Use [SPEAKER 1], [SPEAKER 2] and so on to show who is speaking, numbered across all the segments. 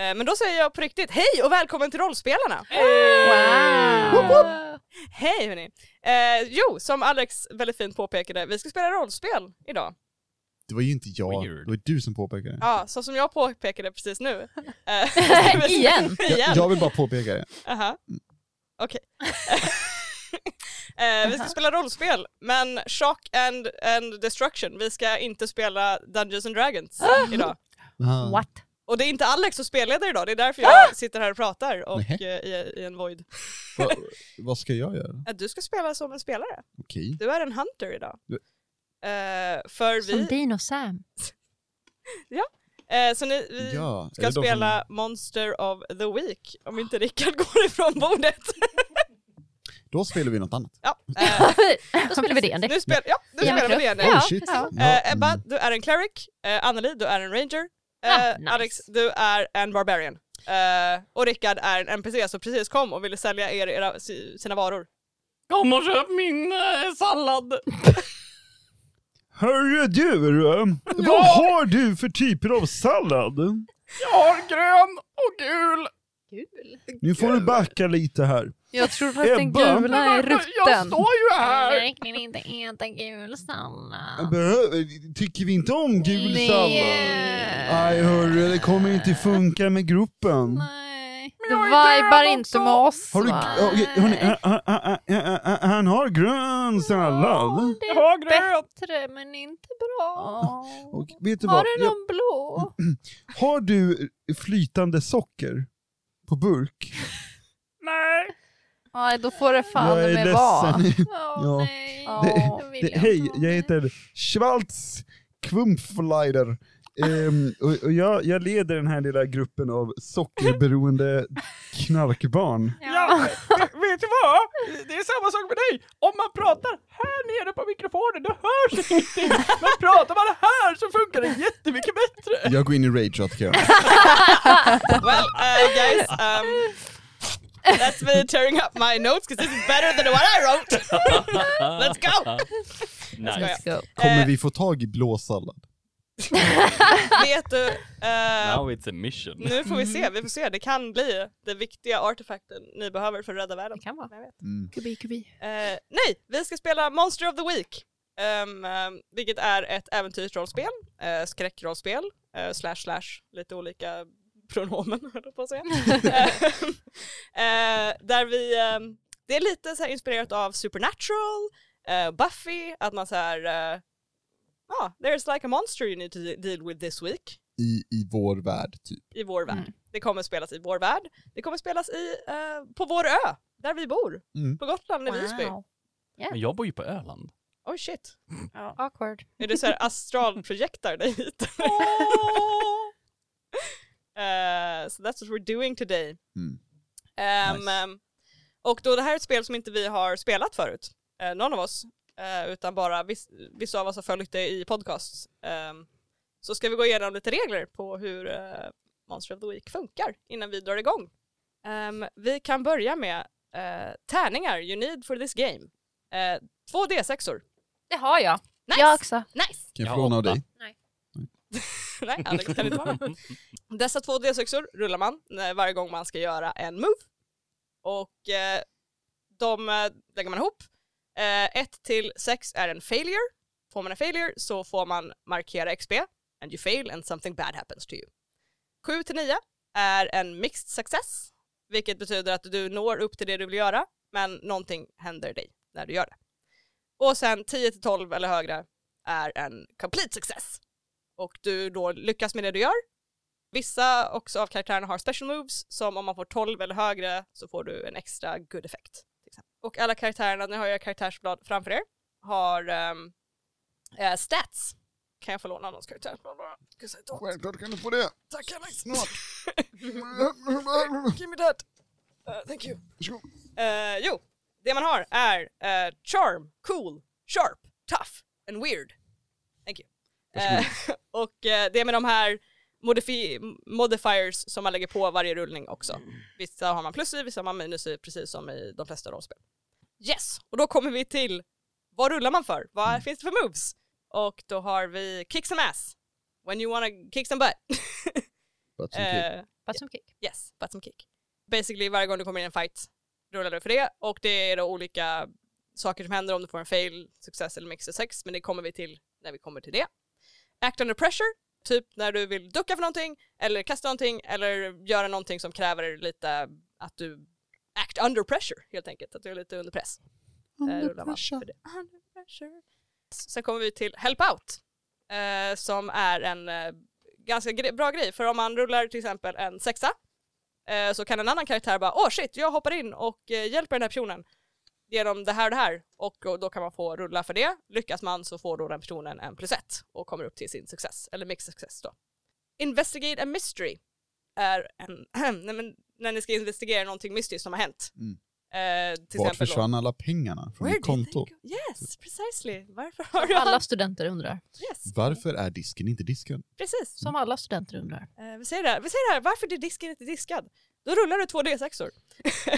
[SPEAKER 1] Eh, Men då säger jag på riktigt, hej och välkommen till Rollspelarna! Hej hörni! Eh, jo, som Alex väldigt fint påpekade, vi ska spela rollspel idag.
[SPEAKER 2] Det var ju inte jag,
[SPEAKER 3] Weird.
[SPEAKER 2] det var ju du som påpekade det.
[SPEAKER 1] Ja, så som jag påpekade precis nu. Eh, så ska vi-
[SPEAKER 4] Igen.
[SPEAKER 1] Igen!
[SPEAKER 2] Jag, jag vill bara påpeka det.
[SPEAKER 1] Aha. Okej. Eh, vi ska spela rollspel, men Shock and, and Destruction. Vi ska inte spela Dungeons and Dragons idag.
[SPEAKER 2] Aha.
[SPEAKER 4] What?
[SPEAKER 1] Och det är inte Alex som spelledare idag, det är därför jag sitter här och pratar och,
[SPEAKER 2] Nej.
[SPEAKER 1] eh, i, i en void.
[SPEAKER 2] Va, vad ska jag göra?
[SPEAKER 1] Eh, Du ska spela som en spelare.
[SPEAKER 2] Okej.
[SPEAKER 1] Du är en hunter idag.
[SPEAKER 2] Du-
[SPEAKER 1] Eh, för
[SPEAKER 4] Som
[SPEAKER 1] vi,
[SPEAKER 4] Dino Sam.
[SPEAKER 1] eh, så ni, vi
[SPEAKER 2] Ja. är
[SPEAKER 1] ska
[SPEAKER 2] det de som-
[SPEAKER 1] spela Monster of the Week, om inte Rickard går ifrån bordet.
[SPEAKER 2] Då spelar vi något annat.
[SPEAKER 1] ja, eh,
[SPEAKER 4] Då spelar vi det.
[SPEAKER 1] nu spel, ja, nu
[SPEAKER 4] Ja,
[SPEAKER 1] spelar vi
[SPEAKER 4] men
[SPEAKER 1] det. nu.
[SPEAKER 4] Ja,
[SPEAKER 2] oh shit.
[SPEAKER 4] ja.
[SPEAKER 1] Eh, Ebba,
[SPEAKER 2] mm.
[SPEAKER 1] du är en cleric. Eh, Anneli, du är en ranger. Eh,
[SPEAKER 4] Ah, nice.
[SPEAKER 1] Alex, du är en barbarian. Eh, och Rickard är en NPC som precis kom och ville sälja er era, si- sina varor.
[SPEAKER 3] Kom och köp min eh, sallad!
[SPEAKER 2] Hörru du, vad har du för typer av sallad?
[SPEAKER 3] Jag har grön och gul!
[SPEAKER 2] Nu får du backa lite här.
[SPEAKER 5] Jag tror att den
[SPEAKER 2] Ebba?
[SPEAKER 5] gula är
[SPEAKER 3] Jag
[SPEAKER 5] rutten.
[SPEAKER 3] står ju här!
[SPEAKER 4] räcker inte äta gul sallad.
[SPEAKER 2] Behö- Tycker vi inte om gul
[SPEAKER 4] Nej.
[SPEAKER 2] Nej hörru, det kommer inte funka med gruppen.
[SPEAKER 4] Nej.
[SPEAKER 5] Du vibar
[SPEAKER 3] grön
[SPEAKER 5] inte
[SPEAKER 3] också.
[SPEAKER 5] med oss
[SPEAKER 2] Har du...
[SPEAKER 5] va?
[SPEAKER 2] Okej, hörni, han- han- han- han- han har grön sallad.
[SPEAKER 4] Det
[SPEAKER 3] Jag har
[SPEAKER 4] är
[SPEAKER 3] grön!
[SPEAKER 4] bättre men inte bra.
[SPEAKER 2] Och vet du
[SPEAKER 4] Har
[SPEAKER 2] vad?
[SPEAKER 4] du
[SPEAKER 2] Jag-
[SPEAKER 4] någon blå?
[SPEAKER 2] Har du flytande socker på burk?
[SPEAKER 3] Nej!
[SPEAKER 5] Nej, då får det fan
[SPEAKER 2] jag
[SPEAKER 5] med vara.
[SPEAKER 4] Åh
[SPEAKER 2] Ja.
[SPEAKER 4] nej.
[SPEAKER 5] Ja.
[SPEAKER 2] Det,
[SPEAKER 4] det vill
[SPEAKER 2] det,
[SPEAKER 4] jag
[SPEAKER 2] hej,
[SPEAKER 4] inte ha
[SPEAKER 2] jag
[SPEAKER 4] det.
[SPEAKER 2] heter Schwarz Krumpfleider. Ehm, och och jag, jag leder den här lilla gruppen av sockerberoende knarkbarn.
[SPEAKER 3] Ja, vet- vet du vad? Det är samma sak med dig! Om man pratar här nere på mikrofonen då hörs ingenting! Men pratar man här så funkar det jättemycket bättre!
[SPEAKER 2] Jag går in i rage att jag.
[SPEAKER 1] Well, uh, guys, um, that's me tearing up my notes because this is better than what I wrote. Let's go!
[SPEAKER 3] Nice.
[SPEAKER 5] Let's go.
[SPEAKER 2] Kommer
[SPEAKER 1] Eh,
[SPEAKER 2] vi få tag i blåsallad?
[SPEAKER 1] Vet du, eh,
[SPEAKER 6] Now it's a mission.
[SPEAKER 1] nu får vi
[SPEAKER 4] Mm.
[SPEAKER 1] se, vi får se. Det kan bli den viktiga artefakten ni behöver för att rädda världen.
[SPEAKER 4] Det kan vara.
[SPEAKER 1] Vem vet.
[SPEAKER 2] Mm.
[SPEAKER 5] Kubi, kubi.
[SPEAKER 1] Eh, nej, vi ska spela Monster of the Week. Ehm, ehm, vilket är ett äventyrsrollspel, eh, skräckrollspel, eh, slash slash, lite olika pronomen höll jag på att säga. Ehm, eh, där vi, ehm, det är lite så här inspirerat av Supernatural, eh, Buffy, att man så här, eh, ja, there's like a monster you need to de- deal with this week
[SPEAKER 2] I, I vår värld, typ.
[SPEAKER 1] i vår värld. Det kommer spelas i vår värld. Det kommer spelas i, eh, på vår ö, där vi bor,
[SPEAKER 2] Mm.
[SPEAKER 1] på Gotland i Visby.
[SPEAKER 4] Wow.
[SPEAKER 6] Men jag bor ju på Öland.
[SPEAKER 1] Oj shit.
[SPEAKER 4] Awkward.
[SPEAKER 1] Är det så här astralprojektar dig hit? Eh, so that's what we're doing today.
[SPEAKER 2] Mm.
[SPEAKER 1] Ehm,
[SPEAKER 2] Nice.
[SPEAKER 1] ehm, och då det här är ett spel som inte vi har spelat förut, eh, någon av oss, eh, utan bara viss, vissa av oss har följt det i podcasts. Ehm, så ska vi gå igenom lite regler på hur eh, Monster of the Week funkar innan vi drar igång. Ehm, vi kan börja med eh, tärningar you need for this game. Eh, två D6or.
[SPEAKER 4] Det har jag.
[SPEAKER 1] Nice!
[SPEAKER 5] Jag också.
[SPEAKER 1] Nice!
[SPEAKER 2] Kan jag
[SPEAKER 6] Jag
[SPEAKER 2] få låna av
[SPEAKER 6] åtta.
[SPEAKER 2] dig?
[SPEAKER 1] Nej, Alex kan inte vara med. Dessa två D6or rullar man eh, varje gång man ska göra en move. Och eh, de eh, lägger man ihop. 1 till 6 är en failure. Får man en failure så får man markera XP. And you fail and something bad happens to you. 7 till 9 är en mixed success. Vilket betyder att du når upp till det du vill göra men någonting händer dig när du gör det. Och sen 10 till 12 eller högre är en complete success och du då lyckas med det du gör. Vissa också av karaktärerna har special moves som om man får 12 eller högre så får du en extra good effect. till exempel. Och alla karaktärerna, ni har era karaktärsblad framför er, har ehm, eh, stats. Kan jag få låna någons karaktärsblad bara? Ska jag säga då?
[SPEAKER 2] Självklart kan du få det.
[SPEAKER 1] Tack Alex!
[SPEAKER 4] Eh,
[SPEAKER 2] Snart.
[SPEAKER 1] Give me that! Eh, thank you. Eh, jo, det man har är eh, charm, cool, sharp, tough and weird. Thank you. Eh, och eh, det är med de här modifi- modifiers som man lägger på varje rullning också. Vissa har man plus i, vissa har man minus i, precis som i de flesta rollspel. Yes, och då kommer vi till vad rullar man för? Vad finns det för moves? Och då har vi kick some ass, when you wanna kick some butt.
[SPEAKER 2] Butt some kick.
[SPEAKER 1] Eh,
[SPEAKER 4] Butt some kick.
[SPEAKER 1] Yes, butt some kick. Basically varje gång du kommer in i en fight rullar du för det och det är då olika saker som händer om du får en fail, success eller mixed sex men det kommer vi till när vi kommer till det. Act under pressure, typ när du vill ducka för någonting eller kasta någonting eller göra någonting som kräver lite att du act under pressure helt enkelt, att du är lite under press. Under pressure. Under pressure. Sen kommer vi till help out eh, som är en eh, ganska gre- bra grej för om man rullar till exempel en sexa eh, så kan en annan karaktär bara åh shit, jag hoppar in och eh, hjälper den här personen genom det här och det här och, och då kan man få rulla för det. Lyckas man så får då den personen en plus ett och kommer upp till sin success, eller mix success då. Investigate a mystery är en, nej, men, när ni ska investigera någonting mystiskt som har hänt.
[SPEAKER 2] Mm.
[SPEAKER 1] Eh, till
[SPEAKER 2] Vart
[SPEAKER 1] exempel då-
[SPEAKER 2] försvann alla pengarna från
[SPEAKER 1] Where
[SPEAKER 2] mitt
[SPEAKER 1] do you
[SPEAKER 2] konto?
[SPEAKER 1] think-
[SPEAKER 2] Mm.
[SPEAKER 1] Yes, precisely. Varför har jag...
[SPEAKER 4] Alla studenter undrar.
[SPEAKER 1] Yes,
[SPEAKER 2] Varför är disken inte disken?
[SPEAKER 1] precis.
[SPEAKER 4] Som alla studenter undrar.
[SPEAKER 1] Eh, vi säger det här, vi säger det här. varför är disken inte diskad? Då rullar du två D6-or.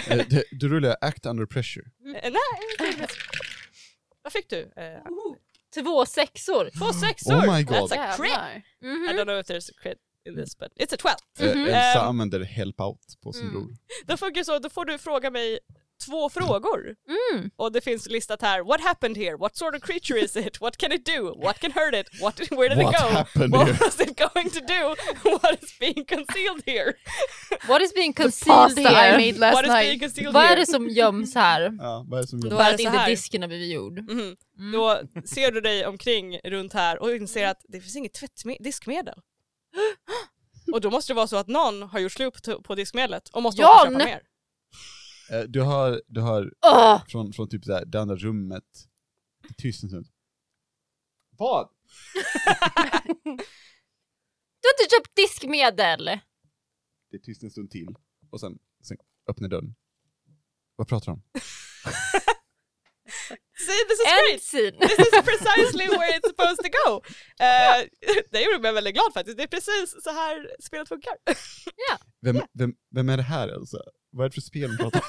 [SPEAKER 2] Eh, det- Du rullar jag act under pressure.
[SPEAKER 4] Mm.
[SPEAKER 1] Eh, nej, inte det. Vad fick du? Eh,
[SPEAKER 4] Två sexor!
[SPEAKER 1] Två sexor!
[SPEAKER 2] Oh my
[SPEAKER 1] That's
[SPEAKER 2] god.
[SPEAKER 1] a crit!
[SPEAKER 5] Jävlar.
[SPEAKER 1] I
[SPEAKER 4] Mhm.
[SPEAKER 1] don't know if there's a crit in this but it's a 12.
[SPEAKER 2] Eh,
[SPEAKER 4] Mhm.
[SPEAKER 2] Elsa
[SPEAKER 1] Ehm.
[SPEAKER 2] använder help out på sin
[SPEAKER 4] Mm.
[SPEAKER 2] bror.
[SPEAKER 1] Då funkar det så, då får du fråga mig två frågor.
[SPEAKER 4] Mm.
[SPEAKER 1] Och det finns listat här, what happened here? What sort of creature is it? What can it do? What can hurt it? What, where did
[SPEAKER 2] What
[SPEAKER 1] it go?
[SPEAKER 2] happened
[SPEAKER 1] What
[SPEAKER 2] here?
[SPEAKER 1] was it going to do? What is being concealed here?
[SPEAKER 4] What is being
[SPEAKER 5] Pasta
[SPEAKER 4] concealed
[SPEAKER 5] I
[SPEAKER 4] here?
[SPEAKER 5] made last
[SPEAKER 1] What is being
[SPEAKER 5] night.
[SPEAKER 1] concealed
[SPEAKER 4] Vad är
[SPEAKER 1] here?
[SPEAKER 4] det som göms här?
[SPEAKER 2] Ja, vad är det som
[SPEAKER 1] Då
[SPEAKER 2] gör
[SPEAKER 1] är
[SPEAKER 4] För
[SPEAKER 1] det
[SPEAKER 4] att
[SPEAKER 1] så
[SPEAKER 4] inte
[SPEAKER 1] här.
[SPEAKER 4] disken har blivit gjord.
[SPEAKER 1] Mhm.
[SPEAKER 4] Mm.
[SPEAKER 1] Då ser du dig omkring runt här och inser att det finns inget tvättme- diskmedel. Och då måste det vara så att någon har gjort slut på- på diskmedlet och måste åka och köpa
[SPEAKER 4] Jan!
[SPEAKER 1] mer.
[SPEAKER 2] Eh, Du hör, du hör
[SPEAKER 4] Åh!
[SPEAKER 2] från, från typ såhär, det andra rummet, tyst en stund. Vad?
[SPEAKER 4] Du har inte köpt diskmedel!
[SPEAKER 2] Det är tyst en stund till, och sen, sen öppnar dörren. Vad pratar de om?
[SPEAKER 1] See, this is
[SPEAKER 4] En
[SPEAKER 1] great!
[SPEAKER 4] sin!
[SPEAKER 1] This is precisely where it's supposed to go! Uh, det gjorde mig väldigt glad faktiskt, det är precis så här spelet funkar.
[SPEAKER 2] Vem, vem, vem är det här Elsa? Vad är det för spel de pratar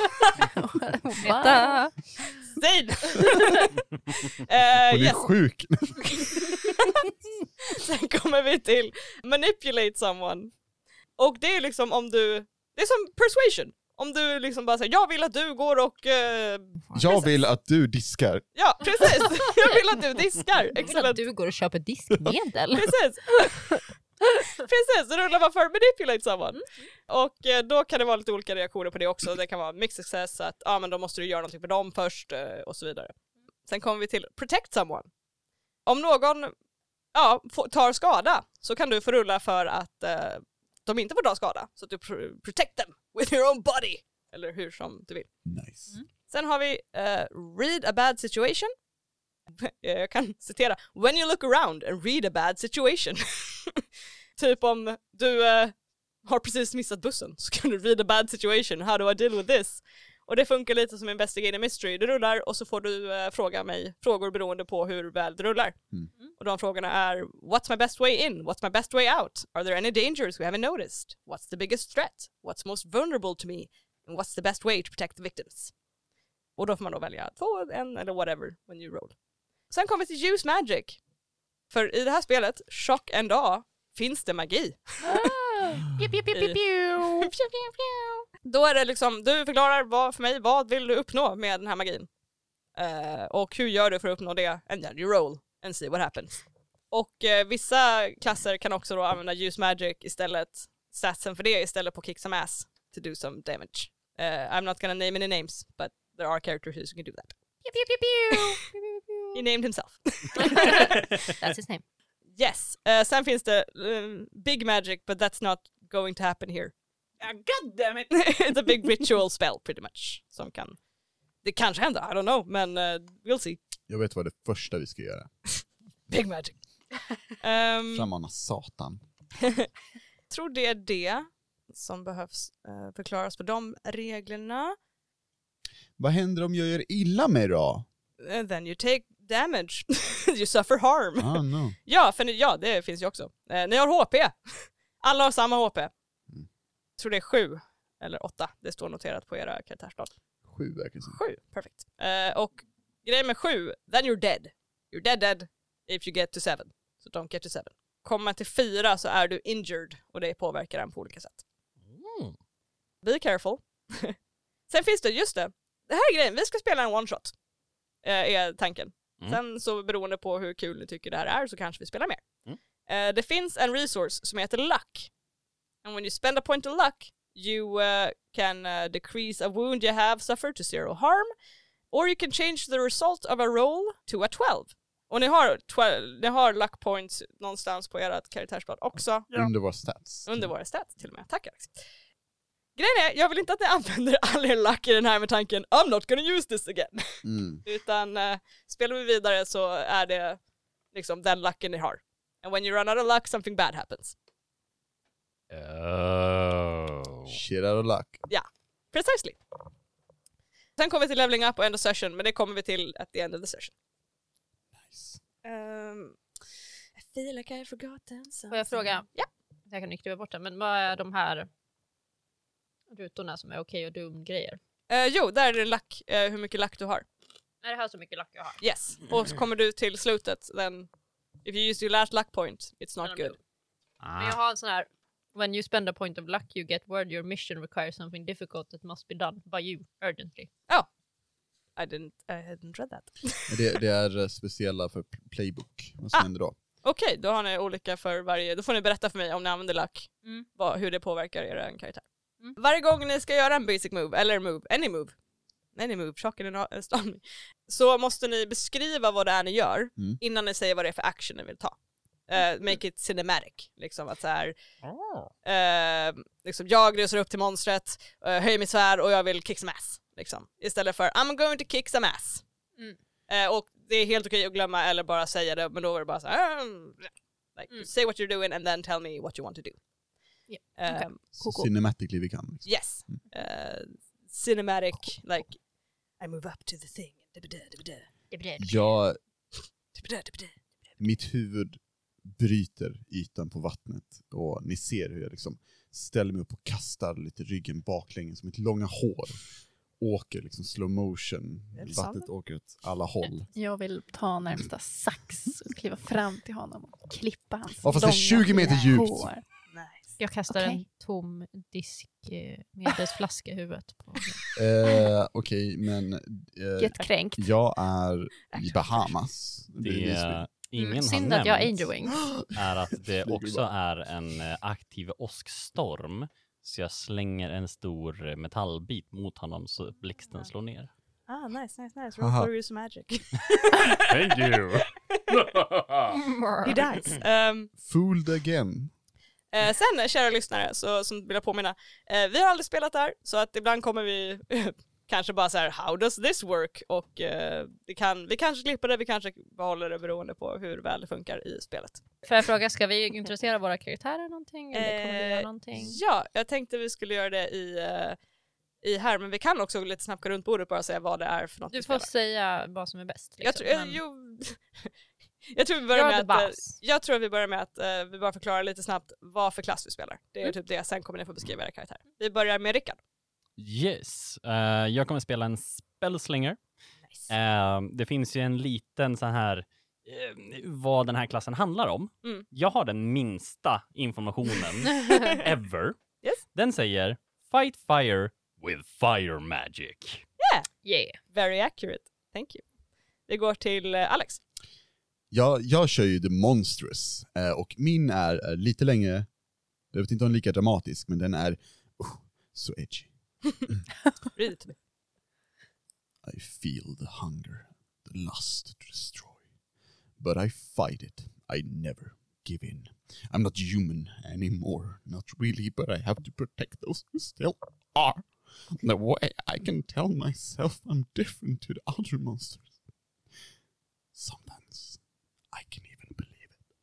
[SPEAKER 2] om?
[SPEAKER 5] Da.
[SPEAKER 1] Zayn! Eh,
[SPEAKER 2] Hon är
[SPEAKER 1] yes,
[SPEAKER 2] sjuk!
[SPEAKER 1] sen kommer vi till manipulate someone. Och det är liksom om du, det är som persuasion. Om du liksom bara säger jag vill att du går och eh,
[SPEAKER 2] Jag vill att du diskar.
[SPEAKER 1] Ja, precis. Jag vill att du diskar.
[SPEAKER 4] Jag vill att
[SPEAKER 1] Excellent.
[SPEAKER 4] du går och köper diskmedel.
[SPEAKER 1] Precis. Precis, så rullar man för manipulate
[SPEAKER 4] Mm.
[SPEAKER 1] someone. Och eh, då kan det vara lite olika reaktioner på det också. Det kan vara mixed success, att ja men då måste du göra någonting för dem först eh, och så vidare. Sen kommer vi till protect someone. Om någon ja, får- tar skada så kan du få rulla för att eh, de inte får ta skada. Så att du pr- protect them with your own body. Eller hur som du vill.
[SPEAKER 2] Nice.
[SPEAKER 1] Sen har vi eh, read a bad situation. Eh, Jag kan citera. When you look around and read a bad situation. typ om du eh, har precis missat bussen så kan du read a bad situation. How do I deal with this? Och det funkar lite som Investigator Mystery. Du rullar och så får du eh, fråga mig frågor beroende på hur väl du rullar.
[SPEAKER 2] Mm.
[SPEAKER 1] Och de frågorna är What's my best way in? What's my best way out? Are there any dangers we haven't noticed? What's the biggest threat? What's most vulnerable to me? And what's the best way to protect the victims? Och då får man då välja två, en eller whatever when you roll. Sen kommer vi till use magic. För i det här spelet, Shock and Awe, finns det magi.
[SPEAKER 4] Pew, pew, pew, pew, pew.
[SPEAKER 1] Då är det liksom, du förklarar vad, för mig, vad vill du uppnå med den här magin? Eh, och hur gör du för att uppnå det? And then you roll and see what happens. Och eh, vissa klasser kan också då använda use magic istället, statsen för det istället på kick some ass to do some damage. Eh, I'm not gonna name any names but there are characters who can do that.
[SPEAKER 4] Pew, pew, pew, pew. Pew, pew, pew,
[SPEAKER 1] He named himself.
[SPEAKER 4] pew. That's his name.
[SPEAKER 1] Yes, eh, sen finns det eh, big magic but that's not going to happen here.
[SPEAKER 3] Ah, God damn it!
[SPEAKER 1] It's a big ritual spell pretty much. Som kan, det kanske händer, I don't know, men eh, we'll see.
[SPEAKER 2] Jag vet vad det första vi ska göra.
[SPEAKER 1] Big magic. Ehm,
[SPEAKER 2] Frammana satan.
[SPEAKER 1] tror det är det som behövs eh, förklaras på de reglerna.
[SPEAKER 2] Vad händer om jag gör illa mig då?
[SPEAKER 1] And then you take damage. you suffer harm.
[SPEAKER 2] Ah, no.
[SPEAKER 1] Ja, för ni, ja, det finns ju också. Eh, ni har HP. Alla har samma HP. tror det är sju eller åtta. Det står noterat på era karaktärsblad.
[SPEAKER 2] Sju verkar det som.
[SPEAKER 1] Sju, perfekt. Eh, och grejen med sju, then you're dead. You're dead dead if you get to seven. So don't get to seven. kommer till fyra så är du injured och det påverkar den på olika sätt.
[SPEAKER 6] Mm.
[SPEAKER 1] Be careful. Sen finns det, just det, det här är grejen, vi ska spela en one shot. eh, Är tanken.
[SPEAKER 6] Mm.
[SPEAKER 1] Sen så beroende på hur kul ni tycker det här är så kanske vi spelar mer.
[SPEAKER 6] Mm.
[SPEAKER 1] Eh, Det finns en resource som heter luck. And when you spend a point of luck you uh, can uh, decrease a wound you have suffered to zero harm. Or you can change the result of a roll to a 12. Och ni har, 12, ni har luck points någonstans på ert karaktärsblad också.
[SPEAKER 3] Ja.
[SPEAKER 2] Under våra stats.
[SPEAKER 1] Under våra stats till och med. Tack Alex. Grejen är, jag vill inte att ni använder all er lack i den här med tanken I'm not gonna use this again.
[SPEAKER 2] Mm.
[SPEAKER 1] Utan eh, spelar vi vidare så är det liksom den lacken ni har. And when you run out of luck something bad happens.
[SPEAKER 6] Oh.
[SPEAKER 2] Shit out of luck.
[SPEAKER 1] Precisely. Sen kommer vi till leveling up och end of session men det kommer vi till at the end of the session. Um, I feel like I forgotten
[SPEAKER 4] Får jag fråga?
[SPEAKER 1] Ja.
[SPEAKER 4] Jag kan ju kliva bort den, men vad är de här rutorna som är okej och dum-grejer?
[SPEAKER 1] Eh, jo, där är det lack, eh, hur mycket lack du har.
[SPEAKER 4] Är det här så mycket lack jag har?
[SPEAKER 1] Yes, och så kommer du till slutet then if you use your last luck point it's not
[SPEAKER 4] Men
[SPEAKER 1] good.
[SPEAKER 4] Men jag har en sån här When you spend a point of luck you get word your mission requires something difficult that must be done by you urgently.
[SPEAKER 1] I didn't, I hadn't read that.
[SPEAKER 2] Det, det är eh, speciella för pl- playbook. Vad som
[SPEAKER 1] Ah.
[SPEAKER 2] händer då?
[SPEAKER 1] Okej, då har ni olika för varje, då får ni berätta för mig om ni använder luck,
[SPEAKER 4] Mm.
[SPEAKER 1] vad, hur det påverkar er karaktär.
[SPEAKER 4] Mm.
[SPEAKER 1] Varje gång ni ska göra en basic move, eller move, any move, any move, saken är en- en stavning, så måste ni beskriva vad det är ni gör
[SPEAKER 2] Mm.
[SPEAKER 1] innan ni säger vad det är för action ni vill ta. Eh,
[SPEAKER 4] Mm.
[SPEAKER 1] make it cinematic, liksom att så här,
[SPEAKER 4] Ah.
[SPEAKER 1] Eh, liksom, jag reser upp till monstret, eh, höjer mitt svärd och jag vill kick some ass. Liksom. Istället för I'm going to kick some ass.
[SPEAKER 4] Mm.
[SPEAKER 1] Eh, och det är helt okej att glömma eller bara säga det, men då var det bara så här. "Mm, ja." Like,
[SPEAKER 4] Mm.
[SPEAKER 1] Say what you're doing and then tell me what you want to do.
[SPEAKER 4] Ja,
[SPEAKER 1] Eh,
[SPEAKER 4] okej.
[SPEAKER 2] Så
[SPEAKER 4] Koko.
[SPEAKER 2] Cinematically vi kan. liksom.
[SPEAKER 1] Yes. Eh, cinematic, like I move up to the thing. Dibba-dö, dibba-dö,
[SPEAKER 4] Det blir det.
[SPEAKER 2] Jag,
[SPEAKER 1] dibba-dö, dibba-dö.
[SPEAKER 2] mitt huvud bryter ytan på vattnet och ni ser hur jag liksom ställer mig upp och kastar lite ryggen baklänges som ett långa hår. Åker liksom slow motion.
[SPEAKER 1] Är det
[SPEAKER 2] Vattnet åker åt alla håll.
[SPEAKER 5] Jag vill ta närmsta sax och kliva fram till honom och klippa hans
[SPEAKER 2] Ja, fast det är
[SPEAKER 5] långa
[SPEAKER 2] 20 meter
[SPEAKER 5] fina
[SPEAKER 2] djupt.
[SPEAKER 5] hår.
[SPEAKER 1] Nice.
[SPEAKER 4] Jag kastar
[SPEAKER 5] Okej.
[SPEAKER 4] en tom diskmedelsflaska i huvudet på
[SPEAKER 2] Eh, Okej, men eh,
[SPEAKER 5] Get kränkt.
[SPEAKER 2] jag är i Bahamas. Det är
[SPEAKER 6] Det
[SPEAKER 2] Visby.
[SPEAKER 6] eh, ingen har
[SPEAKER 4] Synd att jag har
[SPEAKER 6] nämnt
[SPEAKER 4] angel wings.
[SPEAKER 6] är att det
[SPEAKER 2] Flyger
[SPEAKER 6] också
[SPEAKER 2] bara.
[SPEAKER 6] är en eh, aktiv åskstorm. Så jag slänger en stor eh, metallbit mot honom så blixten slår ner.
[SPEAKER 1] Ah, nice, nice, nice.
[SPEAKER 2] Haha.
[SPEAKER 1] Roll for use magic.
[SPEAKER 6] Thank you!
[SPEAKER 1] He dies. Ehm,
[SPEAKER 2] Fooled again.
[SPEAKER 1] Eh, sen, kära lyssnare, så, som vill jag påminna, eh, vi har aldrig spelat där, så att ibland kommer vi kanske bara så här, how does this work? Och eh, det kan, vi kanske klipper det, vi kanske behåller det beroende på hur väl det funkar i spelet.
[SPEAKER 4] Får jag fråga, ska vi introducera våra karaktärer någonting? Eller kommer vi
[SPEAKER 1] Eh,
[SPEAKER 4] göra någonting?
[SPEAKER 1] Ja, jag tänkte vi skulle göra det i, eh, i här, men vi kan också lite snabbt gå runt bordet och bara säga vad det är för något vi
[SPEAKER 4] Du får
[SPEAKER 1] spelar.
[SPEAKER 4] säga vad som är bäst.
[SPEAKER 1] jag,
[SPEAKER 4] Liksom.
[SPEAKER 1] tror- eh,
[SPEAKER 4] men-
[SPEAKER 1] jo, jag tror vi börjar
[SPEAKER 4] You're the
[SPEAKER 1] med att, eh,
[SPEAKER 4] boss.
[SPEAKER 1] jag tror att vi börjar med att eh, vi bara förklarar lite snabbt vad för klass vi spelar. Det
[SPEAKER 4] Mm.
[SPEAKER 1] är typ det, sen kommer ni få beskriva era karaktärer. Vi börjar med Rickard.
[SPEAKER 6] Yes, eh, jag kommer spela en spellslinger. Eh, det finns ju en liten sån här, eh, vad den här klassen handlar om.
[SPEAKER 1] Mm.
[SPEAKER 6] Jag har den minsta informationen ever.
[SPEAKER 1] Yes.
[SPEAKER 6] Den säger fight fire with fire magic.
[SPEAKER 4] yeah.
[SPEAKER 1] Very accurate. Thank you. Vi går till eh, Alex.
[SPEAKER 2] Jag, jag kör ju The Monstrous eh, och min är, eh, lite längre, jag vet inte om den är lika dramatisk, men den är oh, så edgy.
[SPEAKER 1] Rid till mig.
[SPEAKER 2] I feel the hunger, the lust to destroy. But I fight it. I never give in. I'm not human anymore. Not really, but I have to protect those who still are. The way I can tell myself I'm different to the other monsters. Sometimes I can even believe it.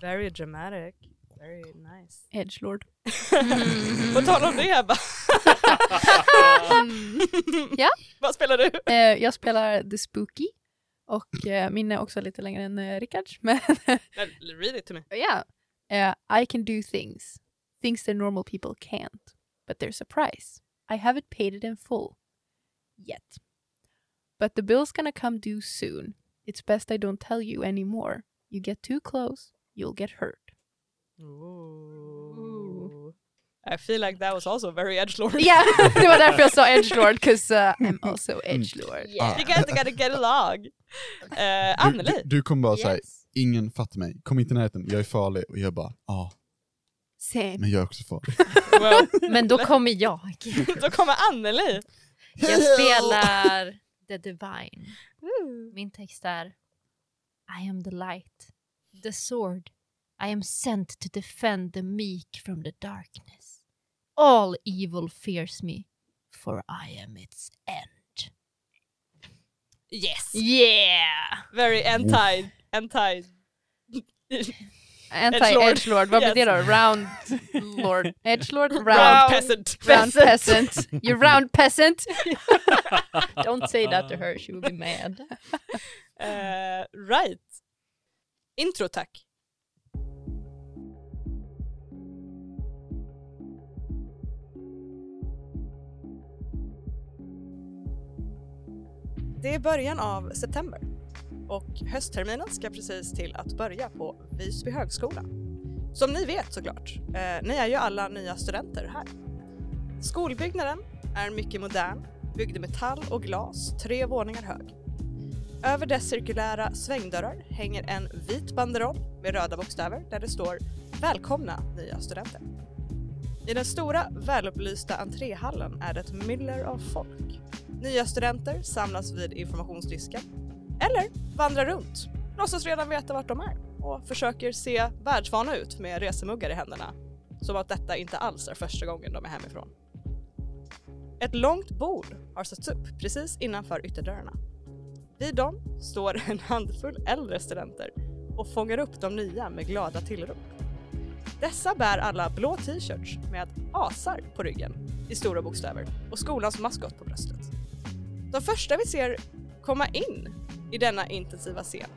[SPEAKER 1] Very dramatic. Very nice.
[SPEAKER 5] Edgelord.
[SPEAKER 1] På tal om det Ebba.
[SPEAKER 5] Mm. Ja.
[SPEAKER 1] Vad spelar du?
[SPEAKER 5] Eh, jag spelar The Spooky. Och eh, min är också lite längre än eh, Rickards. Men
[SPEAKER 1] Nej, Read it to me.
[SPEAKER 5] yeah. Eh, I can do things. Things that normal people can't. But there's a price. I haven't paid it in full. Yet. But the bill's gonna come due soon. It's best I don't tell you anymore. You get too close, you'll get hurt.
[SPEAKER 1] Ooh. I feel like that was also very edgelord.
[SPEAKER 5] Yeah, det var därför jag sa edgelord, because uh, I'm also
[SPEAKER 2] Mm.
[SPEAKER 5] edgelord.
[SPEAKER 1] You guys gotta get along. Uh,
[SPEAKER 2] Du, du,
[SPEAKER 1] Anneli,
[SPEAKER 2] du kommer bara säga
[SPEAKER 4] Yes.
[SPEAKER 2] ingen fattar mig, kom inte i närheten, jag är farlig. Och jag bara, ja,
[SPEAKER 5] Same.
[SPEAKER 2] men jag är också farlig.
[SPEAKER 1] well,
[SPEAKER 4] Men då kommer jag.
[SPEAKER 1] då kommer Anneli.
[SPEAKER 4] Jag spelar The Divine. Min text är I am the light, the sword. I am sent to defend the meek from the darkness. All evil fears me, for I am its end.
[SPEAKER 1] Yes.
[SPEAKER 4] Yeah!
[SPEAKER 1] Very anti, anti.
[SPEAKER 5] Anti-edgelord,
[SPEAKER 1] Edgelord.
[SPEAKER 5] vad blir
[SPEAKER 1] Yes.
[SPEAKER 5] det då? Round lord. Edgelord, round,
[SPEAKER 1] Round
[SPEAKER 5] round,
[SPEAKER 1] peasant.
[SPEAKER 5] peasant. You round peasant.
[SPEAKER 4] Don't say that to her, she will be mad.
[SPEAKER 1] Eh, right. Intro tack. Det är början av september och höstterminen ska precis till att börja på Visby högskola. Som ni vet såklart, eh, ni är ju alla nya studenter här. Skolbyggnaden är mycket modern, byggd i metall och glas, tre våningar hög. Över dess cirkulära svängdörrar hänger en vit banderoll med röda bokstäver där det står “Välkomna nya studenter”. I den stora välupplysta entréhallen är det ett myller av folk. Nya studenter samlas vid informationsdisken eller vandrar runt, låtsas redan veta vart de är och försöker se världsvana ut med resemuggar i händerna. Som att detta inte alls är första gången de är hemifrån. Ett långt bord har satts upp precis innanför ytterdörrarna. Vid dem står en handfull äldre studenter och fångar upp de nya med glada tillrop. Dessa bär alla blå t-shirts med asar på ryggen i stora bokstäver och skolans maskot på bröstet. De första vi ser komma in i denna intensiva scen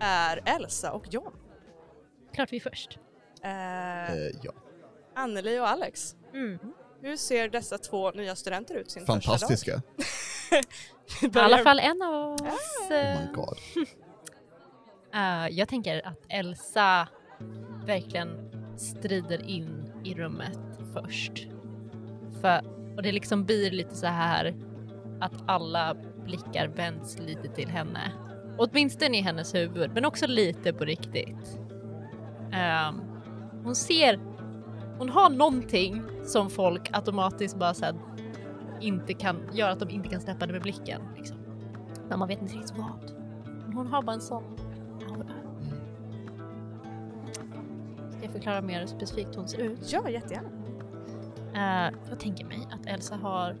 [SPEAKER 1] är Elsa och John.
[SPEAKER 4] Klart vi är först.
[SPEAKER 1] Eh,
[SPEAKER 2] Eh, ja.
[SPEAKER 1] Anneli och Alex,
[SPEAKER 4] Mm.
[SPEAKER 1] hur ser dessa två nya studenter ut sin första
[SPEAKER 2] Fantastiska.
[SPEAKER 1] dag?
[SPEAKER 4] I alla fall en av oss.
[SPEAKER 2] Oh
[SPEAKER 4] eh,
[SPEAKER 2] my god.
[SPEAKER 4] Eh, jag tänker att Elsa verkligen strider in i rummet först. För, och det liksom blir lite så här att alla blickar vänds lite till henne. Åtminstone i hennes huvud, men också lite på riktigt. Ehm, hon ser, hon har någonting som folk automatiskt bara så här, inte kan, gör att de inte kan släppa det med blicken. Liksom. Men man vet inte riktigt vad. Men hon har bara en sån
[SPEAKER 1] Mm.
[SPEAKER 4] aura. Ska jag förklara mer specifikt hur hon ser ut?
[SPEAKER 1] Ja, jättegärna.
[SPEAKER 4] Eh, jag tänker mig att Elsa har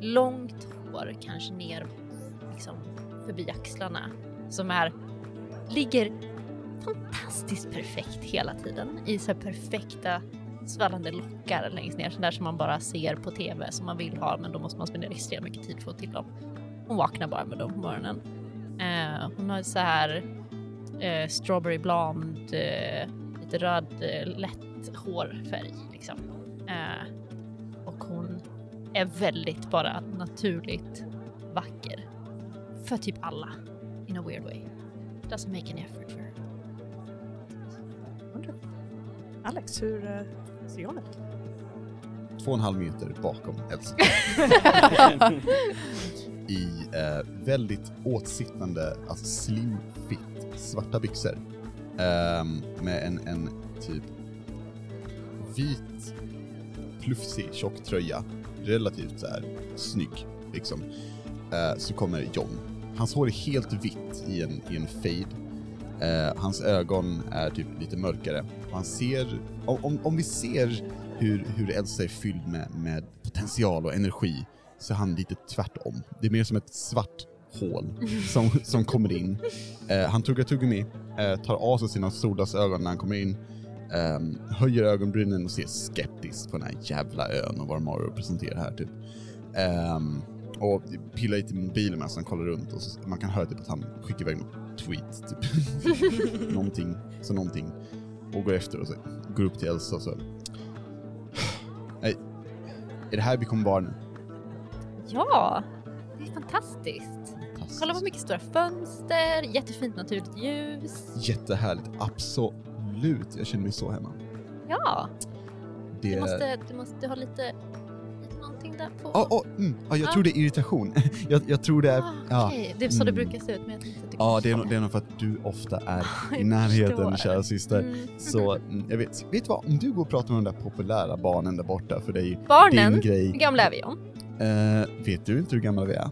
[SPEAKER 4] långt hår, kanske ner liksom, förbi axlarna, som är, ligger fantastiskt perfekt hela tiden i så här perfekta svallande lockar längst ner, sådär som man bara ser på TV som man vill ha, men då måste man spendera extremt mycket tid för att få till dem. Hon vaknar bara med dem på morgonen. Eh, hon har så här eh, strawberry blond, eh, lite röd, eh, lätt hårfärg liksom. Eh, och hon är väldigt bara naturligt vacker. För typ alla. In a weird way. Doesn't make an effort for her.
[SPEAKER 1] Alex, hur eh, ser John ut?
[SPEAKER 2] Två och en halv meter bakom Elsa. I eh, väldigt åtsittande, alltså slim fit, svarta byxor. Ehm, med en, en typ vit, plufsig, tjock tröja. Relativt så här snygg, liksom. Eh, så kommer John. Hans hår är helt vitt i en, i en fade. Eh, hans ögon är typ lite mörkare. Och han ser, om, om, om vi ser hur, hur Elsa är fylld med, med potential och energi så är han lite tvärtom. Det är mer som ett svart hål som, som kommer in. Eh, han tuggar tuggummi, eh, tar av sig sina solglasögon när han kommer in, ehm, höjer ögonbrynen och ser skeptiskt på den här jävla ön och vad de har att presentera här typ. Ehm, och pillar lite i mobilen medan han kollar runt och så, man kan höra typ att han skickar iväg någon tweet, typ. någonting, så någonting. Och går efter och så går upp till Elsa och så Nej. Är det här vi kommer vara nu?
[SPEAKER 4] Ja! Det är fantastiskt.
[SPEAKER 2] Fantastiskt.
[SPEAKER 4] Kolla på mycket stora fönster, jättefint naturligt ljus.
[SPEAKER 2] Jättehärligt, absolut. Jag känner mig så hemma.
[SPEAKER 4] Ja,
[SPEAKER 2] Det...
[SPEAKER 4] du måste, du måste ha lite, lite någonting där på.
[SPEAKER 2] Ja, ja, mm. Ja, jag
[SPEAKER 4] Ja.
[SPEAKER 2] tror det är irritation. jag, jag tror det är...
[SPEAKER 4] ah,
[SPEAKER 2] eh, ja.
[SPEAKER 4] okej. Det är så det
[SPEAKER 2] Mm.
[SPEAKER 4] brukar se ut, men jag tänkte att du
[SPEAKER 2] Ja, det är,
[SPEAKER 4] kanske
[SPEAKER 2] nog- det är nog för att du ofta är
[SPEAKER 4] har-
[SPEAKER 2] i
[SPEAKER 4] Jag
[SPEAKER 2] närheten,
[SPEAKER 4] förstår.
[SPEAKER 2] kära syster.
[SPEAKER 4] Mm.
[SPEAKER 2] Så, mm, jag vet, vet du vad? Om du går och pratar med de där populära barnen där borta, för det är ju din
[SPEAKER 4] Barnen, hur
[SPEAKER 2] grej.
[SPEAKER 4] gamla är vi om?
[SPEAKER 2] Eh, vet du inte hur gamla vi är?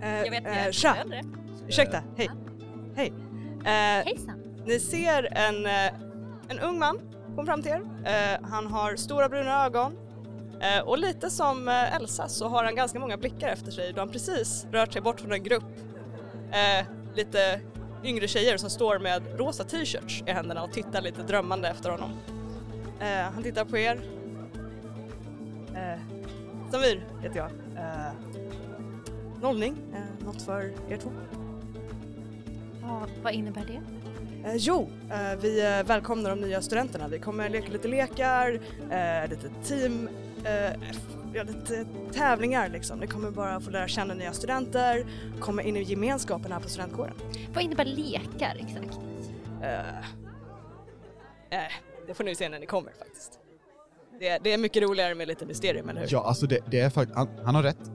[SPEAKER 1] Jag
[SPEAKER 5] eh,
[SPEAKER 4] jag är
[SPEAKER 1] Eh, tja,
[SPEAKER 4] äldre.
[SPEAKER 1] ursäkta, hej. Hej. Eh,
[SPEAKER 4] Hejsan.
[SPEAKER 1] Ni ser en, eh, en ung man kom fram till er. Eh, han har stora bruna ögon eh, och lite som eh, Elsa så har han ganska många blickar efter sig då han precis rört sig bort från en grupp eh, lite yngre tjejer som står med rosa t-shirts i händerna och tittar lite drömmande efter honom. Eh, han tittar på er. Eh, Samir heter jag. Eh, nollning, eh, något för er två.
[SPEAKER 4] Ja, vad innebär det?
[SPEAKER 1] Eh, jo, eh, vi eh, välkomnar de nya studenterna. Vi kommer leka lite lekar, eh, lite team, eh, ja, lite tävlingar liksom. Ni kommer bara få lära känna nya studenter, komma in i gemenskapen här på studentkåren.
[SPEAKER 4] Vad innebär lekar exakt?
[SPEAKER 1] Eh, eh, det får ni se när ni kommer faktiskt. Det, det är mycket roligare med lite mysterium, eller hur?
[SPEAKER 2] Ja, alltså det, det är faktiskt... Han, han har rätt.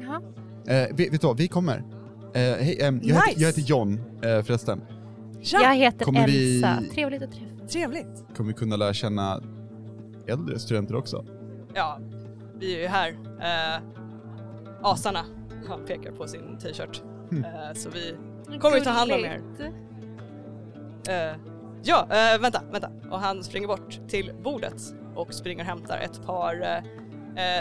[SPEAKER 4] Jaha.
[SPEAKER 2] Eh, vet, vet du vad? Vi kommer. Eh, hej, ehm, jag,
[SPEAKER 1] Nice.
[SPEAKER 2] heter, jag heter John eh, förresten.
[SPEAKER 1] Tja,
[SPEAKER 4] Jag heter
[SPEAKER 2] Kommer vi-
[SPEAKER 4] Elsa, trevligt att träffa
[SPEAKER 1] trevligt!
[SPEAKER 2] Kommer vi kunna lära känna äldre studenter också?
[SPEAKER 1] Ja, vi är ju här. Eh, asarna, han pekar på sin t-shirt.
[SPEAKER 2] Hmm.
[SPEAKER 1] Eh, så vi Kommer vi ta hand om er?
[SPEAKER 4] Gulligt.
[SPEAKER 1] Eh, ja, eh, vänta, vänta. Och han springer bort till bordet och springer och hämtar ett par eh,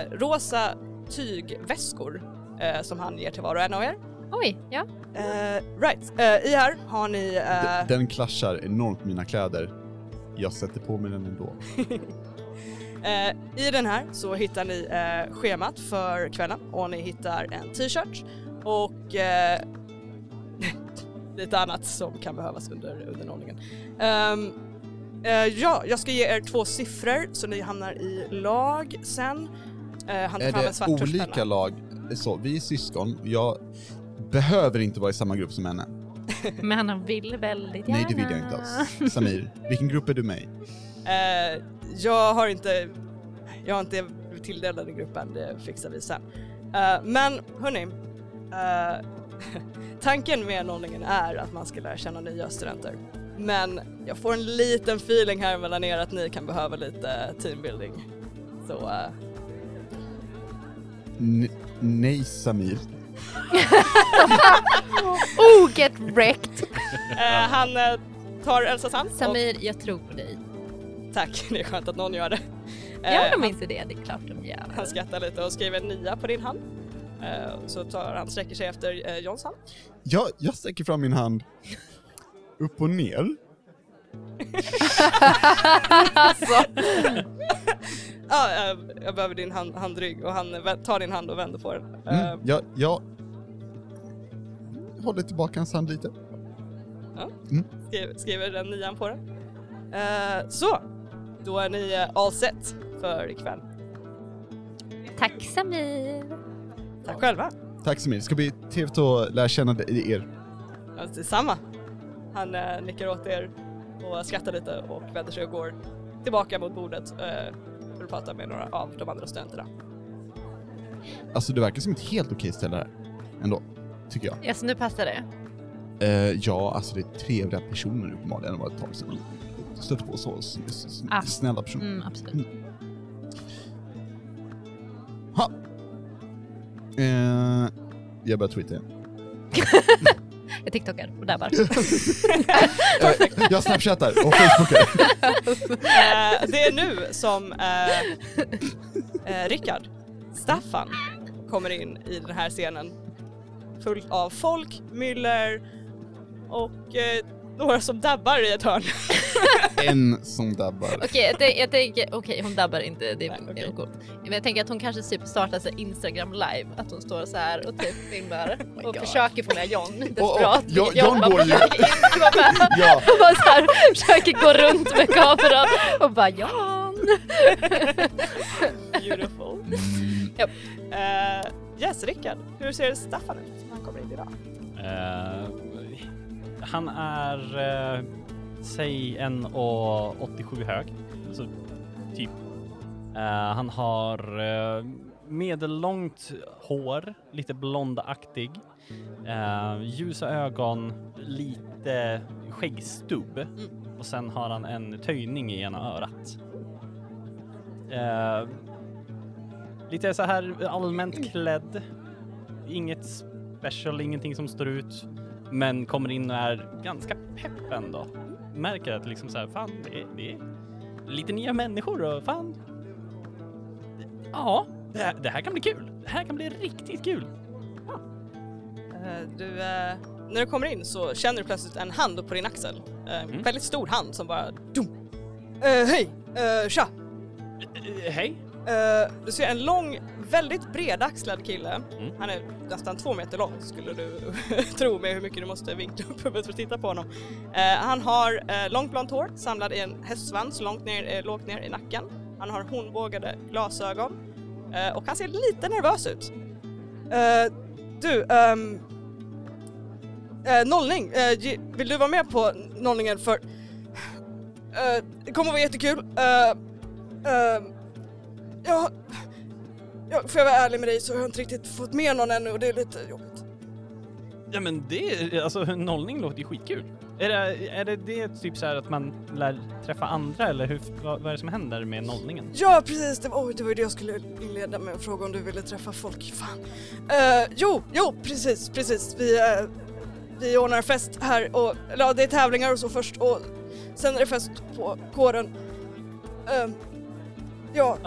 [SPEAKER 1] eh, rosa tygväskor eh, som han ger till var och en av er.
[SPEAKER 4] Oj, ja.
[SPEAKER 1] Eh, right, eh, i här har ni...
[SPEAKER 2] D-
[SPEAKER 1] Eh,
[SPEAKER 2] Den klaschar enormt med mina kläder. Jag sätter på mig den ändå.
[SPEAKER 1] eh, I den här så hittar ni eh, schemat för kvällen och ni hittar en t-shirt och eh, lite annat som kan behövas under, under nollningen. Ehm, eh, ja, jag ska ge er två siffror så ni hamnar i lag sen. Eh, han tar
[SPEAKER 2] Är
[SPEAKER 1] fram en svart
[SPEAKER 2] det olika
[SPEAKER 1] tuschpenna.
[SPEAKER 2] lag? Så, vi är syskon. Jag behöver inte vara i samma grupp som henne.
[SPEAKER 4] Men han vill väldigt gärna.
[SPEAKER 2] Nej, det vill jag inte alls. Samir, vilken grupp är du med i?
[SPEAKER 1] Eh, jag har inte, jag har inte blivit tilldelad i gruppen, det fixar vi sen. Eh, men hörni, eh, tanken med nollningen är att man ska lära känna nya studenter. Men jag får en liten feeling här mellan er att ni kan behöva lite teambuilding. Så eh,
[SPEAKER 2] N- nej, Samir.
[SPEAKER 5] Oh, get wrecked!
[SPEAKER 1] eh, han eh, tar Elsas hand och
[SPEAKER 4] Samir, jag tror på dig.
[SPEAKER 1] tack, det är skönt att någon gör det. Eh,
[SPEAKER 4] Gör de inte det? Det är klart de gör.
[SPEAKER 1] han skrattar lite och skriver en nia på din hand. Eh, så tar han, sträcker sig efter eh, Johns hand.
[SPEAKER 2] Jag, jag sträcker fram min hand upp och ner. Mm,
[SPEAKER 1] Ja, eh, jag behöver din hand, handrygg och han vä- tar din hand och vänder på den. Eh,
[SPEAKER 2] Mm, jag, jag håller tillbaka hans hand lite.
[SPEAKER 1] skriver, skriver den nian på den. Eh, så, då är ni eh, all set för ikväll.
[SPEAKER 4] Tack Samir.
[SPEAKER 1] Tack själva.
[SPEAKER 2] Tack Samir, det ska bli trevligt att lära känna dig- er.
[SPEAKER 1] Ja, detsamma. Han eh, nickar åt er och skrattar lite och vänder sig och går tillbaka mot bordet eh, för att prata med några av de andra studenterna.
[SPEAKER 2] Alltså det verkar som ett helt okej ställe här. Ändå, tycker jag.
[SPEAKER 4] Ja, så nu passar det.
[SPEAKER 2] Eh, ja, alltså det är trevliga personer uppenbarligen. Det var ett tag sedan jag stötte på så s- s- s-
[SPEAKER 4] Ah.
[SPEAKER 2] snälla personer.
[SPEAKER 4] Mm, absolut.
[SPEAKER 2] Ha!
[SPEAKER 4] Mm.
[SPEAKER 2] Eh, jag börjar tweeta igen.
[SPEAKER 4] Jag TikTokar och dabbar.
[SPEAKER 2] Eh, jag snapchattar och facebookar.
[SPEAKER 1] Eh, det är nu som eh, eh, Rickard, Staffan, kommer in i den här scenen. Fullt av folk, myller och eh, några som dabbar i ett hörn.
[SPEAKER 2] en som dabbar.
[SPEAKER 4] Okej, jag, tänk- jag tänker, okej hon dabbar inte, det är
[SPEAKER 1] Nej, okej.
[SPEAKER 4] coolt. Men jag tänker att hon kanske typ startar så här Instagram live, att hon står så här och typ filmar
[SPEAKER 2] Oh
[SPEAKER 4] och försöker fånga John desperat.
[SPEAKER 2] Jo- John
[SPEAKER 4] bara
[SPEAKER 2] går ju-
[SPEAKER 4] försöker inte vara med.
[SPEAKER 2] Ja,
[SPEAKER 4] Och bara så här, försöker gå runt med kameran och bara John.
[SPEAKER 1] Beautiful.
[SPEAKER 4] Japp.
[SPEAKER 2] Mm,
[SPEAKER 1] Eh, yes, Rickard, hur ser Staffan ut när han kommer in idag?
[SPEAKER 6] Eh, han är, eh, säg 1,87 hög. Så typ. Eh, han har eh, medellångt hår, lite blondaktig. Eh, ljusa ögon, lite skäggstubb. Och sen har han en töjning i ena örat. Eh, lite så här allmänt klädd. Inget special, ingenting som står ut. Men kommer in och är ganska pepp ändå. Märker att liksom så här, fan, det är, det är lite nya människor och fan. Ja, det här, det här kan bli kul. Det här kan bli riktigt kul.
[SPEAKER 1] Eh, Du, eh, när du kommer in så känner du plötsligt en hand på din axel. Eh,
[SPEAKER 6] Mm.
[SPEAKER 1] Väldigt stor hand som bara dum. Eh, Hej! Eh, Tja!
[SPEAKER 6] Eh, Hej.
[SPEAKER 1] Eh, Du ser en lång, väldigt bredaxlad kille.
[SPEAKER 6] Mm.
[SPEAKER 1] Han är nästan två meter lång skulle du tro med hur mycket du måste vinkla upp huvudet för att titta på honom. Eh, han har eh, långt blont hår, samlad i en hästsvans långt ner, eh, lågt ner i nacken. Han har hornbågade glasögon eh, och han ser lite nervös ut. Eh, du, ehm, eh, nollning, eh, ge- vill du vara med på nollningen för... Eh, det kommer att vara jättekul. Eh, ehm, Ja, ja, får jag vara ärlig med dig så har jag inte riktigt fått med någon ännu och det är lite jobbigt.
[SPEAKER 6] Ja men det, är- alltså nollning låter ju skitkul. Är det, är det, det typ så här att man lär träffa andra eller hur, vad, vad är det som händer med nollningen?
[SPEAKER 1] Ja, precis. Det var, oj, det var ju det jag skulle inleda med och fråga om du ville träffa folk. Fan. Eh, jo, jo, precis, precis. Vi, eh, vi ordnar fest här och eller, ja, det är tävlingar och så först och sen är det fest på kåren. Ehm, ja,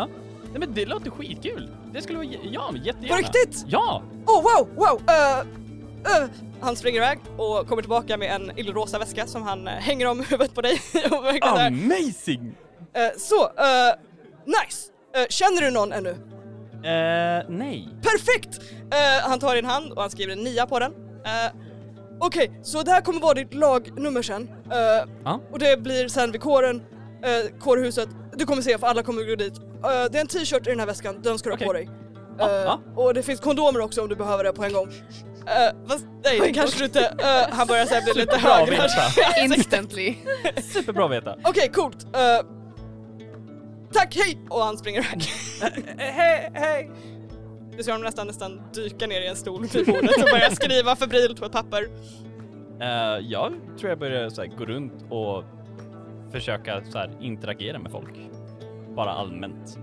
[SPEAKER 6] Nej men det låter skitkul. Det skulle vara, j- ja
[SPEAKER 1] på
[SPEAKER 6] jättegärna.
[SPEAKER 1] riktigt!
[SPEAKER 6] Ja!
[SPEAKER 1] Åh wow, wow! eh, eh. Han springer iväg och kommer tillbaka med en illrosa väska som han eh, hänger om huvudet på dig. och verkligen så här,
[SPEAKER 6] Amazing!
[SPEAKER 1] Eh, så, eh, nice! Eh, känner du någon ännu?
[SPEAKER 6] Eh, nej.
[SPEAKER 1] Perfekt! Eh, han tar din hand och han skriver en nia på den. Eh, Okej, så det här kommer vara ditt lagnummer sen. Eh,
[SPEAKER 6] Ja.
[SPEAKER 1] Och det blir sen vid kåren, eh, kårhuset. Du kommer se för alla kommer gå dit. Eh, det är en t-shirt i den här väskan, den ska du
[SPEAKER 6] Okej.
[SPEAKER 1] ha på dig.
[SPEAKER 6] Ja,
[SPEAKER 1] Eh,
[SPEAKER 6] ja.
[SPEAKER 1] Och det finns kondomer också om du behöver det på en gång. Eh, fast, nej det kanske du inte... eh, han börjar säga bli lite
[SPEAKER 6] Superbra att
[SPEAKER 1] högre.
[SPEAKER 6] veta.
[SPEAKER 4] Instantly.
[SPEAKER 6] Superbra att veta.
[SPEAKER 1] Okej, coolt. Eh, tack, hej! Och han springer iväg. Eh,
[SPEAKER 7] Hej, hej!
[SPEAKER 1] Du ser honom nästan, nästan dyka ner i en stol vid bordet och börja skriva febrilt på ett papper.
[SPEAKER 6] Eh, jag tror jag börjar så här, gå runt och försöka så här, interagera med folk. Bara allmänt.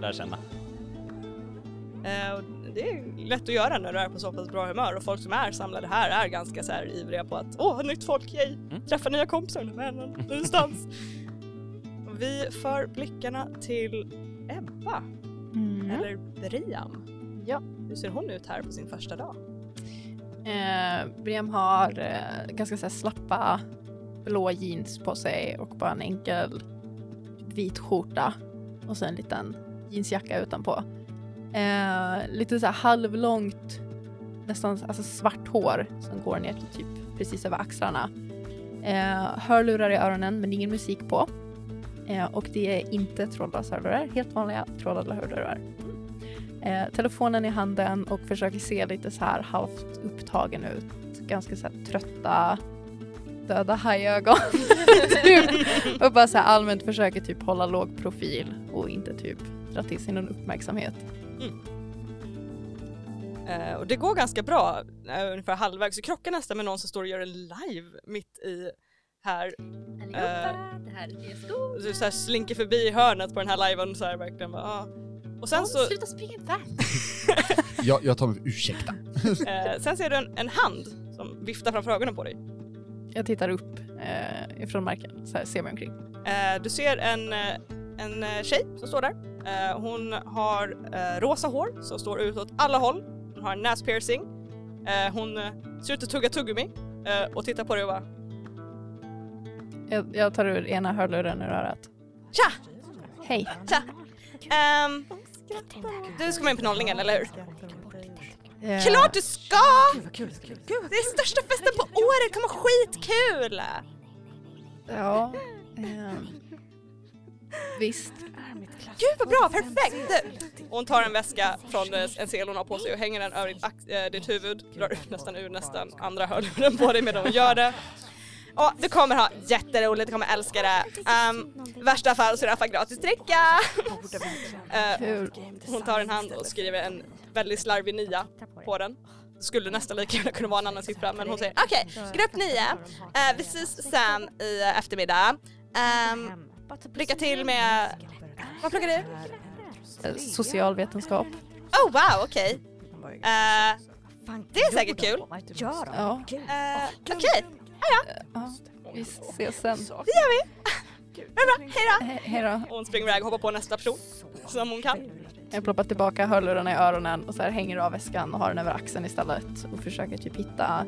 [SPEAKER 6] Lära känna.
[SPEAKER 1] Eh, och det är lätt att göra när du är på så pass bra humör och folk som är samlade här är ganska så här ivriga på att åh, nytt folk, yay, träffa nya kompisar, vännen, någonstans. Vi för blickarna till Ebba, eller Briam.
[SPEAKER 4] Ja.
[SPEAKER 1] Hur ser hon ut här på sin första dag?
[SPEAKER 4] Eh, Briam har eh, ganska så här slappa blå jeans på sig och bara en enkel vit skjorta och sen en liten jeansjacka utanpå. Eh, lite så här halvlångt, nästan alltså svart hår som går ner till typ precis över axlarna. Eh, hörlurar i öronen men ingen musik på. Eh, och det är inte trådlösa hörlurar, helt vanliga trådlösa hörlurar. Eh, telefonen i handen och försöker se lite så här halvt upptagen ut. Ganska så här trötta, döda hajögon. typ. Och bara så här allmänt försöker typ hålla låg profil och inte typ dra till sig någon uppmärksamhet.
[SPEAKER 1] Eh, och det går ganska bra, eh, ungefär halvvägs. Du krockar nästan med någon som står och gör en live mitt i här
[SPEAKER 8] Allihopa,
[SPEAKER 5] Eh.
[SPEAKER 8] det här är skog.
[SPEAKER 1] Och du så här slinker förbi hörnet på den här liven så här verkligen bara, ah. Och sen så,
[SPEAKER 8] Sluta springa iväg.
[SPEAKER 2] Jag, jag tar mig ursäkta.
[SPEAKER 1] eh, sen ser du en, en hand som viftar framför ögonen på dig.
[SPEAKER 4] Jag tittar upp eh, ifrån marken, så här ser mig omkring.
[SPEAKER 1] Eh, du ser en, eh, en eh, tjej som står där. Eh, hon har eh, rosa hår som står ut åt alla håll. Hon har en näspiercing. Eh, hon eh, ser ut att tugga tuggummi eh, och tittar på dig och bara
[SPEAKER 4] Jag, jag tar ur ena hörluren ur örat.
[SPEAKER 1] Tja!
[SPEAKER 4] Hej!
[SPEAKER 1] Tja! Ehm, du ska med på nollningen, eller hur?
[SPEAKER 4] Eh,
[SPEAKER 1] Klart du ska! Det är största festen på året, det kommer vara skitkul!
[SPEAKER 4] Eh,
[SPEAKER 1] ehm.
[SPEAKER 4] Ja. ehm, visst.
[SPEAKER 1] Gud vad bra, perfekt! Och hon tar en väska från eh, en sel hon har på sig och hänger den över ditt, ax- eh, ditt huvud, drar ut nästan ur nästan andra hörluren på dig medan hon gör det. Ja, du kommer ha jätteroligt, du kommer älska det. Ehm, I värsta fall så är det i alla fall gratis dricka. Eh,
[SPEAKER 5] Kul.
[SPEAKER 1] hon tar en hand och skriver en väldigt slarvig nia på den. Skulle nästan lika gärna kunna vara en annan siffra men hon säger okej, grupp nio. Eh, vi ses sen i eh, eftermiddag. Ehm, lycka till med... Vad pluggar du?
[SPEAKER 5] Eh, Socialvetenskap.
[SPEAKER 1] Oh wow, okej. Eh, det är säkert kul.
[SPEAKER 8] Gör dem.
[SPEAKER 5] Ja,
[SPEAKER 1] Eh, okej,
[SPEAKER 5] Eh, ja. vi ses sen.
[SPEAKER 1] det gör vi. Men bra, hejdå!
[SPEAKER 5] He- Hej då.
[SPEAKER 1] Och hon springer iväg och hoppar på nästa person som hon kan.
[SPEAKER 5] Jag ploppar tillbaka hörlurarna i öronen och så här hänger av väskan och har den över axeln istället och försöker typ hitta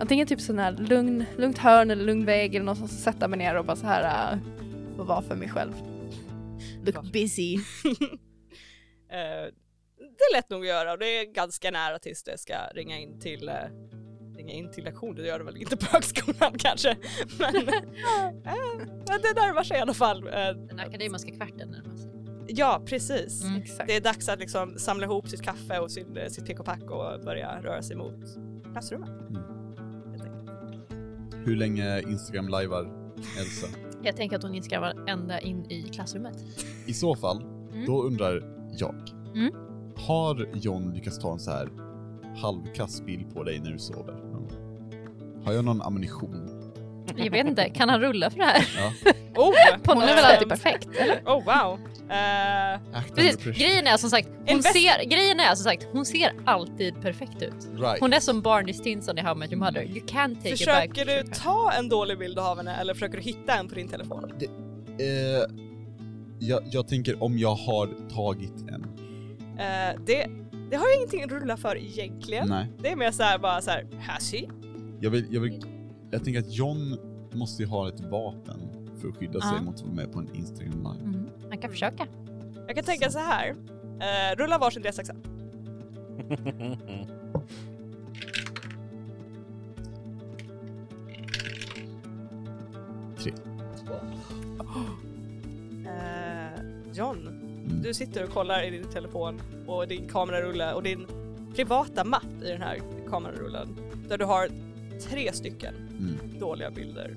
[SPEAKER 5] antingen typ sån här lugn, lugnt hörn eller lugn vägg eller någonstans att sätta mig ner och bara så här äh, och vara för mig själv. Look busy.
[SPEAKER 1] Eh, det är lätt nog att göra och det är ganska nära tills det ska ringa in till eh, ringa in till lektion, det gör det väl inte på högskolan kanske. Men eh, men det närmar sig i alla fall. Eh,
[SPEAKER 4] Den akademiska kvarten närmar sig.
[SPEAKER 1] ja, precis.
[SPEAKER 4] Mm.
[SPEAKER 5] Exakt.
[SPEAKER 1] Det är dags att liksom samla ihop sitt kaffe och sin, eh, sitt pick och pack och börja röra sig mot klassrummet.
[SPEAKER 2] Hur länge Instagram livear Elsa?
[SPEAKER 4] Jag tänker att hon inskravar ända in i klassrummet.
[SPEAKER 2] I så fall,
[SPEAKER 4] Mm.
[SPEAKER 2] då undrar jag.
[SPEAKER 4] Mm.
[SPEAKER 2] Har John lyckats ta en så här halvkass bild på dig när du sover? Har jag någon ammunition?
[SPEAKER 5] Mm.
[SPEAKER 4] Jag vet inte, kan han rulla för det här?
[SPEAKER 2] Ja.
[SPEAKER 1] Oh,
[SPEAKER 4] Hon är väl alltid perfekt?
[SPEAKER 1] Oh wow. Eh,
[SPEAKER 2] Act under
[SPEAKER 4] Precis,
[SPEAKER 2] pressure.
[SPEAKER 4] grejen är som sagt, hon
[SPEAKER 1] Invest-
[SPEAKER 4] ser, grejen är som sagt, hon ser alltid perfekt ut.
[SPEAKER 2] Right.
[SPEAKER 4] Hon är som Barney Stinson i How I Met Your Mother. You can take a back
[SPEAKER 1] försöker du
[SPEAKER 4] picture.
[SPEAKER 1] ta en dålig bild av henne eller försöker du hitta en på din telefon?
[SPEAKER 2] Eh, jag, jag tänker om jag har tagit en.
[SPEAKER 1] Eh, det, det har jag ingenting att rulla för egentligen.
[SPEAKER 2] Nej.
[SPEAKER 1] Det är mer såhär bara såhär, hashi.
[SPEAKER 2] Jag vill, jag vill... Jag tänker att John måste ju ha ett vapen för att skydda
[SPEAKER 4] Ja.
[SPEAKER 2] sig mot att vara med på en Instagram live.
[SPEAKER 4] Mm, man kan försöka.
[SPEAKER 1] Jag kan tänka så här. Eh, rulla varsin D6. Eh, John,
[SPEAKER 2] Mm.
[SPEAKER 1] du sitter och kollar i din telefon och din kamerarulle och din privata mapp i den här kamerarullen där du har tre stycken
[SPEAKER 2] Mm.
[SPEAKER 1] dåliga bilder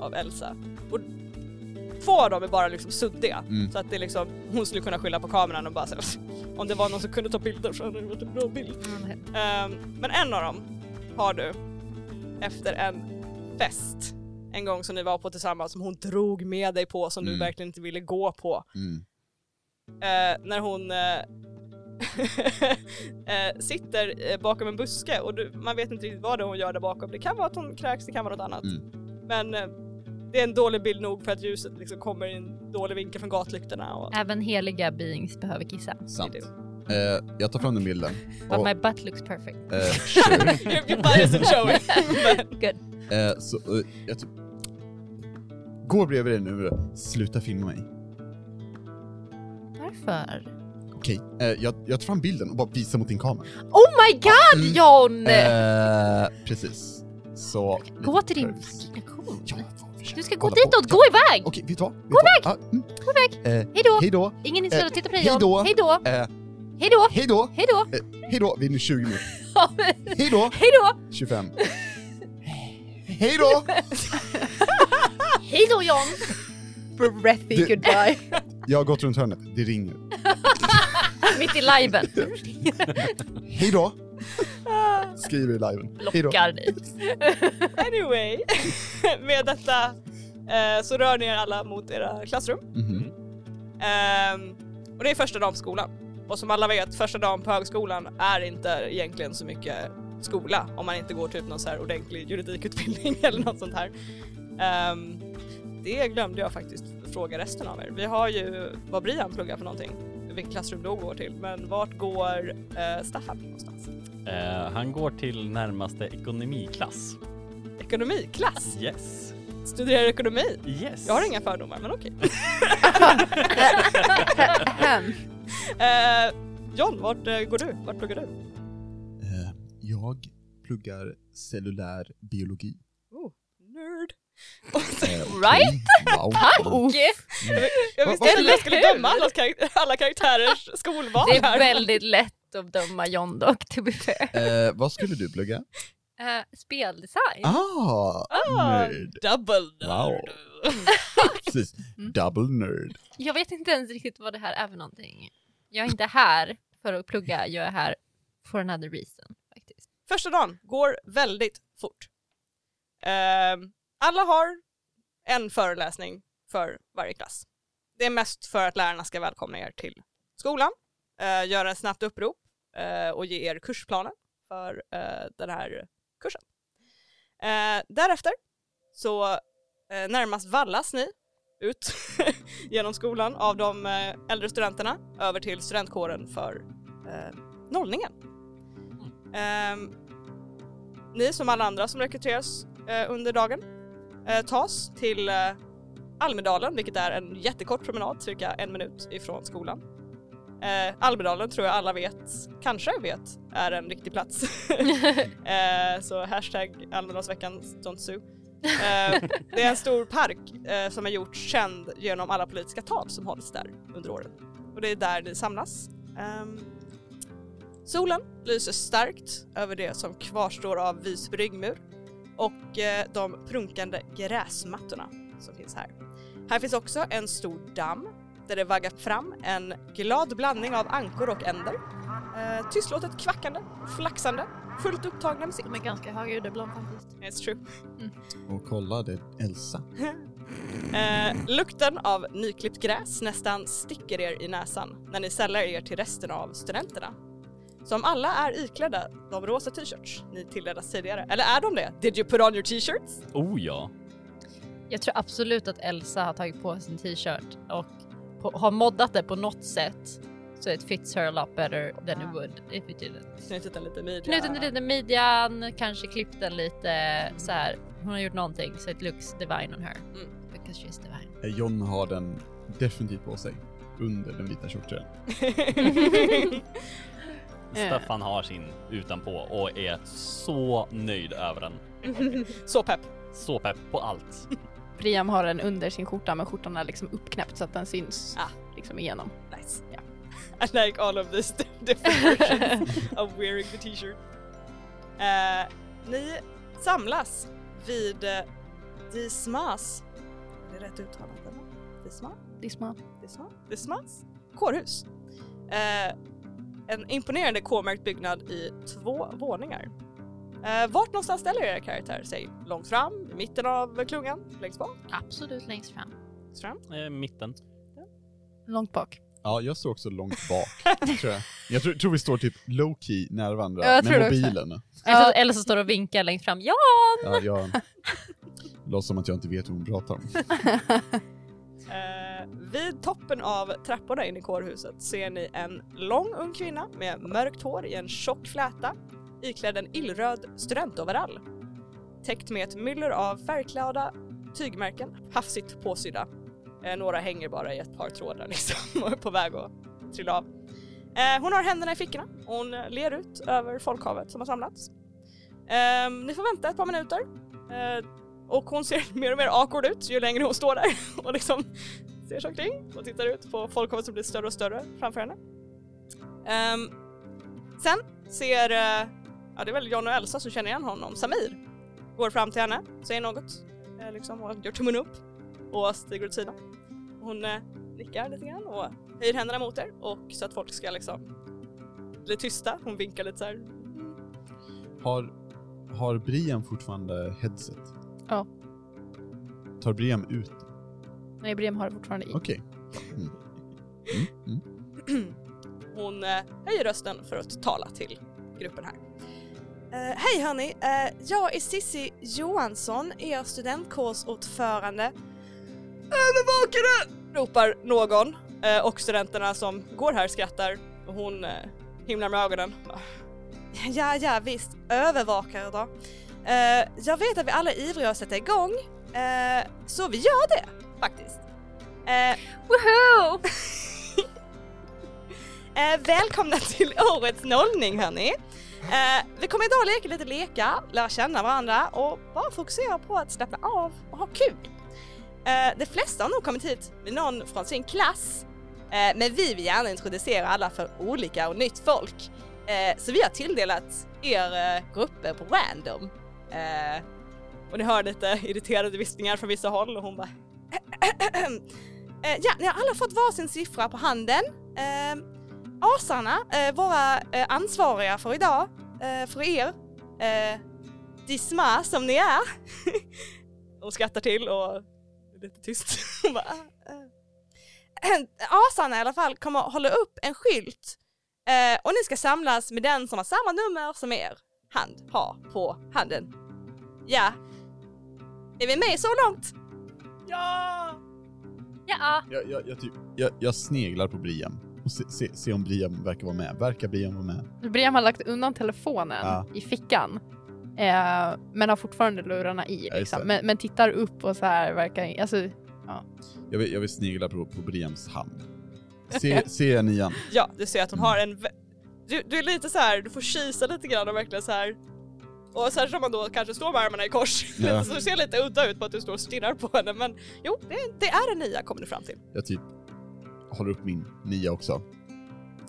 [SPEAKER 1] av Elsa. Och två av dem är bara liksom suddiga
[SPEAKER 2] Mm.
[SPEAKER 1] så att det är liksom, hon skulle kunna skylla på kameran och bara så, här, om det var någon som kunde ta bilder så hade det varit en bra bild. Ehm, men en av dem har du efter en fest en gång som ni var på tillsammans som hon drog med dig på som du
[SPEAKER 2] Mm.
[SPEAKER 1] verkligen inte ville gå på.
[SPEAKER 2] Mm.
[SPEAKER 1] Eh, när hon eh, eh, sitter eh, bakom en buske och du, man vet inte riktigt vad det är hon gör där bakom. Det kan vara att hon kräks, det kan vara något annat.
[SPEAKER 2] Mm.
[SPEAKER 1] Men eh, det är en dålig bild nog för att ljuset liksom kommer i en dålig vinkel från gatlyktorna. Och,
[SPEAKER 4] Även heliga beings behöver kissa.
[SPEAKER 2] Sant.
[SPEAKER 1] Det är
[SPEAKER 2] Eh, jag tar fram den bilden.
[SPEAKER 4] But
[SPEAKER 2] Och,
[SPEAKER 4] my butt looks perfect.
[SPEAKER 2] eh, sure.
[SPEAKER 1] your, your bias is showing.
[SPEAKER 2] Eh, så eh, jag typ... Går bredvid dig nu och sluta filma mig.
[SPEAKER 4] Varför?
[SPEAKER 2] Okej, eh, jag, jag tar fram bilden och bara visar mot din kamera.
[SPEAKER 4] Oh my god
[SPEAKER 2] Mm.
[SPEAKER 4] John!
[SPEAKER 2] Eh, precis. Så...
[SPEAKER 4] Gå till din fucking lektion.
[SPEAKER 2] Ja, jag får försöka
[SPEAKER 4] Du ska gå
[SPEAKER 2] kolla på-
[SPEAKER 4] ditåt, gå iväg!
[SPEAKER 2] Okej, vet du vad? Gå iväg! Ah, mm.
[SPEAKER 4] Gå iväg!
[SPEAKER 2] eh,
[SPEAKER 4] Hejdå!
[SPEAKER 2] hej då!
[SPEAKER 4] Ingen är
[SPEAKER 2] eh,
[SPEAKER 4] och titta på dig
[SPEAKER 2] hej då.
[SPEAKER 4] John. Hejdå!
[SPEAKER 2] Eh,
[SPEAKER 4] Hejdå!
[SPEAKER 2] hej då! Eh,
[SPEAKER 4] Hejdå!
[SPEAKER 2] Hej då! Vi är nu 20 minuter. Hej då!
[SPEAKER 4] Hejdå!
[SPEAKER 2] 25. Hej då!
[SPEAKER 4] Hejdå John!
[SPEAKER 5] Breathy
[SPEAKER 2] Du-
[SPEAKER 5] goodbye.
[SPEAKER 2] Jag har gått runt hörnet. Det ringer.
[SPEAKER 4] Mitt i liven.
[SPEAKER 2] Hej då! Skriver i liven. Hej då!
[SPEAKER 4] Blockar dig.
[SPEAKER 1] Anyway, med detta eh, så rör ni er alla mot era klassrum.
[SPEAKER 2] Mhm.
[SPEAKER 1] Ehm, och det är första dagen på skolan. Och som alla vet, första dagen på högskolan är inte egentligen så mycket skola om man inte går typ någon så här ordentlig juridikutbildning eller något sånt här. Ehm, det glömde jag faktiskt fråga resten av er. Vi har ju vad Brian pluggar för någonting, vilket klassrum då går till, men vart går eh, Staffan någonstans?
[SPEAKER 6] Eh, han går till närmaste ekonomiklass.
[SPEAKER 1] Ekonomiklass?
[SPEAKER 6] Yes.
[SPEAKER 1] Studerar ekonomi?
[SPEAKER 6] Yes.
[SPEAKER 1] Jag har inga fördomar, men okej.
[SPEAKER 5] Hem.
[SPEAKER 1] Eh, John, vart eh, går du? Vart pluggar du?
[SPEAKER 2] Eh, Jag pluggar cellulär biologi.
[SPEAKER 1] Nerd! Och sen,
[SPEAKER 2] Eh, okej.
[SPEAKER 4] Right?
[SPEAKER 2] Wow.
[SPEAKER 1] jag visste
[SPEAKER 4] Eller
[SPEAKER 1] inte hur jag skulle
[SPEAKER 4] hur?
[SPEAKER 1] döma alla, karaktär, alla karaktärers skolval
[SPEAKER 4] Det är
[SPEAKER 1] här.
[SPEAKER 4] väldigt lätt att döma John dock, to be fair.
[SPEAKER 2] Eh, vad skulle du plugga?
[SPEAKER 4] Eh, speldesign.
[SPEAKER 2] Ah,
[SPEAKER 1] Ah,
[SPEAKER 2] nerd.
[SPEAKER 1] double
[SPEAKER 2] Wow.
[SPEAKER 1] nerd.
[SPEAKER 2] Precis.
[SPEAKER 4] Mm.
[SPEAKER 2] Double nerd.
[SPEAKER 4] Jag vet inte ens riktigt vad det här är för någonting. Jag är inte här för att plugga, jag är här for another reason. Faktiskt.
[SPEAKER 1] Första dagen går väldigt fort. Ehm, alla har en föreläsning för varje klass. Det är mest för att lärarna ska välkomna er till skolan, eh, göra ett snabbt upprop eh, och ge er kursplanen för eh, den här kursen. Eh, därefter så eh, närmast vallas ni ut genom skolan av de eh, äldre studenterna över till studentkåren för eh, nollningen. Ehm, ni som alla andra som rekryteras eh, under dagen eh, tas till eh, Almedalen, vilket är en jättekort promenad, cirka en minut ifrån skolan. Eh, Almedalen tror jag alla vet, kanske vet, är en riktig plats. eh, så hashtag Almedalsveckan don't sue. Eh, det är en stor park eh, som är gjort känd genom alla politiska tal som hålls där under åren. Och det är där ni samlas. Ehm, Solen lyser starkt över det som kvarstår av Visby ryggmur och eh, de prunkande gräsmattorna som finns här. Här finns också en stor damm där det vaggar fram en glad blandning av ankor och änder. Eh, tystlåtet kvackande, flaxande, fullt upptagna med sitt.
[SPEAKER 4] Oh
[SPEAKER 5] De är ganska högljudda ibland faktiskt.
[SPEAKER 1] It's true.
[SPEAKER 2] Och kolla, det är Elsa.
[SPEAKER 1] Eh, lukten av nyklippt gräs nästan sticker er i näsan när ni sällar er till resten av studenterna. Som alla är iklädda de rosa t-shirts ni tilldelats tidigare. Eller är de det? Did you put on your t-shirts?
[SPEAKER 6] Oh ja.
[SPEAKER 4] Jag tror absolut att Elsa har tagit på sin t-shirt och på, har moddat det på något sätt. Så it fits her a lot better than it would if it didn't.
[SPEAKER 1] Knutit en liten midja.
[SPEAKER 4] Knutit den lite i midjan, kanske klippt den lite så här. Hon har gjort någonting så it looks divine on her.
[SPEAKER 5] Mm.
[SPEAKER 4] Because she's divine.
[SPEAKER 2] Eh, John har den definitivt på sig. Under den vita tjocktröjan.
[SPEAKER 6] Staffan har sin utanpå och är så nöjd över den.
[SPEAKER 1] Så pepp.
[SPEAKER 6] Så pepp på allt.
[SPEAKER 5] Priam har den under sin skjorta men skjortan är liksom uppknäppt så att den syns
[SPEAKER 1] Ah.
[SPEAKER 5] liksom igenom.
[SPEAKER 1] Nice. I like all of these different versions of wearing the t-shirt. Eh, ni samlas vid eh, Dismas. Är det rätt uttalat? eller? Dismas?
[SPEAKER 5] Disma.
[SPEAKER 1] Dismas? Dismas? Kårhus. Eh, en imponerande K-märkt byggnad i två våningar. Eh, vart någonstans ställer era karaktärer sig? Långt fram? I mitten av klungan? Längst bak?
[SPEAKER 4] Absolut längst fram.
[SPEAKER 1] Längst fram?
[SPEAKER 6] Eh, mitten.
[SPEAKER 5] Långt bak.
[SPEAKER 2] Ja, jag står också långt bak, tror jag. Jag tror, tror vi står typ low-key nära varandra
[SPEAKER 5] Ja, jag tror
[SPEAKER 2] med
[SPEAKER 5] det också.
[SPEAKER 2] mobilen.
[SPEAKER 4] Eller så, eller så står och vinkar längst fram. Ja!
[SPEAKER 2] Ja, jag låtsas som att jag inte vet vad hon pratar om.
[SPEAKER 1] Eh, vid toppen av trapporna in i kårhuset ser ni en lång ung kvinna med mörkt hår i en tjock fläta iklädd en illröd studentoverall. Täckt med ett myller av färgglada tygmärken, hafsigt påsydda. Eh, några hänger bara i ett par trådar liksom och är på väg att trilla av. Eh, hon har händerna i fickorna och hon ler ut över folkhavet som har samlats. Eh, ni får vänta ett par minuter eh, och hon ser mer och mer awkward ut ju längre hon står där och liksom ser sig omkring och tittar ut på folkhavet som blir större och större framför henne. Ehm, sen ser, eh, ja det är väl John och Elsa som känner igen honom, Samir går fram till henne, säger något, eh, liksom, och gör tummen upp och stiger åt sidan. Hon eh, nickar lite grann och höjer händerna mot er och så att folk ska liksom bli tysta, hon vinkar lite så här.
[SPEAKER 2] Har, har Brian fortfarande headset?
[SPEAKER 5] Ja.
[SPEAKER 2] Tar Brian ut?
[SPEAKER 5] Nej, Priam har det fortfarande i.
[SPEAKER 2] Okej. Mm. Mm. Mm.
[SPEAKER 1] Hon eh, höjer rösten för att tala till gruppen här. Eh, Hej hörni! Eh, jag är Sissi Johansson, er studentkårsordförande. Övervakare! ropar någon eh, och studenterna som går här skrattar och hon eh, himlar med ögonen. Ah. Ja, ja visst, övervakare då. Eh, jag vet att vi alla är ivriga att sätta igång, eh, så vi gör det faktiskt. Eh,
[SPEAKER 4] Woho!
[SPEAKER 1] Eh, välkomna till årets nollning hörni. Eh, vi kommer idag leka lite leka, lära känna varandra och bara fokusera på att slappna av och ha kul. Eh, de flesta har nog kommit hit med någon från sin klass, eh, men vi vill gärna introducera alla för olika och nytt folk. Eh, så vi har tilldelat er eh, grupper på random. Eh, och ni hör lite irriterade viskningar från vissa håll och hon bara... eh, ja, ni har alla fått varsin siffra på handen. Eh, asarna, eh, våra eh, ansvariga för idag, eh, för er, eh, disma som ni är. Hon skrattar till och är lite tyst. Hon bara, eh, eh. asarna i alla fall kommer att hålla upp en skylt eh, och ni ska samlas med den som har samma nummer som er hand har på handen. Ja. Är vi med så långt?
[SPEAKER 4] Ja,
[SPEAKER 2] Jag, jag, jag, typ, jag, jag sneglar på Brian och ser se, se om Brian verkar vara med. Verkar Brian vara med?
[SPEAKER 5] Brian har lagt undan telefonen
[SPEAKER 2] Ja.
[SPEAKER 5] i fickan. Eh, men har fortfarande lurarna i.
[SPEAKER 2] Ja, just
[SPEAKER 5] Liksom.
[SPEAKER 2] det.
[SPEAKER 5] Men, men tittar upp och så här verkar... Alltså,
[SPEAKER 2] Jag vill, jag vill snegla på, på Brians hand. Se, ser jag nian?
[SPEAKER 1] Ja, du ser att hon har en... vä- Du, du är lite så här, du får kisa lite grann och verkligen så här. Och särskilt om man då kanske står med armarna i kors.
[SPEAKER 2] Ja.
[SPEAKER 1] så det ser lite udda ut på att du står och stirrar på henne. Men jo, det, det är en nia kommer du fram till.
[SPEAKER 2] Jag typ håller upp min nia också.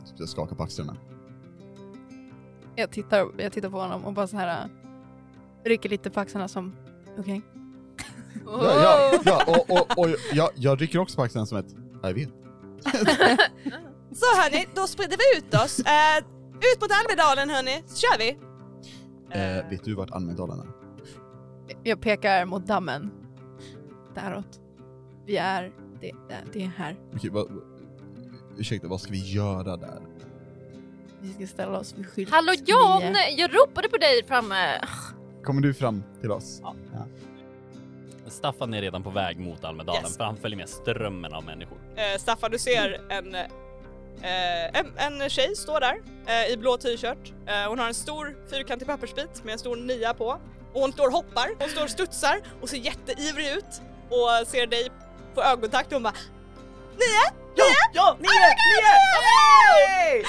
[SPEAKER 2] Typ jag skakar på axlarna.
[SPEAKER 5] jag, tittar, jag tittar på honom och bara så här eh, rycker lite på axlarna som... Okej.
[SPEAKER 2] Ja, ja, ja, och, och, och jag, jag rycker också på axlarna som ett jag vet.
[SPEAKER 1] Så hörni, då sprider vi ut oss. Eh, ut mot Almedalen hörni, så kör vi!
[SPEAKER 2] Eh, vet du vart Almedalen är?
[SPEAKER 5] Jag pekar mot dammen. Däråt. Vi är... Det, eh, det- det är här.
[SPEAKER 2] Okej, vad, vad- ursäkta, vad ska vi göra där?
[SPEAKER 5] Vi ska ställa oss vid skylten.
[SPEAKER 4] hallå John! Jag ropade på dig framme.
[SPEAKER 2] Kommer du fram till oss?
[SPEAKER 6] Staffan är redan på väg mot Almedalen
[SPEAKER 1] Yes.
[SPEAKER 6] för han följer med strömmen av människor.
[SPEAKER 1] Eh, Staffan, du ser en, eh, en, en tjej stå där eh, i blå t-shirt. Eh, hon har en stor fyrkantig pappersbit med en stor nia på. Och hon står och hoppar, hon står och studsar och ser jätteivrig ut och ser dig på ögonkontakt och hon bara
[SPEAKER 3] Ja, ja, ni är, ni är! Yay!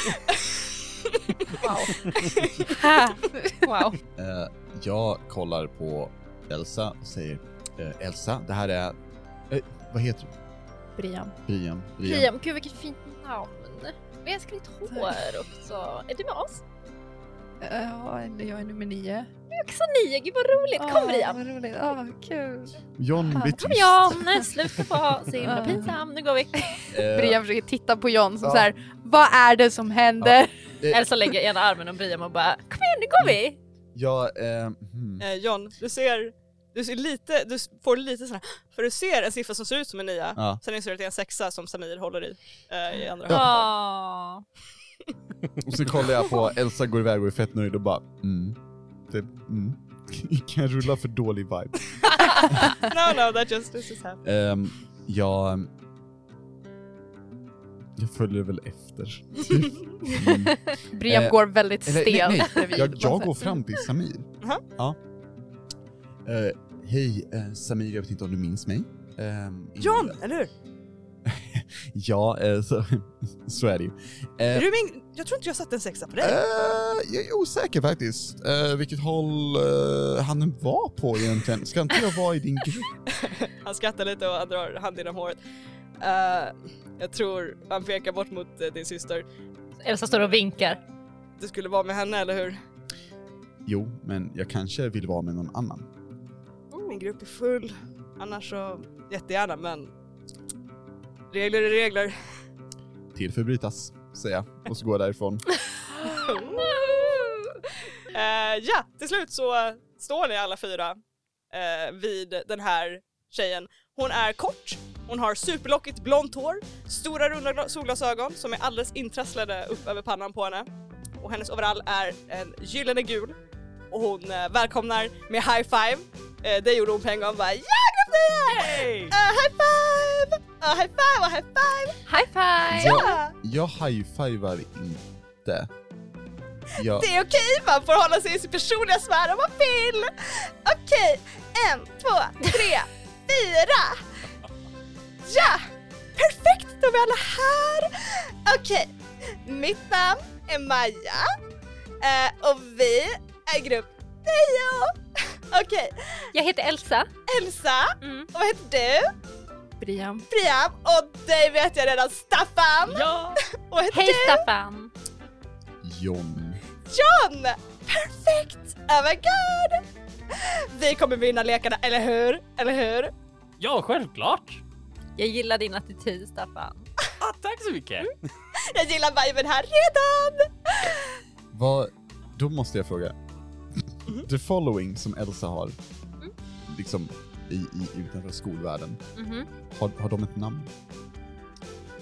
[SPEAKER 5] wow.
[SPEAKER 2] Eh, jag kollar på Elsa och säger eh, Elsa, det här är... Eh, vad heter du?
[SPEAKER 5] Brian.
[SPEAKER 2] Brian?
[SPEAKER 4] Priam, gud vilket fint namn. Vi har skrivit hår också. Är du med oss?
[SPEAKER 2] Eh,
[SPEAKER 5] Ja, eller jag är nummer nio.
[SPEAKER 4] Du är också nio, gud vad roligt. Kom Priam.
[SPEAKER 5] Vad roligt. Åh, kul.
[SPEAKER 2] John blir
[SPEAKER 5] Kom
[SPEAKER 2] tyst.
[SPEAKER 4] Kom John, sluta vara så himla
[SPEAKER 5] Ah.
[SPEAKER 4] pinsam. Nu går vi.
[SPEAKER 2] Eh,
[SPEAKER 5] Brian försöker titta på John som
[SPEAKER 2] Ja.
[SPEAKER 5] så här, vad är det som händer?
[SPEAKER 4] Elsa lägger ena armen om Priam och bara kom igen nu går vi.
[SPEAKER 5] Mm.
[SPEAKER 2] Jag, eh, hmm.
[SPEAKER 1] eh, John, du ser, du ser lite, du s- får lite sån här, för du ser en siffra som ser ut som en nia,
[SPEAKER 2] Ja.
[SPEAKER 1] sen inser du att det är en sexa som Samir håller i eh, i andra handen.
[SPEAKER 4] Ja.
[SPEAKER 2] Och så kollar jag på Elsa går iväg och är fett nöjd och bara mm. Det, mm. Kan jag rulla för dålig vibe?
[SPEAKER 1] No no, that just, this is happening.
[SPEAKER 2] Ehm, jag... Jag följer väl efter. typ. Mm.
[SPEAKER 5] Brian
[SPEAKER 2] Eh,
[SPEAKER 5] går väldigt
[SPEAKER 2] Eller,
[SPEAKER 5] stelt
[SPEAKER 2] nej, nej.
[SPEAKER 5] bredvid.
[SPEAKER 2] Jag,
[SPEAKER 5] Bara så
[SPEAKER 2] jag
[SPEAKER 5] här,
[SPEAKER 2] går fram till Samir.
[SPEAKER 1] Jaha.
[SPEAKER 2] Ja. Eh, Hej eh, Samir, jag vet inte om du minns mig? Ehm,
[SPEAKER 1] John, eller hur?
[SPEAKER 2] Ja, eh, så, så är det ju. Eh,
[SPEAKER 1] Är du min, jag tror inte jag satte en sexa på dig.
[SPEAKER 2] Eh, jag är osäker faktiskt. Eh, vilket håll eh, han var på egentligen. Ska inte jag vara i din grupp?
[SPEAKER 1] Han skrattar lite och han drar handen genom håret. Eh, jag tror han pekar bort mot eh, din syster.
[SPEAKER 4] Elsa står och vinkar.
[SPEAKER 1] Du skulle vara med henne, eller hur?
[SPEAKER 2] Jo, men jag kanske vill vara med någon annan.
[SPEAKER 1] Oh, Min grupp är full. Annars så jättegärna, men regler är regler.
[SPEAKER 2] Till förbrytas, säger jag. Och så går jag därifrån.
[SPEAKER 1] Eh, ja, till slut så eh, står ni alla fyra eh, vid den här tjejen. Hon är kort, hon har superlockigt blont hår, stora runda gla- solglasögon som är alldeles intrasslade upp över pannan på henne. Och hennes overall är en gyllene gul. Och hon eh, välkomnar med high five. Eh, det gjorde hon på en gång. Bara, ja, grabbar!
[SPEAKER 3] Hey!
[SPEAKER 1] Eh, high five! Uh, high five och high five!
[SPEAKER 4] High five!
[SPEAKER 2] Jag, jag high-fivar inte. Jag,
[SPEAKER 1] Det är okej, man får hålla sig i sin personliga sfär om man vill! Okej, en, två, tre, fyra! Ja! Perfekt, då är vi alla här! Okej, mitt namn är Maja. Eh, och vi är grupp Dejo! Okej,
[SPEAKER 4] Jag heter Elsa.
[SPEAKER 1] Elsa,
[SPEAKER 4] Mm.
[SPEAKER 1] och vad heter du?
[SPEAKER 5] Brian.
[SPEAKER 1] Priam, och dig vet jag redan, Staffan!
[SPEAKER 6] Ja!
[SPEAKER 1] Och vad heter
[SPEAKER 4] Hej Staffan!
[SPEAKER 2] John.
[SPEAKER 1] John! Perfekt! Oh my god! Vi kommer vinna lekarna, eller hur? Eller hur?
[SPEAKER 6] Ja, självklart!
[SPEAKER 4] Jag gillar din attityd Staffan.
[SPEAKER 6] Ah, tack så mycket!
[SPEAKER 1] Mm. Jag gillar viben här redan!
[SPEAKER 2] Vad, då måste jag fråga. The following som Elsa har, liksom i, i, utanför skolvärlden,
[SPEAKER 4] Mhm.
[SPEAKER 2] har, har de ett namn?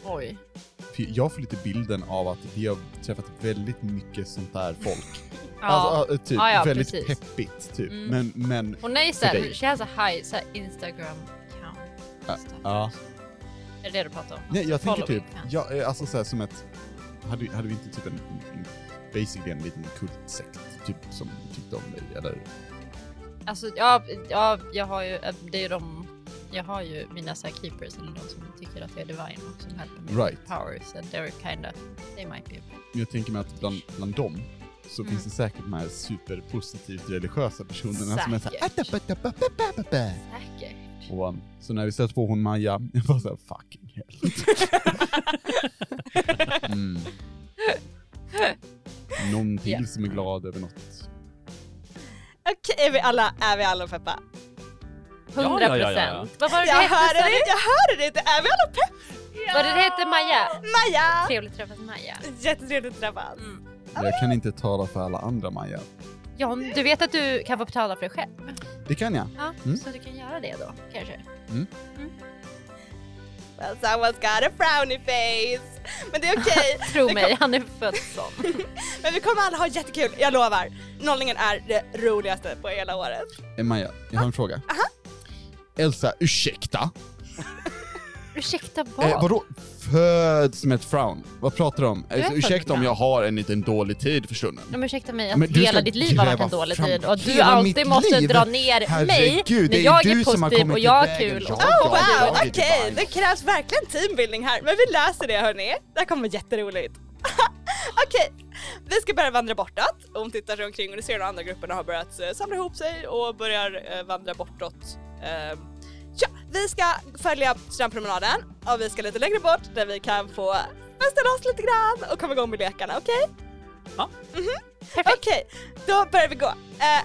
[SPEAKER 5] Oj.
[SPEAKER 2] För jag får lite bilden av att vi har träffat väldigt mycket sånt där folk.
[SPEAKER 4] Ja.
[SPEAKER 2] Alltså, äh, typ,
[SPEAKER 4] Ja, ja,
[SPEAKER 2] väldigt
[SPEAKER 4] precis.
[SPEAKER 2] peppigt, typ.
[SPEAKER 4] Mm.
[SPEAKER 2] Men, men,
[SPEAKER 4] Hon är ju
[SPEAKER 2] För
[SPEAKER 4] såhär,
[SPEAKER 2] dig.
[SPEAKER 4] she has a high såhär, Instagram account.
[SPEAKER 2] Ja,
[SPEAKER 4] Stuff.
[SPEAKER 2] ja.
[SPEAKER 4] Är det det du pratar om?
[SPEAKER 2] Nej, jag tänker
[SPEAKER 4] Following,
[SPEAKER 2] typ,
[SPEAKER 4] ja.
[SPEAKER 2] ja, eh, alltså såhär som ett, hade, hade vi inte typ en, en basically en liten kultsekt, typ som tyckte om dig, eller?
[SPEAKER 4] Alltså ja, ja, jag har ju, eh, det är ju de, jag har ju mina så här keepers eller de som tycker att jag är divine och som hjälper mig
[SPEAKER 2] Right.
[SPEAKER 4] med powers and they're kinda, they might be.
[SPEAKER 2] Men jag tänker mig att bland, bland dem så
[SPEAKER 4] Mm.
[SPEAKER 2] finns det säkert de här superpositivt religiösa personerna som är såhär...
[SPEAKER 4] Säkert.
[SPEAKER 2] "Atapatapapapapapa."
[SPEAKER 4] Säkert.
[SPEAKER 2] Och, um, så när vi stötte på hon Maja, jag var såhär fucking hell. mm. Någon till
[SPEAKER 4] Ja.
[SPEAKER 2] som är glad över något.
[SPEAKER 1] Okej, är vi alla, är vi alla peppa?
[SPEAKER 4] 100
[SPEAKER 6] Ja,
[SPEAKER 4] procent.
[SPEAKER 6] ja, ja, ja.
[SPEAKER 4] Vad var det
[SPEAKER 1] Jag
[SPEAKER 4] det hette?
[SPEAKER 1] hörde
[SPEAKER 4] sa
[SPEAKER 1] det,
[SPEAKER 4] du?
[SPEAKER 1] jag hörde det inte! Är vi alla pepp?
[SPEAKER 4] Vad är det det hette Maja?
[SPEAKER 1] Maja!
[SPEAKER 4] Trevligt träffat Maja.
[SPEAKER 1] Jättetrevligt träffat.
[SPEAKER 2] Jag kan inte tala för alla andra Maja.
[SPEAKER 4] John, du vet att du kan få betala för dig själv?
[SPEAKER 2] Det kan jag.
[SPEAKER 4] Ja,
[SPEAKER 2] Mm.
[SPEAKER 4] så du kan göra det då kanske?
[SPEAKER 1] Well, someone's got a frowny face. Men det är okej,
[SPEAKER 4] Tro mig, han är född sån.
[SPEAKER 1] men vi kommer alla ha jättekul, jag lovar. Nollningen är det roligaste på hela året.
[SPEAKER 2] Eh, Maja, jag har en fråga. Elsa, ursäkta?
[SPEAKER 4] Ursäkta vad?
[SPEAKER 2] Eh, vadå föds med ett frown? Vad pratar du om?
[SPEAKER 4] är
[SPEAKER 2] Eh,
[SPEAKER 4] född
[SPEAKER 2] ursäkta
[SPEAKER 4] med
[SPEAKER 2] om
[SPEAKER 4] frown.
[SPEAKER 2] jag har en liten dålig tid för stunden.
[SPEAKER 4] Ja, men ursäkta mig att
[SPEAKER 2] Men du
[SPEAKER 4] hela
[SPEAKER 2] ska
[SPEAKER 4] ditt liv har varit
[SPEAKER 2] gräva
[SPEAKER 4] en dålig
[SPEAKER 2] fram
[SPEAKER 4] tid och att du
[SPEAKER 2] hela
[SPEAKER 4] alltid
[SPEAKER 2] mitt
[SPEAKER 4] måste
[SPEAKER 2] liv.
[SPEAKER 4] dra ner mig
[SPEAKER 2] Herregud, det
[SPEAKER 4] när
[SPEAKER 2] är
[SPEAKER 4] jag
[SPEAKER 2] du
[SPEAKER 4] är
[SPEAKER 2] som har
[SPEAKER 4] positiv
[SPEAKER 2] kommit
[SPEAKER 4] och jag
[SPEAKER 2] i
[SPEAKER 4] har
[SPEAKER 2] vägen.
[SPEAKER 4] kul.
[SPEAKER 2] Ja,
[SPEAKER 4] Och
[SPEAKER 2] ja,
[SPEAKER 1] Oh
[SPEAKER 2] ja,
[SPEAKER 1] wow,
[SPEAKER 2] det är
[SPEAKER 1] okej,
[SPEAKER 2] divine.
[SPEAKER 1] det krävs verkligen teambuilding här, men vi löser det hörni. Det här kommer vara jätteroligt. okej, vi ska börja vandra bortåt. Och Hon tittar sig omkring och ni ser de andra grupperna har börjat eh, samla ihop sig och börjar eh, vandra bortåt. Eh, ja, vi ska följa strandpromenaden och vi ska lite längre bort där vi kan få festa loss lite grann och komma igång med lekarna, okej?
[SPEAKER 6] Ja.
[SPEAKER 1] Mhm. Okej, då börjar vi gå. Eh,
[SPEAKER 2] Är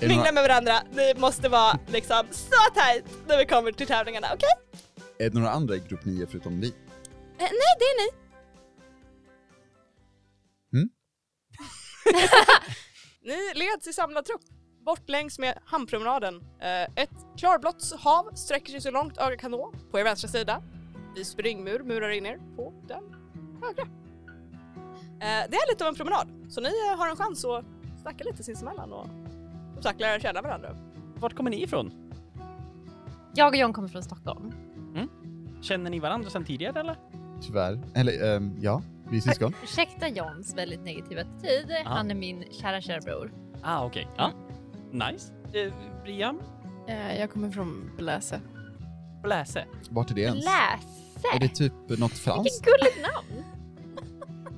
[SPEAKER 2] det,
[SPEAKER 1] mingla
[SPEAKER 2] några,
[SPEAKER 1] med varandra, ni måste vara liksom så tajt när vi kommer till tävlingarna, okej?
[SPEAKER 2] är det några andra i grupp 9 förutom vi?
[SPEAKER 1] Eh, nej, det är ni.
[SPEAKER 2] Mm.
[SPEAKER 1] ni leds i samlad trupp bort längs med hamnpromenaden. Eh, ett klarblått hav sträcker sig så långt ögat kan nå på er vänstra sida. Vi springmur murar in er på den högra. Eh, det är lite av en promenad, så ni eh, har en chans att snacka lite sinsemellan och som sagt lära känna varandra.
[SPEAKER 6] Vart kommer ni ifrån?
[SPEAKER 4] Jag och John kommer från Stockholm.
[SPEAKER 6] Känner ni varandra sedan tidigare eller?
[SPEAKER 2] Tyvärr. Eller ehm, ja, vi är syskon.
[SPEAKER 4] Ursäkta Johns väldigt negativa attityd. Han är min kära, kära bror.
[SPEAKER 6] Ah, okej. Ja. Nice. Eh, Briam?
[SPEAKER 5] Eh, jag kommer från Bläse.
[SPEAKER 6] Bläse?
[SPEAKER 2] Vart är det ens? Är det
[SPEAKER 4] Läse!
[SPEAKER 2] typ något franskt?
[SPEAKER 4] Vilket gulligt namn!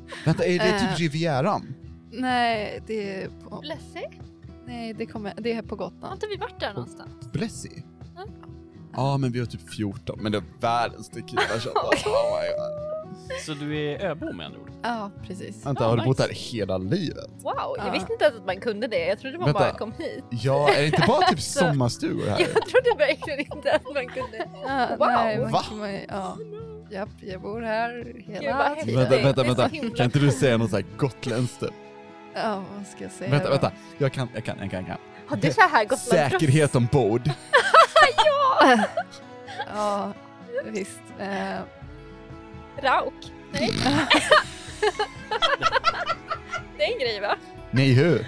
[SPEAKER 2] Vänta, är det
[SPEAKER 5] Eh.
[SPEAKER 2] typ Rivieran?
[SPEAKER 5] Nej, det är på...
[SPEAKER 4] Läse?
[SPEAKER 5] Nej, det, kommer, det är på
[SPEAKER 4] Har
[SPEAKER 5] Gotland.
[SPEAKER 4] inte vi varit där
[SPEAKER 2] Oh.
[SPEAKER 4] någonstans?
[SPEAKER 2] Blessy?
[SPEAKER 4] Ja.
[SPEAKER 2] Ja, men vi har typ 14, men det är världens tequila shot. Oh my God.
[SPEAKER 6] Så du är öbo med andra ord?
[SPEAKER 5] Ja, precis.
[SPEAKER 2] Vänta,
[SPEAKER 6] Ja,
[SPEAKER 2] har du bott
[SPEAKER 6] nice.
[SPEAKER 2] där hela livet?
[SPEAKER 4] Wow, jag
[SPEAKER 5] Ja.
[SPEAKER 4] visste inte ens att man kunde det. Jag trodde man
[SPEAKER 2] Vänta.
[SPEAKER 4] bara kom hit.
[SPEAKER 2] Ja, är det inte bara typ
[SPEAKER 4] Så-
[SPEAKER 2] sommarstugor här?
[SPEAKER 4] Jag trodde verkligen inte att man kunde.
[SPEAKER 5] Ja,
[SPEAKER 4] Wow.
[SPEAKER 5] Nej, man
[SPEAKER 2] Ah, Va?
[SPEAKER 5] kommer, ja. Japp, jag bor här
[SPEAKER 4] Gud, vad
[SPEAKER 5] hela
[SPEAKER 4] häftigt.
[SPEAKER 5] tiden.
[SPEAKER 4] Det
[SPEAKER 2] Vänta, vänta,
[SPEAKER 4] är så
[SPEAKER 2] vänta.
[SPEAKER 4] himla
[SPEAKER 2] Kan inte du säga något såhär gotländskt? typ?
[SPEAKER 5] Ja, vad ska jag säga?
[SPEAKER 2] Vänta,
[SPEAKER 5] då?
[SPEAKER 2] vänta. Jag kan, jag kan, jag kan, jag kan.
[SPEAKER 4] Har du så här gått
[SPEAKER 2] Säkerhet ombord.
[SPEAKER 5] Ja, visst. Eh,
[SPEAKER 4] Rauk? Nej. det är en grej va?
[SPEAKER 2] Nej hur?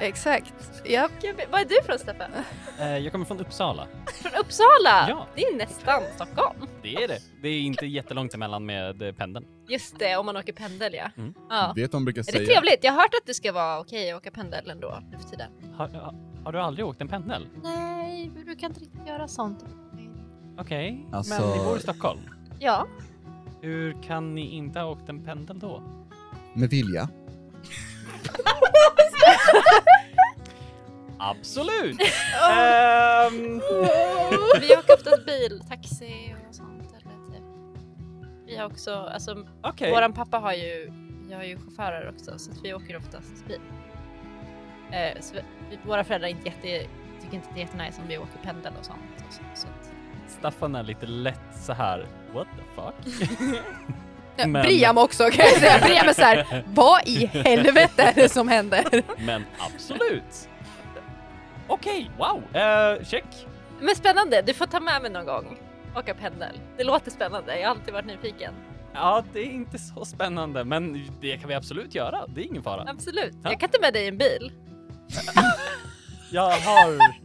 [SPEAKER 5] exakt. Japp.
[SPEAKER 4] Gud, Vad är du från Stefan?
[SPEAKER 6] Eh, jag kommer från Uppsala.
[SPEAKER 4] Från Uppsala?
[SPEAKER 6] Ja.
[SPEAKER 4] Det är nästan Stockholm.
[SPEAKER 6] Det är det. Det är inte jättelångt emellan med eh, pendeln.
[SPEAKER 4] Just det, om man åker pendel ja.
[SPEAKER 6] Mm.
[SPEAKER 4] ja.
[SPEAKER 2] Vet du vad de brukar
[SPEAKER 4] Är det
[SPEAKER 2] säga?
[SPEAKER 4] trevligt? Jag har hört att det ska vara okej att åka pendel ändå nu för tiden.
[SPEAKER 6] Har, har, har du aldrig åkt en pendel?
[SPEAKER 4] Nej, vi brukar inte riktigt göra sånt.
[SPEAKER 6] Okej,
[SPEAKER 2] Alltså-
[SPEAKER 6] men ni bor i Stockholm.
[SPEAKER 4] Ja.
[SPEAKER 6] Hur kan ni inte ha åkt en pendel då?
[SPEAKER 2] Med vilja?
[SPEAKER 6] Absolut! Ehm,
[SPEAKER 4] Vi har köpt bil, taxi och sånt. Eller typ. Vi har också, alltså
[SPEAKER 6] Okej.
[SPEAKER 4] våran pappa har ju, vi har ju chaufförer också så att vi åker oftast bil. Eh, så vi, vi- våra föräldrar är inte jätte, tycker inte det är jättenice om vi åker pendel och sånt. Och så, så att,
[SPEAKER 6] Staffan är lite lätt så här. what the fuck?
[SPEAKER 5] Ja,
[SPEAKER 6] Men-
[SPEAKER 5] Briam också kan jag säga. Briam är såhär, vad i helvete är det som händer?
[SPEAKER 6] Men absolut! Okej, wow! Eh, check!
[SPEAKER 4] men spännande, du får ta med mig någon gång. Åka pendel. Det låter spännande, jag har alltid varit nyfiken.
[SPEAKER 6] Ja, det är inte så spännande, men det kan vi absolut göra. Det är ingen fara.
[SPEAKER 4] Absolut.
[SPEAKER 6] Ja.
[SPEAKER 4] Jag kan ta med dig i en bil.
[SPEAKER 6] Jag har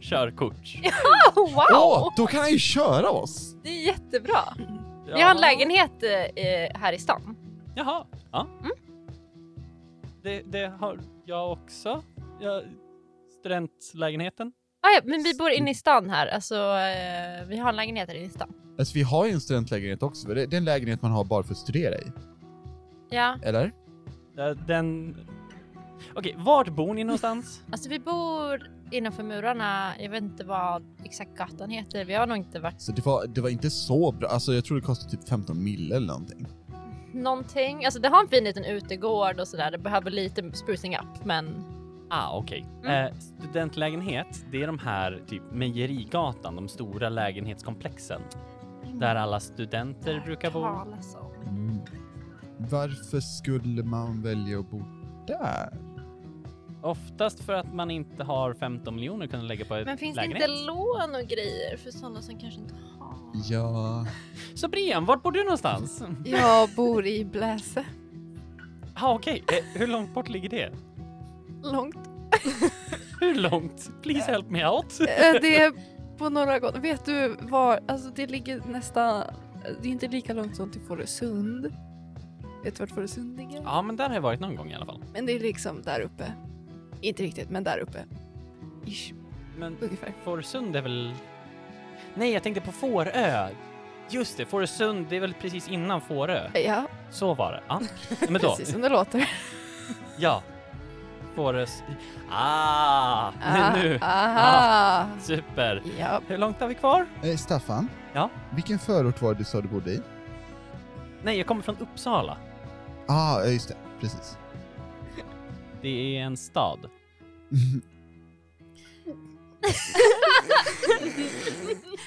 [SPEAKER 6] körkort.
[SPEAKER 4] Oh, wow!
[SPEAKER 2] Åh, då kan han ju köra oss!
[SPEAKER 4] Det är jättebra. Vi har en lägenhet eh, här i stan.
[SPEAKER 6] Jaha. Ja.
[SPEAKER 4] Mm.
[SPEAKER 6] Det, det har jag också. Jag, studentlägenheten.
[SPEAKER 4] Ah, ja, men vi bor inne i stan här, alltså eh, vi har en lägenhet här inne i stan.
[SPEAKER 2] Alltså vi har ju en studentlägenhet också, det det är en lägenhet man har bara för att studera i,
[SPEAKER 4] Ja,
[SPEAKER 2] eller?
[SPEAKER 6] Eh, Den... Okej, vart bor ni någonstans?
[SPEAKER 4] alltså vi bor innanför murarna. Jag vet inte vad exakt gatan heter. Vi har nog inte varit
[SPEAKER 2] Så det var, det var inte så bra, alltså jag tror det kostade typ 15 mille eller någonting.
[SPEAKER 4] någonting. Alltså det har en fin liten utegård och sådär. Det behöver lite sprucing up, men
[SPEAKER 6] Ah, okej.
[SPEAKER 4] Mm.
[SPEAKER 6] Eh, studentlägenhet, det är de här typ Mejerigatan, de stora lägenhetskomplexen.
[SPEAKER 4] Mm.
[SPEAKER 6] Där alla studenter brukar bo.
[SPEAKER 4] talas om.
[SPEAKER 2] Varför skulle man välja att bo där?
[SPEAKER 6] Oftast för att man inte har 15 miljoner kunna lägga på ett
[SPEAKER 4] Men finns
[SPEAKER 6] lägenhet.
[SPEAKER 4] det inte lån och grejer för sådana som kanske inte har?
[SPEAKER 2] Ja...
[SPEAKER 6] Så Brian, vart bor du någonstans?
[SPEAKER 5] Jag bor i Bläse.
[SPEAKER 6] Ja, ah, okej. Eh, hur långt bort ligger det?
[SPEAKER 5] Långt.
[SPEAKER 6] Hur långt? Please help me out.
[SPEAKER 5] Eh, Det är på Norra gatan. Vet du var, alltså det ligger nästan, det är inte lika långt som till Fårösund. Vet du vart Fårösund ligger?
[SPEAKER 6] Ja, men där har jag varit någon gång i alla fall.
[SPEAKER 5] Men det är liksom där uppe. Inte riktigt, men där uppe. Ish,
[SPEAKER 6] Men
[SPEAKER 5] ungefär.
[SPEAKER 6] Fårösund är väl... Nej, jag tänkte på Fårö. Just det, Fårösund, det är väl precis innan Fårö.
[SPEAKER 5] Ja,
[SPEAKER 6] Så var det. Ja, men då.
[SPEAKER 5] precis som det låter.
[SPEAKER 6] Ja. Fårös... Ah,
[SPEAKER 5] Ah,
[SPEAKER 6] nu.
[SPEAKER 5] Aha!
[SPEAKER 6] Super.
[SPEAKER 5] Ja.
[SPEAKER 6] Hur långt har vi kvar?
[SPEAKER 2] Eh, Staffan?
[SPEAKER 6] Ja?
[SPEAKER 2] Vilken förort var det du sa du bodde i?
[SPEAKER 6] Nej, jag kommer från Uppsala.
[SPEAKER 2] Ah, ja, just det. Precis.
[SPEAKER 6] Det är en stad.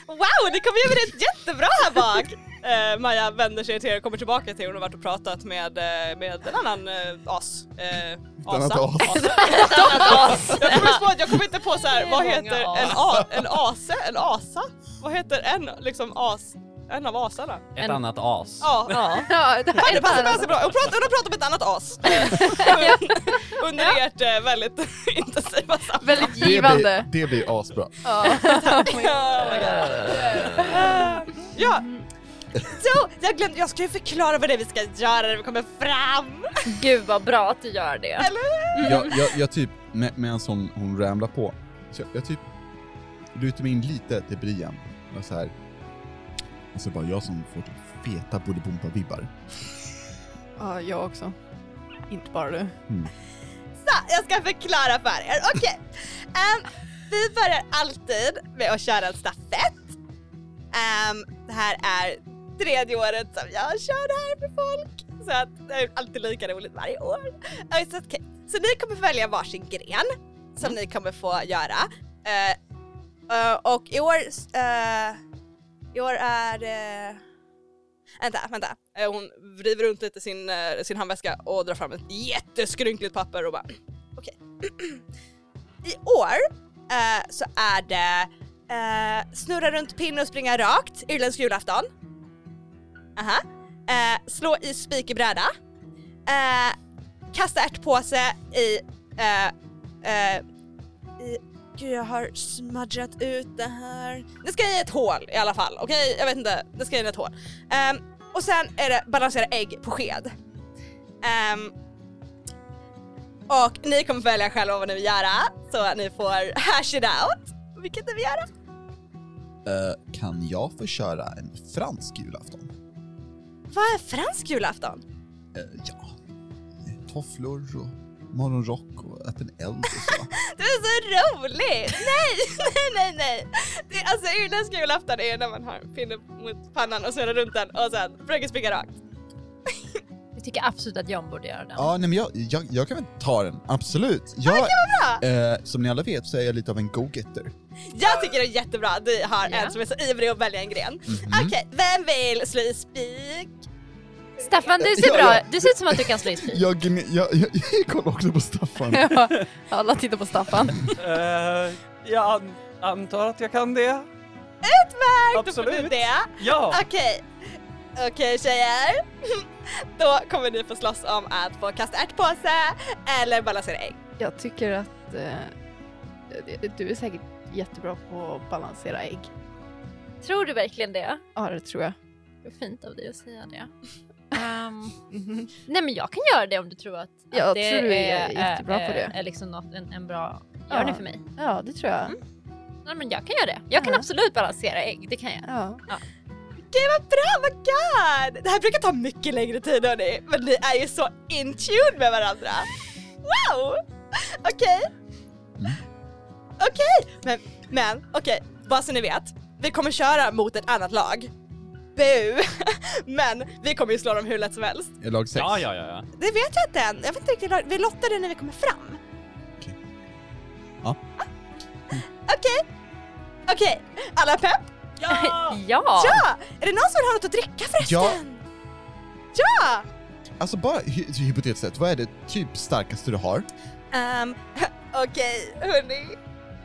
[SPEAKER 1] Wow, ni kom ju över det jättebra här bak! Eh, Maja vänder sig till er och kommer tillbaka till er. Hon har varit och pratat med, eh, med en annan eh, as. Eh,
[SPEAKER 2] annat
[SPEAKER 1] asa.
[SPEAKER 2] as.
[SPEAKER 1] Asa. Ett annat as. Jag kommer, på, jag kommer inte på så
[SPEAKER 4] Det
[SPEAKER 1] här,
[SPEAKER 4] är
[SPEAKER 1] vad
[SPEAKER 4] många
[SPEAKER 1] heter
[SPEAKER 4] as.
[SPEAKER 1] en, a, en ase? En asa? Vad heter en liksom as? En av asarna?
[SPEAKER 6] Ett
[SPEAKER 4] En-
[SPEAKER 6] annat as.
[SPEAKER 1] Ja,
[SPEAKER 4] Ja.
[SPEAKER 1] Ja,
[SPEAKER 5] ja, det här
[SPEAKER 1] det
[SPEAKER 5] är
[SPEAKER 1] passar
[SPEAKER 5] bara...
[SPEAKER 1] ganska bra. Hon pratar, hon har pratat om ett annat as. Eh, Under ert eh, väldigt intensiva samtal.
[SPEAKER 5] Väldigt
[SPEAKER 2] Det blir,
[SPEAKER 5] givande.
[SPEAKER 2] det blir asbra.
[SPEAKER 5] Ja.
[SPEAKER 1] Ja. Så, jag glömde, jag ska ju förklara vad det är vi ska göra när vi kommer fram.
[SPEAKER 4] Gud vad bra att du gör det.
[SPEAKER 2] Jag, jag, jag typ, med, medan hon, hon ramlar på, så jag, jag typ lutar mig in lite till Brian. Och så här. Och så bara jag som får typ feta Bolibompa-vibbar.
[SPEAKER 5] ja, ah, jag också. Inte bara du.
[SPEAKER 1] Så, jag ska förklara för er. Okej. Ehm, vi börjar alltid med att köra en stafett. Ehm, det här är tredje året som jag kör det här med folk. Så att det är alltid lika roligt varje år. Eh, Så, okej. så ni kommer välja varsin gren som ni kommer få göra. Eh, eh, och i år, eh, i år är det... Vänta, vänta. Eh, Hon vrider runt lite sin, eh, sin handväska och drar fram ett jätteskrynkligt papper och bara okej. I år eh, så är det eh, snurra runt pinn och springa rakt, irländsk julafton. Aha. Eh, slå i spik i bräda. Eh, kasta ärtpåse i, eh, eh, i... Gud jag har smudgat ut det här. Det ska i ett hål i alla fall, okej? Jag vet inte, det ska i ett hål. Ehm, och sen är det balansera ägg på sked. Ehm, och ni kommer välja själva vad ni vill göra, så ni får hash it out. Vilket ni vill göra.
[SPEAKER 2] Eh, kan jag få köra en fransk julafton?
[SPEAKER 1] Vad är fransk julafton?
[SPEAKER 2] Eh, ja. Tofflor och morgonrock och öppen eld och så.
[SPEAKER 1] Det är så roligt! Nej, nej, nej, nej! Det, alltså irländsk julafton är när man har en pinne mot pannan och snurrar runt den och sen försöker springa rakt.
[SPEAKER 4] Jag tycker absolut att John borde göra det.
[SPEAKER 2] Ja, nej men jag, jag, jag kan väl ta den, absolut. Jag, eh, som ni alla vet så är jag lite av en go-getter.
[SPEAKER 1] Jag tycker det är jättebra att vi har
[SPEAKER 4] Ja.
[SPEAKER 1] en som är så ivrig att välja en gren.
[SPEAKER 2] Mhm.
[SPEAKER 1] Okej, vem vill slå i spik?
[SPEAKER 4] Staffan, du ser
[SPEAKER 2] Ja,
[SPEAKER 4] bra
[SPEAKER 2] ja.
[SPEAKER 4] Du ser ut som att du kan slå i spik.
[SPEAKER 2] Jag, gni- jag, jag, jag kollar också på Staffan.
[SPEAKER 5] Ja, Alla tittar på Staffan.
[SPEAKER 6] Eh, jag an- antar att jag kan det.
[SPEAKER 1] Utmärkt! Då får du
[SPEAKER 6] Absolut.
[SPEAKER 1] det.
[SPEAKER 6] Ja!
[SPEAKER 1] Okej. Okej tjejer. Då kommer ni få slåss om att få kasta ärtpåse eller balansera ägg.
[SPEAKER 5] Jag tycker att eh, du är säkert jättebra på att balansera ägg.
[SPEAKER 4] Tror du verkligen det?
[SPEAKER 5] Ja, det tror jag.
[SPEAKER 4] Det var fint av dig att säga det. Ehm,
[SPEAKER 5] Mhm.
[SPEAKER 4] nej men jag kan göra det om du tror att, att
[SPEAKER 5] Jag
[SPEAKER 4] det
[SPEAKER 5] tror du
[SPEAKER 4] är,
[SPEAKER 5] är jättebra på
[SPEAKER 4] är,
[SPEAKER 5] det.
[SPEAKER 4] är liksom något, en, en bra
[SPEAKER 5] Ja.
[SPEAKER 4] görning för mig.
[SPEAKER 5] Ja, det tror jag.
[SPEAKER 4] Nej men jag kan göra det. Jag kan
[SPEAKER 5] Ja.
[SPEAKER 4] absolut balansera ägg, det kan jag.
[SPEAKER 5] Ja.
[SPEAKER 1] Gud vad bra, vad god! Det här brukar ta mycket längre tid hörni, men ni är ju så in tune med varandra. Wow! Okej.
[SPEAKER 2] Mm.
[SPEAKER 1] Okej, men, men okej, bara så ni vet. Vi kommer köra mot ett annat lag. Bu! men vi kommer ju slå dem hur lätt som helst.
[SPEAKER 2] Är lag sex?
[SPEAKER 6] Ja, ja, ja. ja.
[SPEAKER 1] Det vet jag inte än. Jag vet inte riktigt. hur- Vi lottar det när vi kommer fram.
[SPEAKER 2] Okej. Ja. Mm.
[SPEAKER 1] Ah. Okej. Okej. Alla är pepp?
[SPEAKER 4] Ja!
[SPEAKER 1] Ja! Är det någon som vill ha något att dricka förresten? Ja!
[SPEAKER 2] Alltså bara hy- hypotetiskt sett, vad är det typ starkaste du har?
[SPEAKER 1] Ehm, Okej, hörni.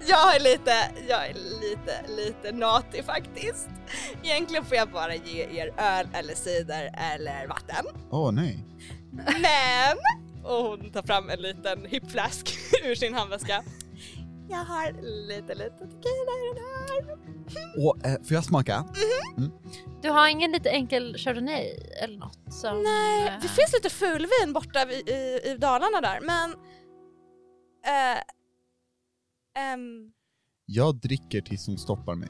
[SPEAKER 1] Jag är lite, jag är lite, lite natig faktiskt. Egentligen får jag bara ge er öl eller cider eller vatten.
[SPEAKER 2] Åh nej.
[SPEAKER 1] Men, och hon tar fram en liten hippflask ur sin handväska. Jag har lite, lite tequila i den här.
[SPEAKER 2] Och, eh, får jag smaka?
[SPEAKER 4] Du har ingen lite enkel chardonnay eller något som...
[SPEAKER 1] Nej, det finns lite fulvin borta vid, i, i Dalarna där, men... Eh, ehm,
[SPEAKER 2] Jag dricker tills hon stoppar mig.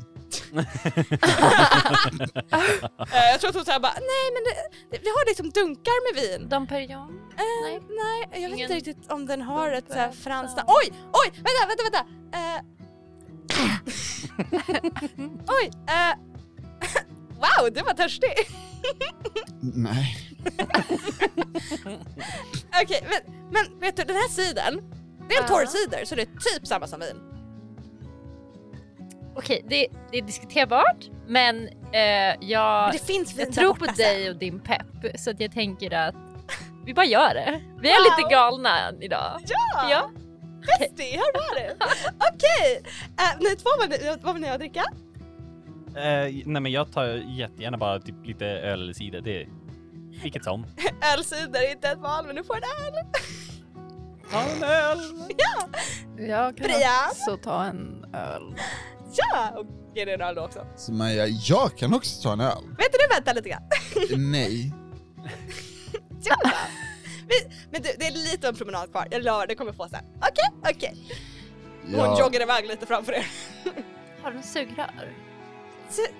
[SPEAKER 1] eh, jag tror att hon såhär bara, nej men det, det, vi har liksom dunkar med vin.
[SPEAKER 4] Dom Perignon?
[SPEAKER 1] Eh,
[SPEAKER 4] Nej.
[SPEAKER 1] nej, jag vet
[SPEAKER 4] Ingen eh.
[SPEAKER 1] inte riktigt om den har ett såhär
[SPEAKER 4] dunkar.
[SPEAKER 1] franskt namn. Oj, oj, vänta, vänta, vänta! Eh, oj, eh, wow, du var törstig!
[SPEAKER 2] Nej.
[SPEAKER 1] Okej, men, men vet du den här sidan, det är en
[SPEAKER 4] Ja.
[SPEAKER 1] torr cider så det är typ samma som vin.
[SPEAKER 4] Okej, det, det är diskuterbart men eh, jag,
[SPEAKER 1] Men det finns vin
[SPEAKER 4] jag
[SPEAKER 1] där
[SPEAKER 4] tror
[SPEAKER 1] borta
[SPEAKER 4] på
[SPEAKER 1] sen.
[SPEAKER 4] dig och din pepp så att jag tänker att vi bara gör det. Vi är
[SPEAKER 1] Wow.
[SPEAKER 4] lite galna idag.
[SPEAKER 1] Ja!
[SPEAKER 4] Ja.
[SPEAKER 1] Bästi, här var du! Okej! Eh, ni två, vad vill, vad vill ni ha att dricka?
[SPEAKER 6] Eh, nej men jag tar jättegärna bara typ lite öl eller cider. Det är vilket som.
[SPEAKER 1] Ölcider är inte ett val, men du får en öl!
[SPEAKER 6] Ta en öl!
[SPEAKER 5] Jag kan
[SPEAKER 1] Brian?
[SPEAKER 5] också ta en öl.
[SPEAKER 1] Ja! Och ge dig en öl då också.
[SPEAKER 2] Så Maja, jag kan också ta en öl.
[SPEAKER 1] Vet du, du väntar lite grann.
[SPEAKER 2] nej.
[SPEAKER 1] Ja. Vi- Men du, det är lite en promenad kvar. Jag lovar, det kommer få sen. Okej, okej. Hon
[SPEAKER 2] Jag,
[SPEAKER 1] joggar iväg lite framför er.
[SPEAKER 4] Har du en sugrör?
[SPEAKER 1] Ty-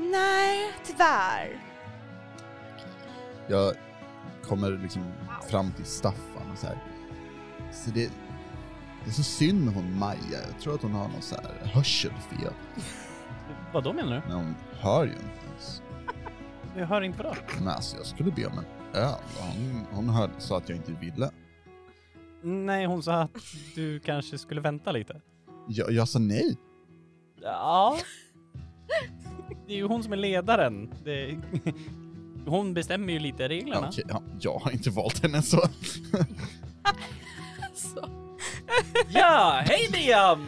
[SPEAKER 1] Nej, tyvärr.
[SPEAKER 2] jag kommer liksom fram till Staffan och så här. Så det, det är så synd med hon Maja. Jag tror att hon har någon så här hörselfel.
[SPEAKER 6] Vad då menar
[SPEAKER 2] Men hon hör ju inte ens.
[SPEAKER 6] du? Jag hör inte bra.
[SPEAKER 2] Men alltså jag skulle be om en öl. och Hon, hon hörde, sa att jag inte ville.
[SPEAKER 6] Nej, hon sa att du kanske skulle vänta lite.
[SPEAKER 2] Jag, jag sa nej.
[SPEAKER 6] Ja. Det är ju hon som är ledaren. Det... Hon bestämmer ju lite reglerna.
[SPEAKER 2] Okej, ja, jag har inte valt henne så.
[SPEAKER 6] Ja, hej Liam!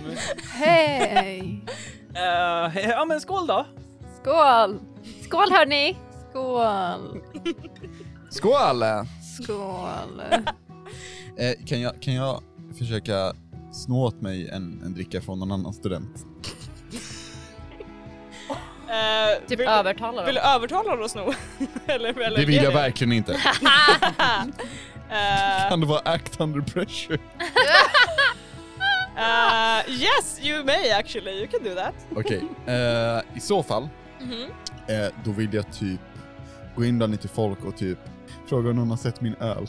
[SPEAKER 5] Hej!
[SPEAKER 6] Eh, ja men skål då!
[SPEAKER 5] Skål!
[SPEAKER 4] Skål hörni!
[SPEAKER 5] Skål!
[SPEAKER 2] Skål!
[SPEAKER 5] Skål!
[SPEAKER 2] Eh, kan, jag, kan jag försöka snå åt mig en, en dricka från någon annan student?
[SPEAKER 1] Eh,
[SPEAKER 4] Typ
[SPEAKER 1] vill,
[SPEAKER 4] övertalar
[SPEAKER 1] vill
[SPEAKER 4] dem.
[SPEAKER 1] du övertala honom att sno? eller, eller
[SPEAKER 2] Det vill jag
[SPEAKER 1] ge dig?
[SPEAKER 2] verkligen inte.
[SPEAKER 1] Eh,
[SPEAKER 2] Kan det vara act under pressure?
[SPEAKER 1] Uh, yes, you may actually, you can do that.
[SPEAKER 2] Okej, eh, i så fall, eh, då vill jag typ gå in bland lite folk och typ fråga om någon har sett min öl.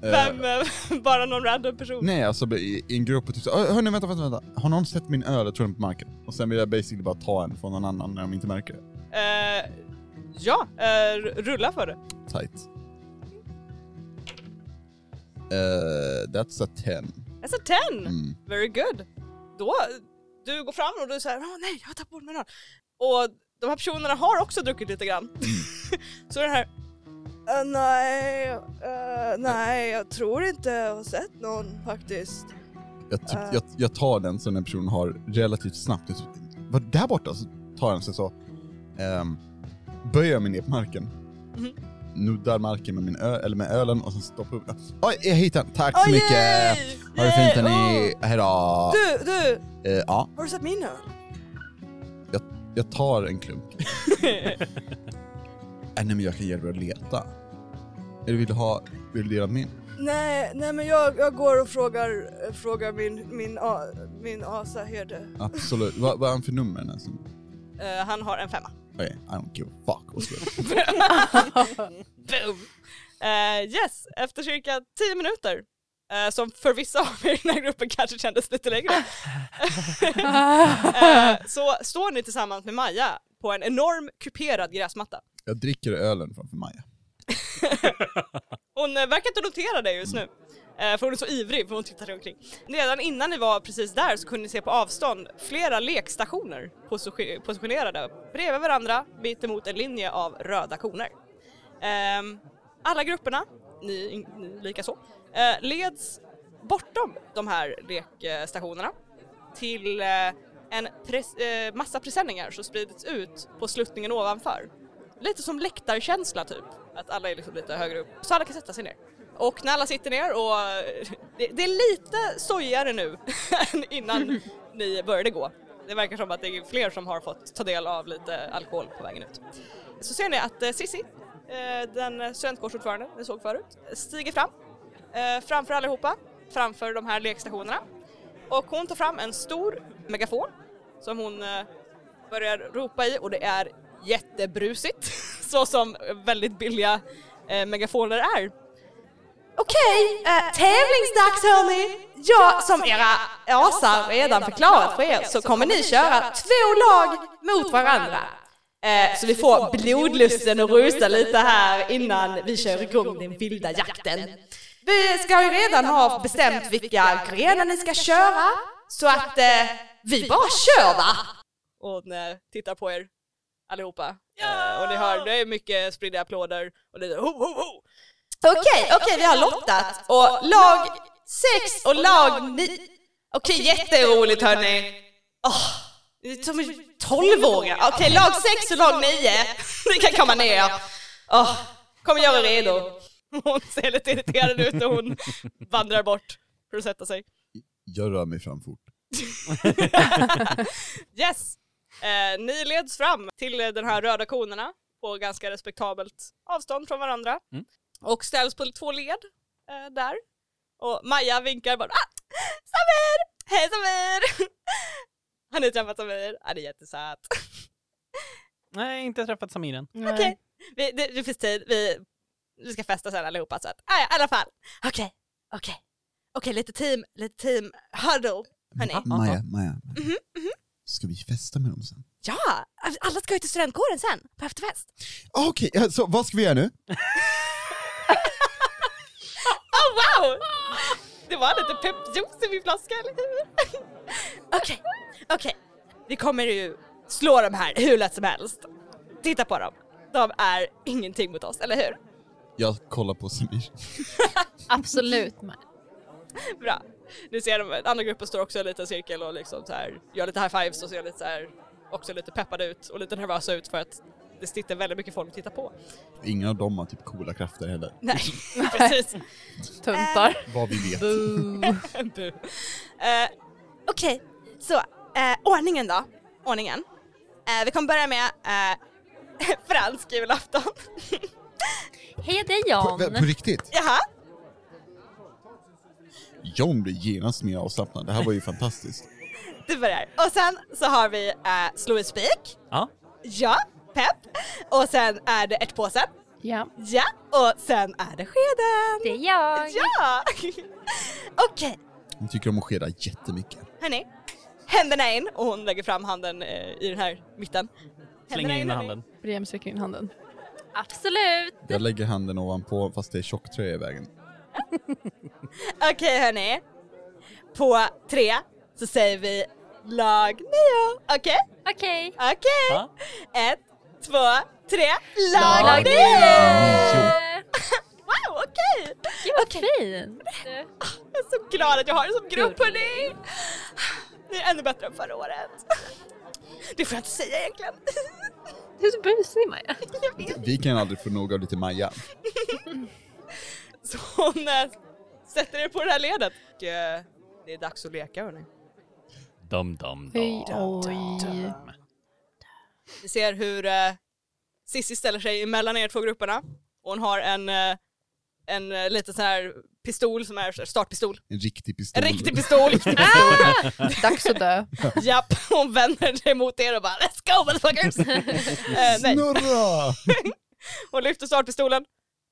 [SPEAKER 1] Vem, eh, bara någon random person.
[SPEAKER 2] Nej, alltså i, i en grupp och typ så, "Ö, hörni vänta, vänta, vänta. Har någon sett min öl? Jag tror den är på marken. Och sen vill jag basically bara ta en från någon annan när de inte märker det.
[SPEAKER 1] Eh, ja, eh, r- rulla för det.
[SPEAKER 2] Tight. Eh, that's a 10.
[SPEAKER 1] That's a 10!
[SPEAKER 2] Mm.
[SPEAKER 1] Very good. Då, du går fram och du säger åh nej, jag har tappat bort min öl. Och de här personerna har också druckit lite grann. så är det här, "Eh, nej, eh, nej, jag tror inte jag har sett någon faktiskt.
[SPEAKER 2] Jag, typ,
[SPEAKER 1] Eh.
[SPEAKER 2] jag, jag tar den som den personen har relativt snabbt. Jag typ, Vad, där borta? Så tar jag den så, så ehm, böjer jag mig ner på marken.
[SPEAKER 1] Mhm.
[SPEAKER 2] Nuddar marken med, min ö, eller med ölen och sen stoppar upp den. Oj, jag hittade den! Tack så mycket!
[SPEAKER 1] yay!
[SPEAKER 2] Ha det fint hörni!
[SPEAKER 1] Yay!
[SPEAKER 2] Hejdå!
[SPEAKER 1] Åh, Du, du,
[SPEAKER 2] Eh, ja,
[SPEAKER 1] har du sett min öl?
[SPEAKER 2] jag tar en klunk. äh, nej men jag kan hjälpa dig att leta. Eller vill du ha, vill du dela min?
[SPEAKER 1] nej, nej men jag, jag går och frågar, frågar min, min, a, min asaherde.
[SPEAKER 2] Absolut. Vad vad är han för nummer? den här som-
[SPEAKER 1] Eh, han har en femma.
[SPEAKER 2] Okej, I don't give a fuck. Och så-
[SPEAKER 1] Boom! Eh, yes, efter cirka 10 minuter, eh, som för vissa av er i den här gruppen kanske kändes lite längre, eh, så står ni tillsammans med Maja på en enorm kuperad gräsmatta.
[SPEAKER 2] jag dricker ölen framför Maja.
[SPEAKER 1] Hon eh, verkar inte notera det just nu, eh, för hon är så ivrig för hon tittar sig omkring. Redan innan ni var precis där så kunde ni se på avstånd flera lekstationer posi- positionerade bredvid varandra mitt emot en linje av röda koner. Ehm, alla grupperna, ni, ni likaså, eh, leds bortom de här lekstationerna till eh, en pres- eh, massa presenningar som spridits ut på sluttningen ovanför. Lite som läktarkänsla typ, att alla är liksom lite högre upp, så alla kan sätta sig ner. Och när alla sitter ner och det, det är lite sojigare nu än innan ni började gå. Det verkar som att det är fler som har fått ta del av lite alkohol på vägen ut. Så ser ni att eh, Sissi, eh, den studentkårsordförande ni såg förut, stiger fram eh, framför allihopa, framför de här lekstationerna. Och hon tar fram en stor megafon som hon eh, börjar ropa i och det är jättebrusigt, så som väldigt billiga eh, megafoner är. Okej, eh, tävlingsdags hörni! Jag, som era asar redan förklarat för er, så kommer ni köra två lag mot varandra. Eh, så vi får blodlusten att rusa lite här innan vi kör igång den vilda jakten. Vi ska ju redan ha bestämt vilka grenar ni ska köra, så att eh, vi bara kör va! Och när tittar på er allihopa. Eh, och ni hör, det är mycket spridda applåder och lite ho ho ho! Okej, okej vi har lottat och lag 6 och lag 9. Okej jätteroligt hörni! Åh, ni är som tolvåringar. Okej lag 6 och lag 9, ni kan komma ner. Åh, kom och gör er redo. Hon ser lite irriterad ut och hon vandrar bort för att sätta sig.
[SPEAKER 2] Jag rör mig fram fort.
[SPEAKER 1] Yes! Eh, ni leds fram till eh, den här röda konerna på ganska respektabelt avstånd från varandra.
[SPEAKER 6] Mm.
[SPEAKER 1] Och ställs på två led eh, där. Och Maja vinkar bara ah! Samir! Hej Samir! Har ni träffat Samir? Han är jättesöt.
[SPEAKER 6] Nej, inte träffat Samir än.
[SPEAKER 1] Okej, vi, det, det finns tid. Vi, vi ska festa sen allihopa. Så att, ah, ja, i alla fall. Okej, okej. Okej, lite team, lite team huddle.
[SPEAKER 2] Ah,
[SPEAKER 1] Hörni.
[SPEAKER 2] Maja, Maja. mhm. Ska vi festa med dem sen?
[SPEAKER 1] Ja, alla ska ju till studentkåren sen på efterfest.
[SPEAKER 2] Ah, Okej, ja, så vad ska vi göra nu?
[SPEAKER 1] Oh, wow! Det var lite peppjuice i min flaska, eller hur? Okej, okej. Vi kommer ju slå de här hur lätt som helst. Titta på dem. De är ingenting mot oss, eller hur?
[SPEAKER 2] Jag kollar på Samir.
[SPEAKER 4] Absolut. men-
[SPEAKER 1] Bra. Nu ser de, andra gruppen står också i en liten cirkel och liksom så här, gör lite high fives och ser lite så här, också lite peppade ut och lite nervösa ut för att det sitter väldigt mycket folk och tittar på.
[SPEAKER 2] Ingen av dem har typ coola krafter heller.
[SPEAKER 1] Nej, precis.
[SPEAKER 5] Tuntar.
[SPEAKER 2] Vad vi vet.
[SPEAKER 1] Bu. Eh, Okej, så eh, ordningen då. Ordningen. Eh, vi kommer börja med eh, fransk julafton.
[SPEAKER 4] Hej, det är
[SPEAKER 2] På,
[SPEAKER 4] Jan.
[SPEAKER 2] på riktigt?
[SPEAKER 1] Jaha?
[SPEAKER 2] John blir genast mer avslappnad. Det här var ju fantastiskt.
[SPEAKER 1] Du börjar. Och sen så har vi eh, slå i spik.
[SPEAKER 6] Ja.
[SPEAKER 1] Ja, pepp. Och sen är det ett påse.
[SPEAKER 5] Ja.
[SPEAKER 1] Ja, och sen är det skeden!
[SPEAKER 4] Det är jag!
[SPEAKER 1] Ja! Okej,
[SPEAKER 2] Hon tycker om att skeda jättemycket.
[SPEAKER 1] hörni. Händerna in och hon lägger fram handen eh, i den här mitten.
[SPEAKER 6] Slänger in med handen.
[SPEAKER 5] Brem sträcker in handen.
[SPEAKER 4] Absolut!
[SPEAKER 2] Jag lägger handen ovanpå fast det är tjocktröja i vägen.
[SPEAKER 1] Okej hörni. På tre så säger vi lag nio. Okej,
[SPEAKER 4] Okej.
[SPEAKER 1] okej.
[SPEAKER 6] Va?
[SPEAKER 1] Ett, två, tre. Lag,
[SPEAKER 4] Lag
[SPEAKER 1] nio!
[SPEAKER 4] Eh,
[SPEAKER 1] Wow, okej!
[SPEAKER 4] Gud vad fint!
[SPEAKER 1] Jag är så glad att jag har er som grupp hörni. Ni är ännu bättre än förra året. Det får jag inte säga egentligen.
[SPEAKER 4] Du är så busig Maja.
[SPEAKER 2] Vi kan aldrig få nog av lite Maja.
[SPEAKER 1] Så hon eh, sätter er på det här ledet. Och, eh, det är dags att leka hörni.
[SPEAKER 6] Dum, dum,
[SPEAKER 5] Oj,
[SPEAKER 6] dum.
[SPEAKER 5] oj.
[SPEAKER 1] Ni ser hur eh, Sissi ställer sig mellan er två grupperna. Och hon har en, eh, en eh, liten sån här pistol som är startpistol.
[SPEAKER 2] En riktig pistol.
[SPEAKER 1] En riktig pistol!
[SPEAKER 5] Dags att dö.
[SPEAKER 1] Japp, hon vänder sig mot er och bara “Let's go motherfuckers!” eh, nej.
[SPEAKER 2] Snurra!
[SPEAKER 1] Hon lyfter startpistolen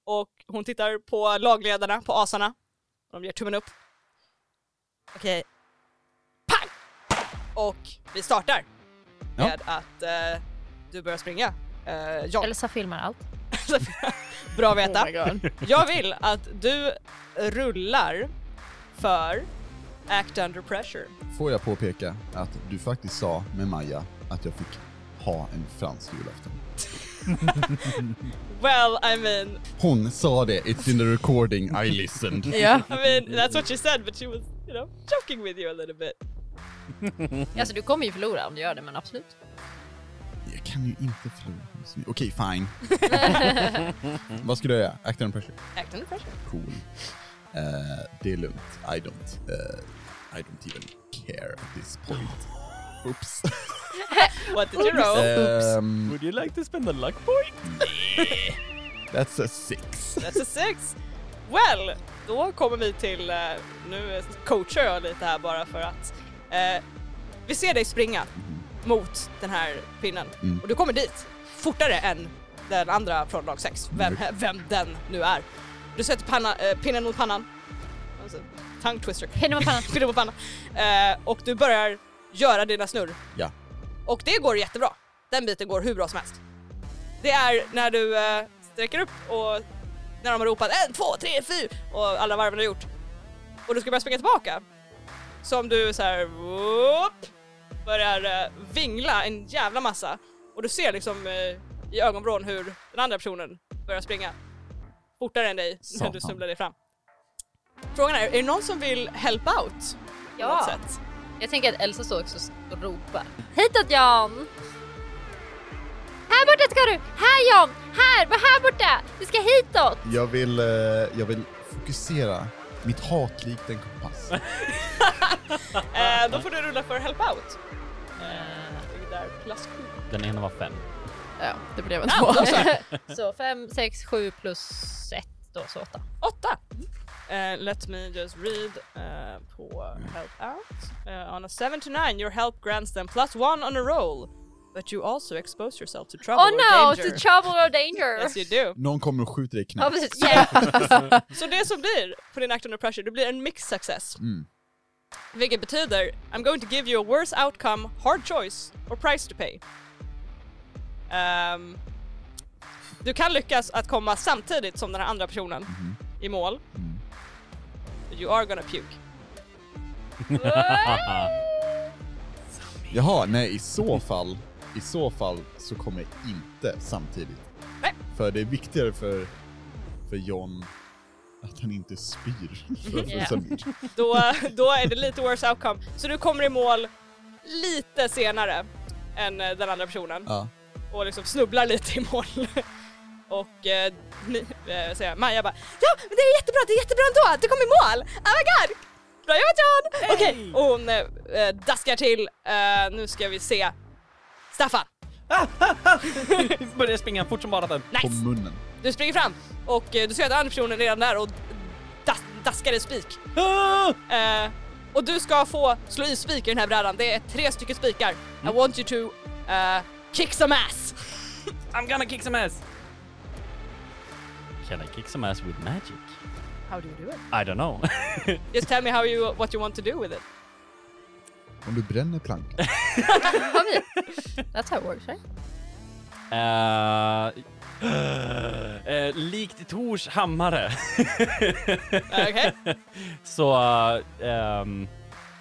[SPEAKER 1] och hon tittar på lagledarna, på asarna. De ger tummen upp. Okej. Pang! Och vi startar
[SPEAKER 2] Ja.
[SPEAKER 1] med att eh, du börjar springa. Eh, John.
[SPEAKER 4] Elsa filmar allt.
[SPEAKER 1] Bra att veta. Jag vill att du rullar för Act Under Pressure.
[SPEAKER 2] Får jag påpeka att du faktiskt sa med Maja att jag fick ha en fransk julafton.
[SPEAKER 1] Well, I mean,
[SPEAKER 2] Hon sa det, it's in the recording, I listened.
[SPEAKER 5] Ja.
[SPEAKER 1] I mean that's what she said but she was, you know, joking with you a little bit.
[SPEAKER 4] Alltså du kommer ju förlora om du gör det men absolut.
[SPEAKER 2] Jag kan ju inte förlora. Okej, fine. Vad ska du göra? Act under pressure?
[SPEAKER 1] Act Under Pressure.
[SPEAKER 2] Cool. Eh, det är lugnt. I don't, eh, I don't even care at this point. Oops.
[SPEAKER 1] What did you roll?
[SPEAKER 2] Ehm,
[SPEAKER 6] Would you like to spend a luck point?
[SPEAKER 2] that's a six.
[SPEAKER 1] That's a six. Well, då kommer vi till, eh, nu coachar jag lite här bara för att eh, vi ser dig springa mot den här pinnen
[SPEAKER 2] Mm.
[SPEAKER 1] och du kommer dit fortare än den andra från lag 6, vem, vem den nu är. Du sätter panna, eh, pinnen mot pannan, alltså, tongue twister,
[SPEAKER 4] Pinne mot pannan.
[SPEAKER 1] pinnen mot pannan eh, och du börjar göra dina snurr
[SPEAKER 2] Ja.
[SPEAKER 1] och det går jättebra. Den biten går hur bra som helst. Det är när du eh, sträcker upp och när de har ropat en, två, tre, fyra och alla varven du har gjort och du ska börja springa tillbaka som du så här whoop, börjar eh, vingla en jävla massa och du ser liksom eh, i ögonvrån hur den andra personen börjar springa fortare än dig när du
[SPEAKER 2] Satan.
[SPEAKER 1] snubblar dig fram. Frågan är, är det någon som vill help out? på något
[SPEAKER 4] Ja.
[SPEAKER 1] sätt?
[SPEAKER 4] Jag tänker att Elsa står också och ropar. Hitåt Jan! Här borta ska du! Här Jan! Här! Var här borta! Du ska hitåt!
[SPEAKER 2] Jag vill, eh, jag vill fokusera mitt hat likt en kompass.
[SPEAKER 1] Eh, då får du rulla för help out. Eh, det är plus sju.
[SPEAKER 6] Den ena var fem.
[SPEAKER 5] ja, det blev en
[SPEAKER 1] Ja,
[SPEAKER 5] två.
[SPEAKER 1] då så.
[SPEAKER 4] Så 5, 6, 7 plus 1 då, så 8.
[SPEAKER 1] Åtta! Eh, let me just read eh, på help out. Eh, on a 7 to 9 your help grants them plus one on a roll. But you also expose yourself to trouble
[SPEAKER 4] Oh
[SPEAKER 1] or
[SPEAKER 4] no!
[SPEAKER 1] danger.
[SPEAKER 4] To trouble or danger!
[SPEAKER 1] yes you do.
[SPEAKER 2] Någon kommer och skjuter dig i
[SPEAKER 4] Ja
[SPEAKER 2] knät.
[SPEAKER 4] precis, hjälp!
[SPEAKER 1] Så det som blir på din act under pressure, det blir en mixed success.
[SPEAKER 2] Mm.
[SPEAKER 1] Vilket betyder I'm going to give you a worse outcome, hard choice or price to pay. Ehm, du kan lyckas att komma samtidigt som den här andra personen i mål. But You are gonna puke.
[SPEAKER 2] Jaha, nej i så fall, i så fall så kommer jag inte samtidigt.
[SPEAKER 1] Nej.
[SPEAKER 2] För det är viktigare för, för John att han inte spyr. För att få
[SPEAKER 4] Ja.
[SPEAKER 2] samir.
[SPEAKER 1] då, då är det lite worse outcome. Så du kommer i mål lite senare än eh, den andra personen
[SPEAKER 2] Ja.
[SPEAKER 1] och liksom snubblar lite i mål. Och eh, ni, eh, säger, Maja bara “Ja, men det är jättebra, det är jättebra ändå! Du kom i mål! Oh my god! Bra jobbat John!” Okej, och hon eh, eh, daskar till. Eh, nu ska vi se. Staffan!
[SPEAKER 6] Börjar springa fort som bara den.
[SPEAKER 2] På
[SPEAKER 1] Nice!
[SPEAKER 2] munnen.
[SPEAKER 1] Du springer fram och eh, du ser att den andra personen är redan där och das daskar i spik.
[SPEAKER 6] Ah!
[SPEAKER 1] Eh, och du ska få slå i spik i den här brädan. Det är tre stycken spikar. I want you to eh, kick some ass.
[SPEAKER 6] I'm gonna kick some ass! Can I kick some ass with magic?
[SPEAKER 4] How do you do it?
[SPEAKER 6] I don't know.
[SPEAKER 1] Just tell me how you, what you want to do with it.
[SPEAKER 2] Om du bränner plankan.
[SPEAKER 4] That's how it works right?
[SPEAKER 6] Eh, eh, likt Tors hammare
[SPEAKER 1] Eh, Okej?
[SPEAKER 6] så um,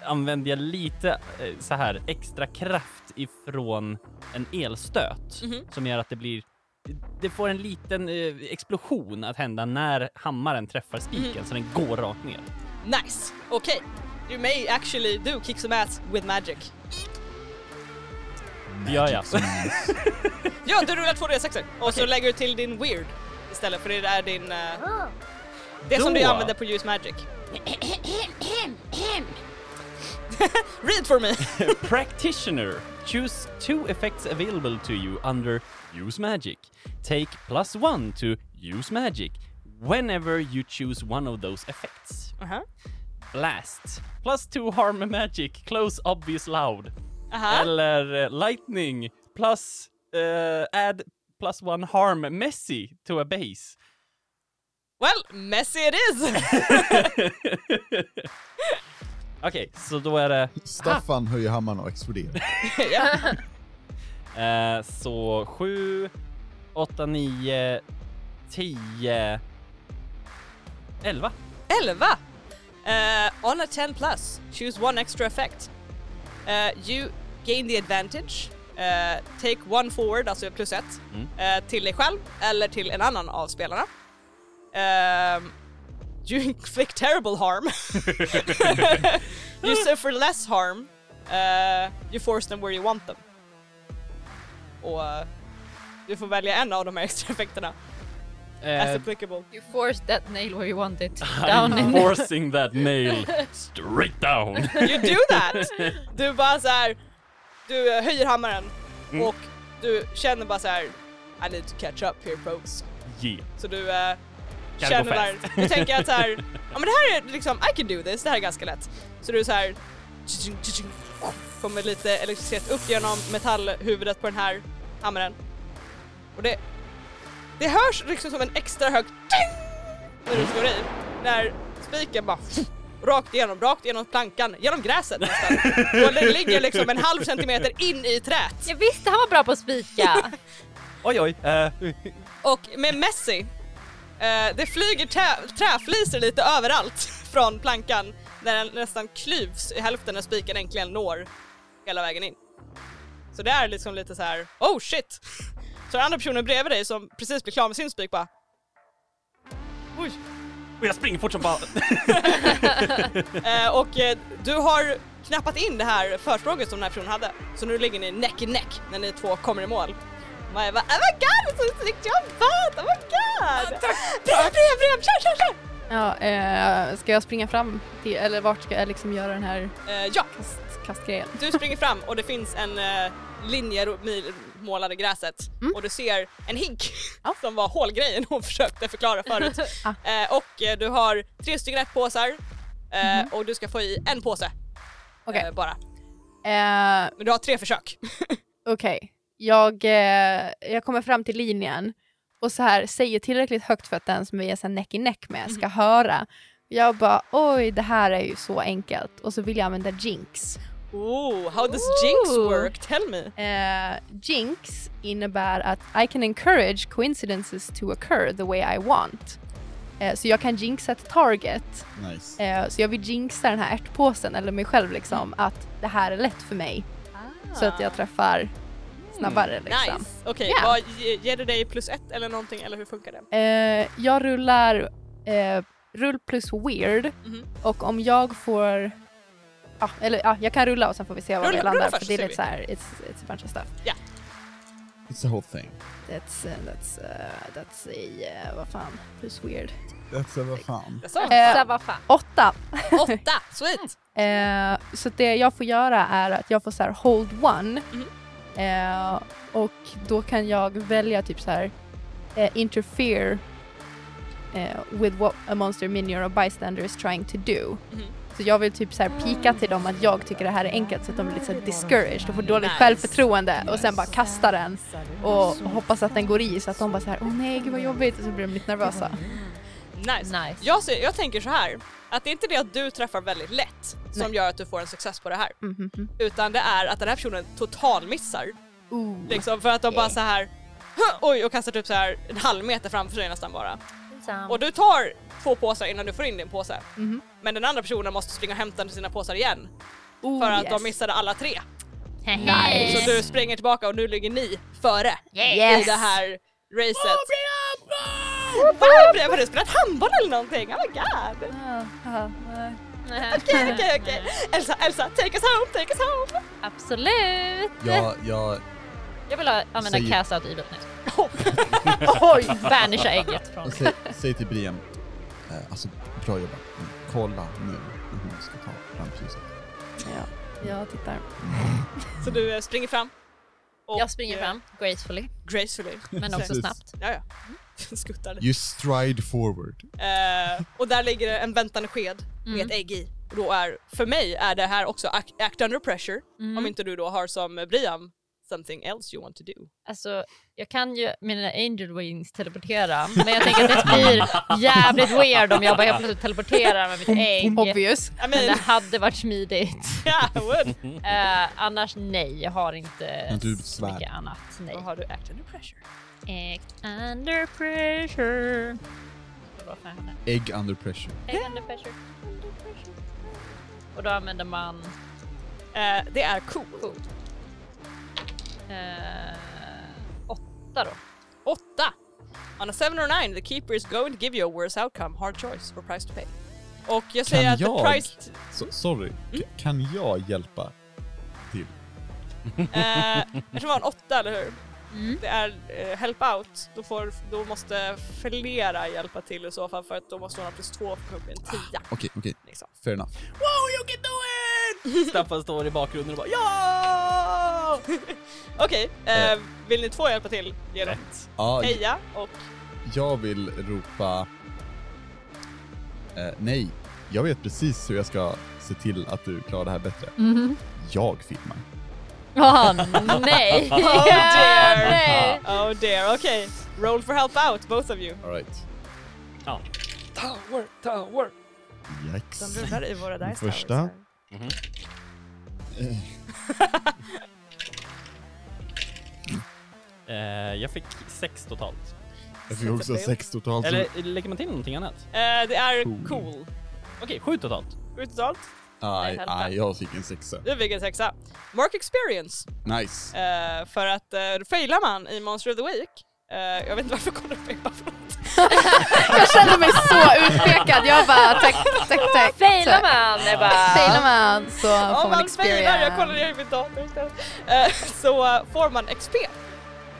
[SPEAKER 6] använder jag lite eh, så här extra kraft ifrån en elstöt
[SPEAKER 1] Mhm.
[SPEAKER 6] som gör att det blir det får en liten eh, explosion att hända när hammaren träffar spiken så den går rakt ner.
[SPEAKER 1] Nice! Okej. You may actually do kick some ass with magic.
[SPEAKER 6] Det gör jag. alltså.
[SPEAKER 1] Ja, du rullar två D6 och så lägger du till din weird istället för det är din... eh, det som du
[SPEAKER 6] Då.
[SPEAKER 1] använder på use magic. Read for me!
[SPEAKER 6] Practitioner. Choose two effects available to you under Use Magic. Take plus one to Use Magic whenever you choose one of those effects.
[SPEAKER 1] Aha.
[SPEAKER 6] Blast. Plus two harm magic. Close, obvious, loud.
[SPEAKER 1] Aha.
[SPEAKER 6] Eller eh, lightning. Plus eh, add plus one harm messy to a base.
[SPEAKER 1] Well, messy it is!
[SPEAKER 6] Okej, så då är det
[SPEAKER 2] Staffan höjer hammaren och exploderar.
[SPEAKER 1] ja.
[SPEAKER 6] Eh, så 7, 8, 9, 10, 11.
[SPEAKER 1] 11! Uh, on a 10 plus, choose one extra effect. Uh, you gain the advantage. Uh, take one forward, alltså plus ett, eh, till dig själv eller till en annan av spelarna. Ehm, you inflict terrible harm. you suffer less harm. Eh, you force them where you want them. Och eh, du får välja en av de här extra effekterna.
[SPEAKER 6] Eh,
[SPEAKER 1] As applicable.
[SPEAKER 4] You force that nail where you want it. Alltså, Down in
[SPEAKER 6] forcing that nail straight down.
[SPEAKER 1] You do that! Du bara så här, du eh, höjer hammaren och du känner bara så här. I need to catch up here folks.
[SPEAKER 6] yeah.
[SPEAKER 1] Så du eh,
[SPEAKER 6] gå
[SPEAKER 1] känner där,
[SPEAKER 6] fast?
[SPEAKER 1] du tänker att så här, ja men det här är liksom, I can do this, det här är ganska lätt. Så du så här, tjing, tjing, kommer lite elektricitet upp genom metallhuvudet på den här hammaren. Och det, det hörs liksom som en extra hög ting när du slår i, när spiken bara rakt igenom, rakt igenom plankan, genom gräset nästan. Och den ligger liksom en halv centimeter in i trät.
[SPEAKER 4] Jag visste han var bra på att spika!
[SPEAKER 6] Oj, oj. eh,
[SPEAKER 1] Och med Messi, eh, det flyger trä- träflisor lite överallt från plankan där den nästan klyvs i hälften när spiken äntligen når hela vägen in. Så det är liksom lite så här, oh shit! Så den andra personen bredvid dig som precis blir klar med sin spik bara, oj!
[SPEAKER 6] och jag springer fort som bara.
[SPEAKER 1] Eh, och eh, du har knappat in det här försprånget som den här personen hade. Så nu ligger ni näck i näck när ni två kommer i mål. Och jag bara oh my god så snyggt jobbat! Oh my god! Brev, brev, brev! Kör, kör, kör!
[SPEAKER 5] Ja, eh, ska jag springa fram till, eller vart ska jag liksom göra den här
[SPEAKER 1] Eh, ja,
[SPEAKER 5] kast, kastgrejen?
[SPEAKER 1] du springer fram och det finns en eh, linje ro- mil- målad i gräset
[SPEAKER 5] Mm.
[SPEAKER 1] och du ser en hink som var hålgrejen hon försökte förklara förut. eh, och eh, du har tre stycken ärtpåsar eh, och du ska få i en påse
[SPEAKER 5] Mhm. Okej.
[SPEAKER 1] eh, bara.
[SPEAKER 5] Eh,
[SPEAKER 1] Men du har tre försök.
[SPEAKER 5] Okej, jag, eh, jag kommer fram till linjen och så här säger tillräckligt högt för att den som vi är så här näck i näck med ska höra. Jag bara oj, det här är ju så enkelt och så vill jag använda jinx.
[SPEAKER 1] Oh, how does jinx
[SPEAKER 5] Ooh.
[SPEAKER 1] work? Tell me.
[SPEAKER 5] Eh, jinx innebär att I can encourage coincidences to occur the way I want. Eh, så jag kan jinxa ett target.
[SPEAKER 2] Nice.
[SPEAKER 5] Eh, så jag vill jinxa den här ärtpåsen eller mig själv liksom att det här är lätt för mig. Så att jag träffar snabbare liksom.
[SPEAKER 1] Ah. Mm, Nice! Okej,
[SPEAKER 5] Ja.
[SPEAKER 1] vad ge- ger det dig plus ett eller någonting eller hur funkar det?
[SPEAKER 5] Eh, jag rullar eh, rull plus weird
[SPEAKER 1] Mhm.
[SPEAKER 5] och om jag får Ja, eller ja, jag kan rulla och sen får vi se var
[SPEAKER 1] Rulla-
[SPEAKER 5] jag
[SPEAKER 1] rulla
[SPEAKER 5] landar
[SPEAKER 1] först
[SPEAKER 5] för det är
[SPEAKER 1] så
[SPEAKER 5] lite
[SPEAKER 1] ser
[SPEAKER 5] såhär, it's, it's a bunch of stuff.
[SPEAKER 2] It's the whole thing.
[SPEAKER 5] That's, uh, that's, uh, that's a, uh, vad fan, plus weird.
[SPEAKER 2] That's a vad fan.
[SPEAKER 1] Jag sa
[SPEAKER 5] Eh,
[SPEAKER 4] vad fan.
[SPEAKER 5] åtta!
[SPEAKER 1] åtta, sweet!
[SPEAKER 5] Eh, så det jag får göra är att jag får såhär hold one
[SPEAKER 1] Mhm.
[SPEAKER 5] eh, och då kan jag välja typ såhär eh, interfere eh, with what a monster, minion or bystander is trying to do.
[SPEAKER 1] Mhm.
[SPEAKER 5] Så jag vill typ så här pika till dem att jag tycker det här är enkelt så att de blir lite så här discouraged och får dåligt
[SPEAKER 1] Nice.
[SPEAKER 5] självförtroende och sen bara kasta den och, och hoppas att den går i så att de bara så här åh nej gud vad jobbigt och så blir de lite nervösa.
[SPEAKER 1] Mhm. Nice.
[SPEAKER 4] Nice.
[SPEAKER 1] Jag, ser, jag tänker så här, att det är inte det att du träffar väldigt lätt som gör att du får en success på det här.
[SPEAKER 5] Mhm.
[SPEAKER 1] Utan det är att den här personen totalmissar.
[SPEAKER 5] Ooh.
[SPEAKER 1] Liksom, för att de bara så här "Huh!" oj och kastar typ så här en halv meter framför sig nästan bara. Och du tar två påsar innan du får in din påse.
[SPEAKER 5] Mhm.
[SPEAKER 1] Men den andra personen måste springa och hämta sina påsar igen
[SPEAKER 5] Oh,
[SPEAKER 1] för att
[SPEAKER 5] yes.
[SPEAKER 1] de missade alla tre.
[SPEAKER 4] nice.
[SPEAKER 1] Så du springer tillbaka och nu ligger ni före i
[SPEAKER 4] Yes.
[SPEAKER 1] det här racet. Vad blir- Har du spelat handboll eller någonting? Oh my god!
[SPEAKER 5] Ja, ja, nej.
[SPEAKER 1] Okej, okej, okej. Elsa, Elsa, take us home, take us home!
[SPEAKER 4] Absolut.
[SPEAKER 2] Jag, jag,
[SPEAKER 4] Jag vill ha, använda
[SPEAKER 2] Säg-
[SPEAKER 4] cast out evil nu.
[SPEAKER 5] Oj!
[SPEAKER 4] Vanisha ägget från...
[SPEAKER 2] jag säger, säger till Brian, eh, alltså bra jobbat. Mm, Kolla nu när hon ska ta fram ljuset.
[SPEAKER 5] Ja, jag tittar.
[SPEAKER 1] Så du eh, springer fram. och,
[SPEAKER 4] Jag springer
[SPEAKER 1] eh,
[SPEAKER 4] fram gracefully,
[SPEAKER 1] Gracefully.
[SPEAKER 4] men också
[SPEAKER 2] Precis.
[SPEAKER 4] snabbt.
[SPEAKER 1] Ja, ja. Skuttar.
[SPEAKER 2] You stride forward.
[SPEAKER 1] Eh, och där ligger det en väntande sked med
[SPEAKER 4] Mm.
[SPEAKER 1] ett ägg i. Och då är, för mig är det här också act, act under pressure.
[SPEAKER 4] Mm.
[SPEAKER 1] Om inte du då har som eh, Brian, something else you want to do.
[SPEAKER 4] Alltså, jag kan ju mina angel wings teleportera, men jag tänker att det blir jävligt weird om jag bara helt plötsligt teleporterar med mitt ägg.
[SPEAKER 5] Obvious.
[SPEAKER 1] I
[SPEAKER 4] Men
[SPEAKER 1] mean,
[SPEAKER 4] det hade varit smidigt.
[SPEAKER 1] yeah, I would.
[SPEAKER 4] Eh, annars nej, jag har inte
[SPEAKER 2] Men du
[SPEAKER 4] så
[SPEAKER 2] svär.
[SPEAKER 4] mycket annat. Nej.
[SPEAKER 1] Då har du act under pressure.
[SPEAKER 4] Act under pressure. Det var fan det.
[SPEAKER 2] Egg under pressure.
[SPEAKER 4] Act under pressure. Under pressure. Och då använder man...
[SPEAKER 1] Eh, det är cool.
[SPEAKER 4] Cool. Eh, åtta då.
[SPEAKER 1] Åtta! On a seven or nine, the keeper is going to give you a worse outcome, hard choice or price to pay. Och jag säger
[SPEAKER 2] Kan
[SPEAKER 1] att
[SPEAKER 2] jag?
[SPEAKER 1] the price...
[SPEAKER 2] So, sorry, K- kan jag hjälpa till?
[SPEAKER 1] Eh, jag tror det var en åtta, eller hur?
[SPEAKER 4] Mm.
[SPEAKER 1] Det är eh, help out, då, får, då måste flera hjälpa till i så fall för att då måste hon ha plus två för att komma upp i en tia.
[SPEAKER 2] Ah, Okej, okej.
[SPEAKER 1] Liksom.
[SPEAKER 2] Fair enough.
[SPEAKER 3] Wow, you can do it! Staffan står i bakgrunden och bara ja!
[SPEAKER 1] Okej, eh, vill ni två hjälpa till genom att
[SPEAKER 2] Ja,
[SPEAKER 1] heja och
[SPEAKER 2] jag vill ropa... Eh, nej, jag vet precis hur jag ska se till att du klarar det här bättre. Jag filmar.
[SPEAKER 4] Åh nej!
[SPEAKER 1] Oh dear!
[SPEAKER 4] nej.
[SPEAKER 1] Oh dear, okej. Roll for help out, both of you.
[SPEAKER 2] Alright.
[SPEAKER 6] Ja.
[SPEAKER 3] Tower, tower!
[SPEAKER 2] Yikes.
[SPEAKER 1] De rullar i våra dice towers
[SPEAKER 2] första.
[SPEAKER 1] här.
[SPEAKER 6] Eh, jag fick sex totalt.
[SPEAKER 2] Jag fick också sex totalt. så-
[SPEAKER 6] Eller lägger man till någonting annat?
[SPEAKER 1] Eh, det är
[SPEAKER 2] Cool.
[SPEAKER 1] cool.
[SPEAKER 6] Okej, sju totalt.
[SPEAKER 1] Sju totalt.
[SPEAKER 2] Aj, aj, jag fick en sexa.
[SPEAKER 1] Du fick en sexa. Mark experience.
[SPEAKER 2] Nice.
[SPEAKER 1] Eh, för att uh, failar man i Monster of the Week, eh, jag vet inte varför jag kollar på er bara för något.
[SPEAKER 5] Jag känner mig så utpekad. Jag bara tack, tack, tack.
[SPEAKER 4] Failar man! Jag bara...
[SPEAKER 5] Failar man så får
[SPEAKER 1] Om
[SPEAKER 5] man
[SPEAKER 1] man failar, jag kollar
[SPEAKER 5] experience.
[SPEAKER 1] ner i min dator istället. Eh, så eh, får man XP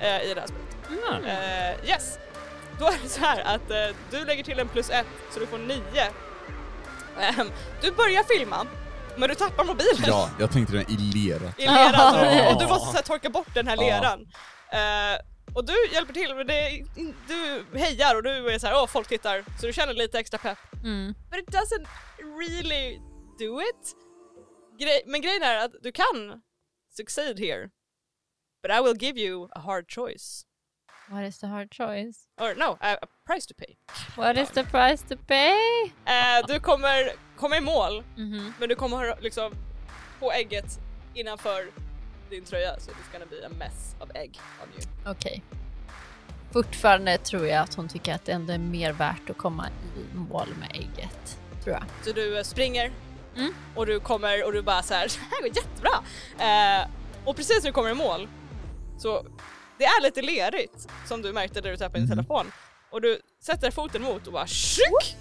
[SPEAKER 1] eh, i det här spelet.
[SPEAKER 6] Ah.
[SPEAKER 1] Eh, yes! Då är det så här att eh, du lägger till en plus ett så du får nio. Ehm, du börjar filma, men du tappar mobilen.
[SPEAKER 2] Ja, jag tänkte den i lera.
[SPEAKER 1] i leran så du- och du
[SPEAKER 6] Ja.
[SPEAKER 1] måste så här, torka bort den här
[SPEAKER 2] Ja.
[SPEAKER 1] leran. Eh, och du hjälper till, men det, är in- du hejar och du är så här, åh folk tittar, så du känner lite extra pepp.
[SPEAKER 4] Mm.
[SPEAKER 1] But it doesn't really do it. Gre- men grejen är att du kan succeed here. But I will give you a hard choice.
[SPEAKER 4] What is the hard choice?
[SPEAKER 1] Or no, a, a price to pay.
[SPEAKER 4] What is the price to pay?
[SPEAKER 1] Eh, du kommer komma i mål,
[SPEAKER 4] Mhm.
[SPEAKER 1] men du kommer liksom få ägget innanför din tröja, så it's gonna be a mess of egg on you.
[SPEAKER 4] Okej. Fortfarande tror jag att hon tycker att det ändå är mer värt att komma i mål med ägget. Tror jag.
[SPEAKER 1] Så du eh, springer
[SPEAKER 4] Mm.
[SPEAKER 1] och du kommer och du bara så här, det här går jättebra. Eh, och precis när du kommer i mål så det är lite lerigt som du märkte där du tappade din telefon. Och du sätter foten mot och bara tjuk!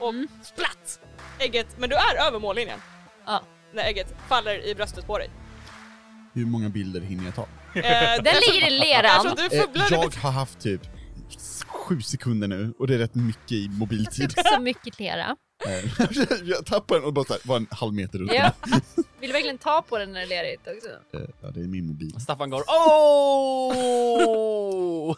[SPEAKER 1] Och
[SPEAKER 4] Mm.
[SPEAKER 1] splatt! Ägget, men du är över mållinjen
[SPEAKER 4] Ja.
[SPEAKER 1] när ägget faller i bröstet på dig.
[SPEAKER 2] Hur många bilder hinner jag ta?
[SPEAKER 1] Eh, det
[SPEAKER 4] Den ligger i
[SPEAKER 1] är som
[SPEAKER 4] leran.
[SPEAKER 1] Alltså, du
[SPEAKER 2] Eh,
[SPEAKER 1] fumlar
[SPEAKER 2] jag har haft typ sju sekunder nu och det är rätt mycket i mobiltid.
[SPEAKER 4] Så mycket lera.
[SPEAKER 2] Eh, jag tappade den och bara så här, var en halv meter runt.
[SPEAKER 4] Ja. Vill du verkligen ta på den när det är lerigt också?
[SPEAKER 1] Mm.
[SPEAKER 2] Eh, Ja, det är min mobil.
[SPEAKER 6] Staffan går oh!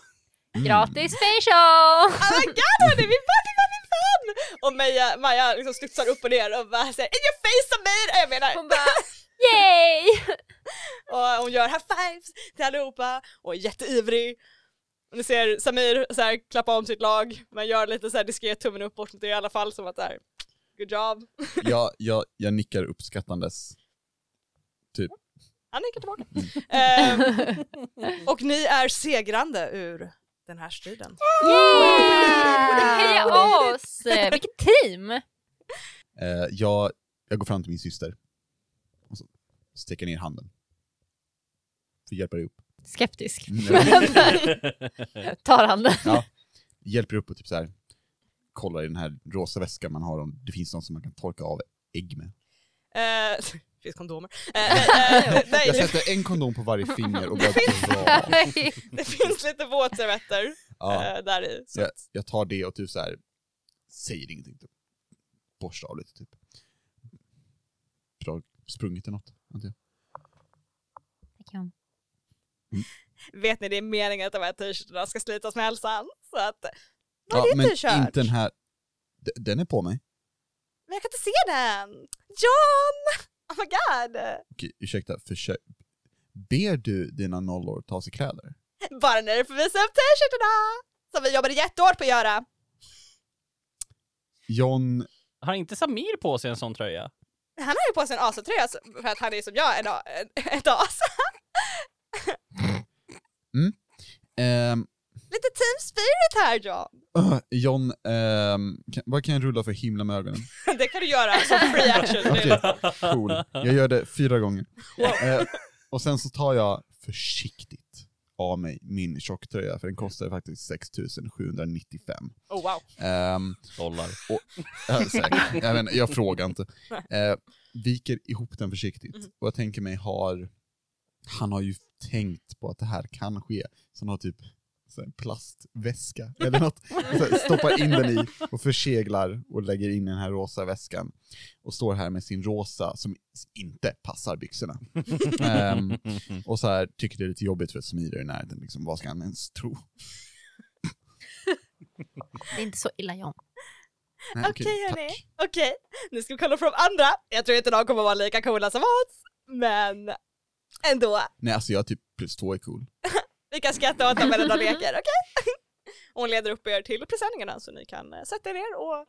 [SPEAKER 4] Gratis facial!
[SPEAKER 1] Alla gud hörni, vi var det var min fan! Och Maja, Maja liksom studsar upp och ner och bara säger In your face Amir! Äh, Jag menar,
[SPEAKER 8] Hon bara yay!
[SPEAKER 1] och hon gör high fives till allihopa och är jätteivrig. Och Ni ser Samir så här, klappa om sitt lag, men gör lite så här diskret tummen upp bortåt er i alla fall som att där, good job.
[SPEAKER 2] Jag, jag, jag nickar uppskattandes. Typ.
[SPEAKER 1] Han nickar tillbaka. Ehm, och ni är segrande ur den här striden.
[SPEAKER 8] Heja oss!
[SPEAKER 4] Eh, Vilket team!
[SPEAKER 2] Eh, jag, jag går fram till min syster. Och så sträcker ner handen. För hjälper dig upp.
[SPEAKER 4] Skeptisk.
[SPEAKER 2] Mm.
[SPEAKER 4] Tar han den?
[SPEAKER 2] ja. Hjälper upp och typ så här. Kollar i den här rosa väskan man har om det finns någon som man kan torka av ägg med.
[SPEAKER 1] Ehm, det finns kondomer. Ehm, eh, eh,
[SPEAKER 2] Jag
[SPEAKER 1] nej,
[SPEAKER 2] sätter en kondom på varje finger och bara drar.
[SPEAKER 1] det finns lite våtservetter
[SPEAKER 2] Ja,
[SPEAKER 1] eh, där i.
[SPEAKER 2] så jag, jag tar det och typ så här. säger ingenting. Typ. Borstar av lite typ. Bra sprungit eller något, antar jag.
[SPEAKER 1] Vet ni, det är meningen att de här t-shirtarna ska slitas med hälsan. Så att, vad
[SPEAKER 2] Ja,
[SPEAKER 1] är din
[SPEAKER 2] men
[SPEAKER 1] t-shirt?
[SPEAKER 2] inte den här. D- Den är på mig.
[SPEAKER 1] Men jag kan inte se den! John! Oh my god!
[SPEAKER 2] Okej, ursäkta, försök. Ber du dina nollor ta sig kläder?
[SPEAKER 1] Bara när du får visa upp t-shirtarna! Som vi jobbade jättehårt på att göra.
[SPEAKER 2] John,
[SPEAKER 6] Har inte Samir på sig en sån tröja?
[SPEAKER 1] Han har ju på sig en asatröja så- för att han är som jag, en, a- en, ett as.
[SPEAKER 2] ehm,
[SPEAKER 1] Lite team spirit här John!
[SPEAKER 2] öh, John, ehm, kan, vad kan jag rulla för himla med ögonen?
[SPEAKER 1] Det kan du göra som free action. Det är-
[SPEAKER 2] Okej, cool. Jag gör det fyra gånger. Eh, och sen så tar jag försiktigt av mig min tjocktröja, för den kostar faktiskt 6795.
[SPEAKER 1] Oh wow.
[SPEAKER 2] Ehm,
[SPEAKER 6] Dollar.
[SPEAKER 2] Ja, säkert. Jag, vet, inte, jag frågar inte. Eh, viker ihop den försiktigt.
[SPEAKER 1] Mm.
[SPEAKER 2] Och jag tänker mig har... Han har ju tänkt på att det här kan ske. Så han har typ så här en plastväska eller något. Så här, stoppar in den i och förseglar och lägger in i den här rosa väskan. Och står här med sin rosa som inte passar byxorna. Ehm, och så här tycker det är lite jobbigt för att Samir är i närheten. Liksom, vad ska han ens tro?
[SPEAKER 4] Det är inte så illa John.
[SPEAKER 2] Nej,
[SPEAKER 1] Okej hörni, okej. Nu ska vi kolla från andra. Jag tror inte någon kommer vara lika coola som oss. Men ändå.
[SPEAKER 2] Nej, alltså jag har typ plus två är cool.
[SPEAKER 1] Vi kan skratta åt dem medan de leker, okej? Hon leder upp er till presenningarna så ni kan eh, sätta er ner och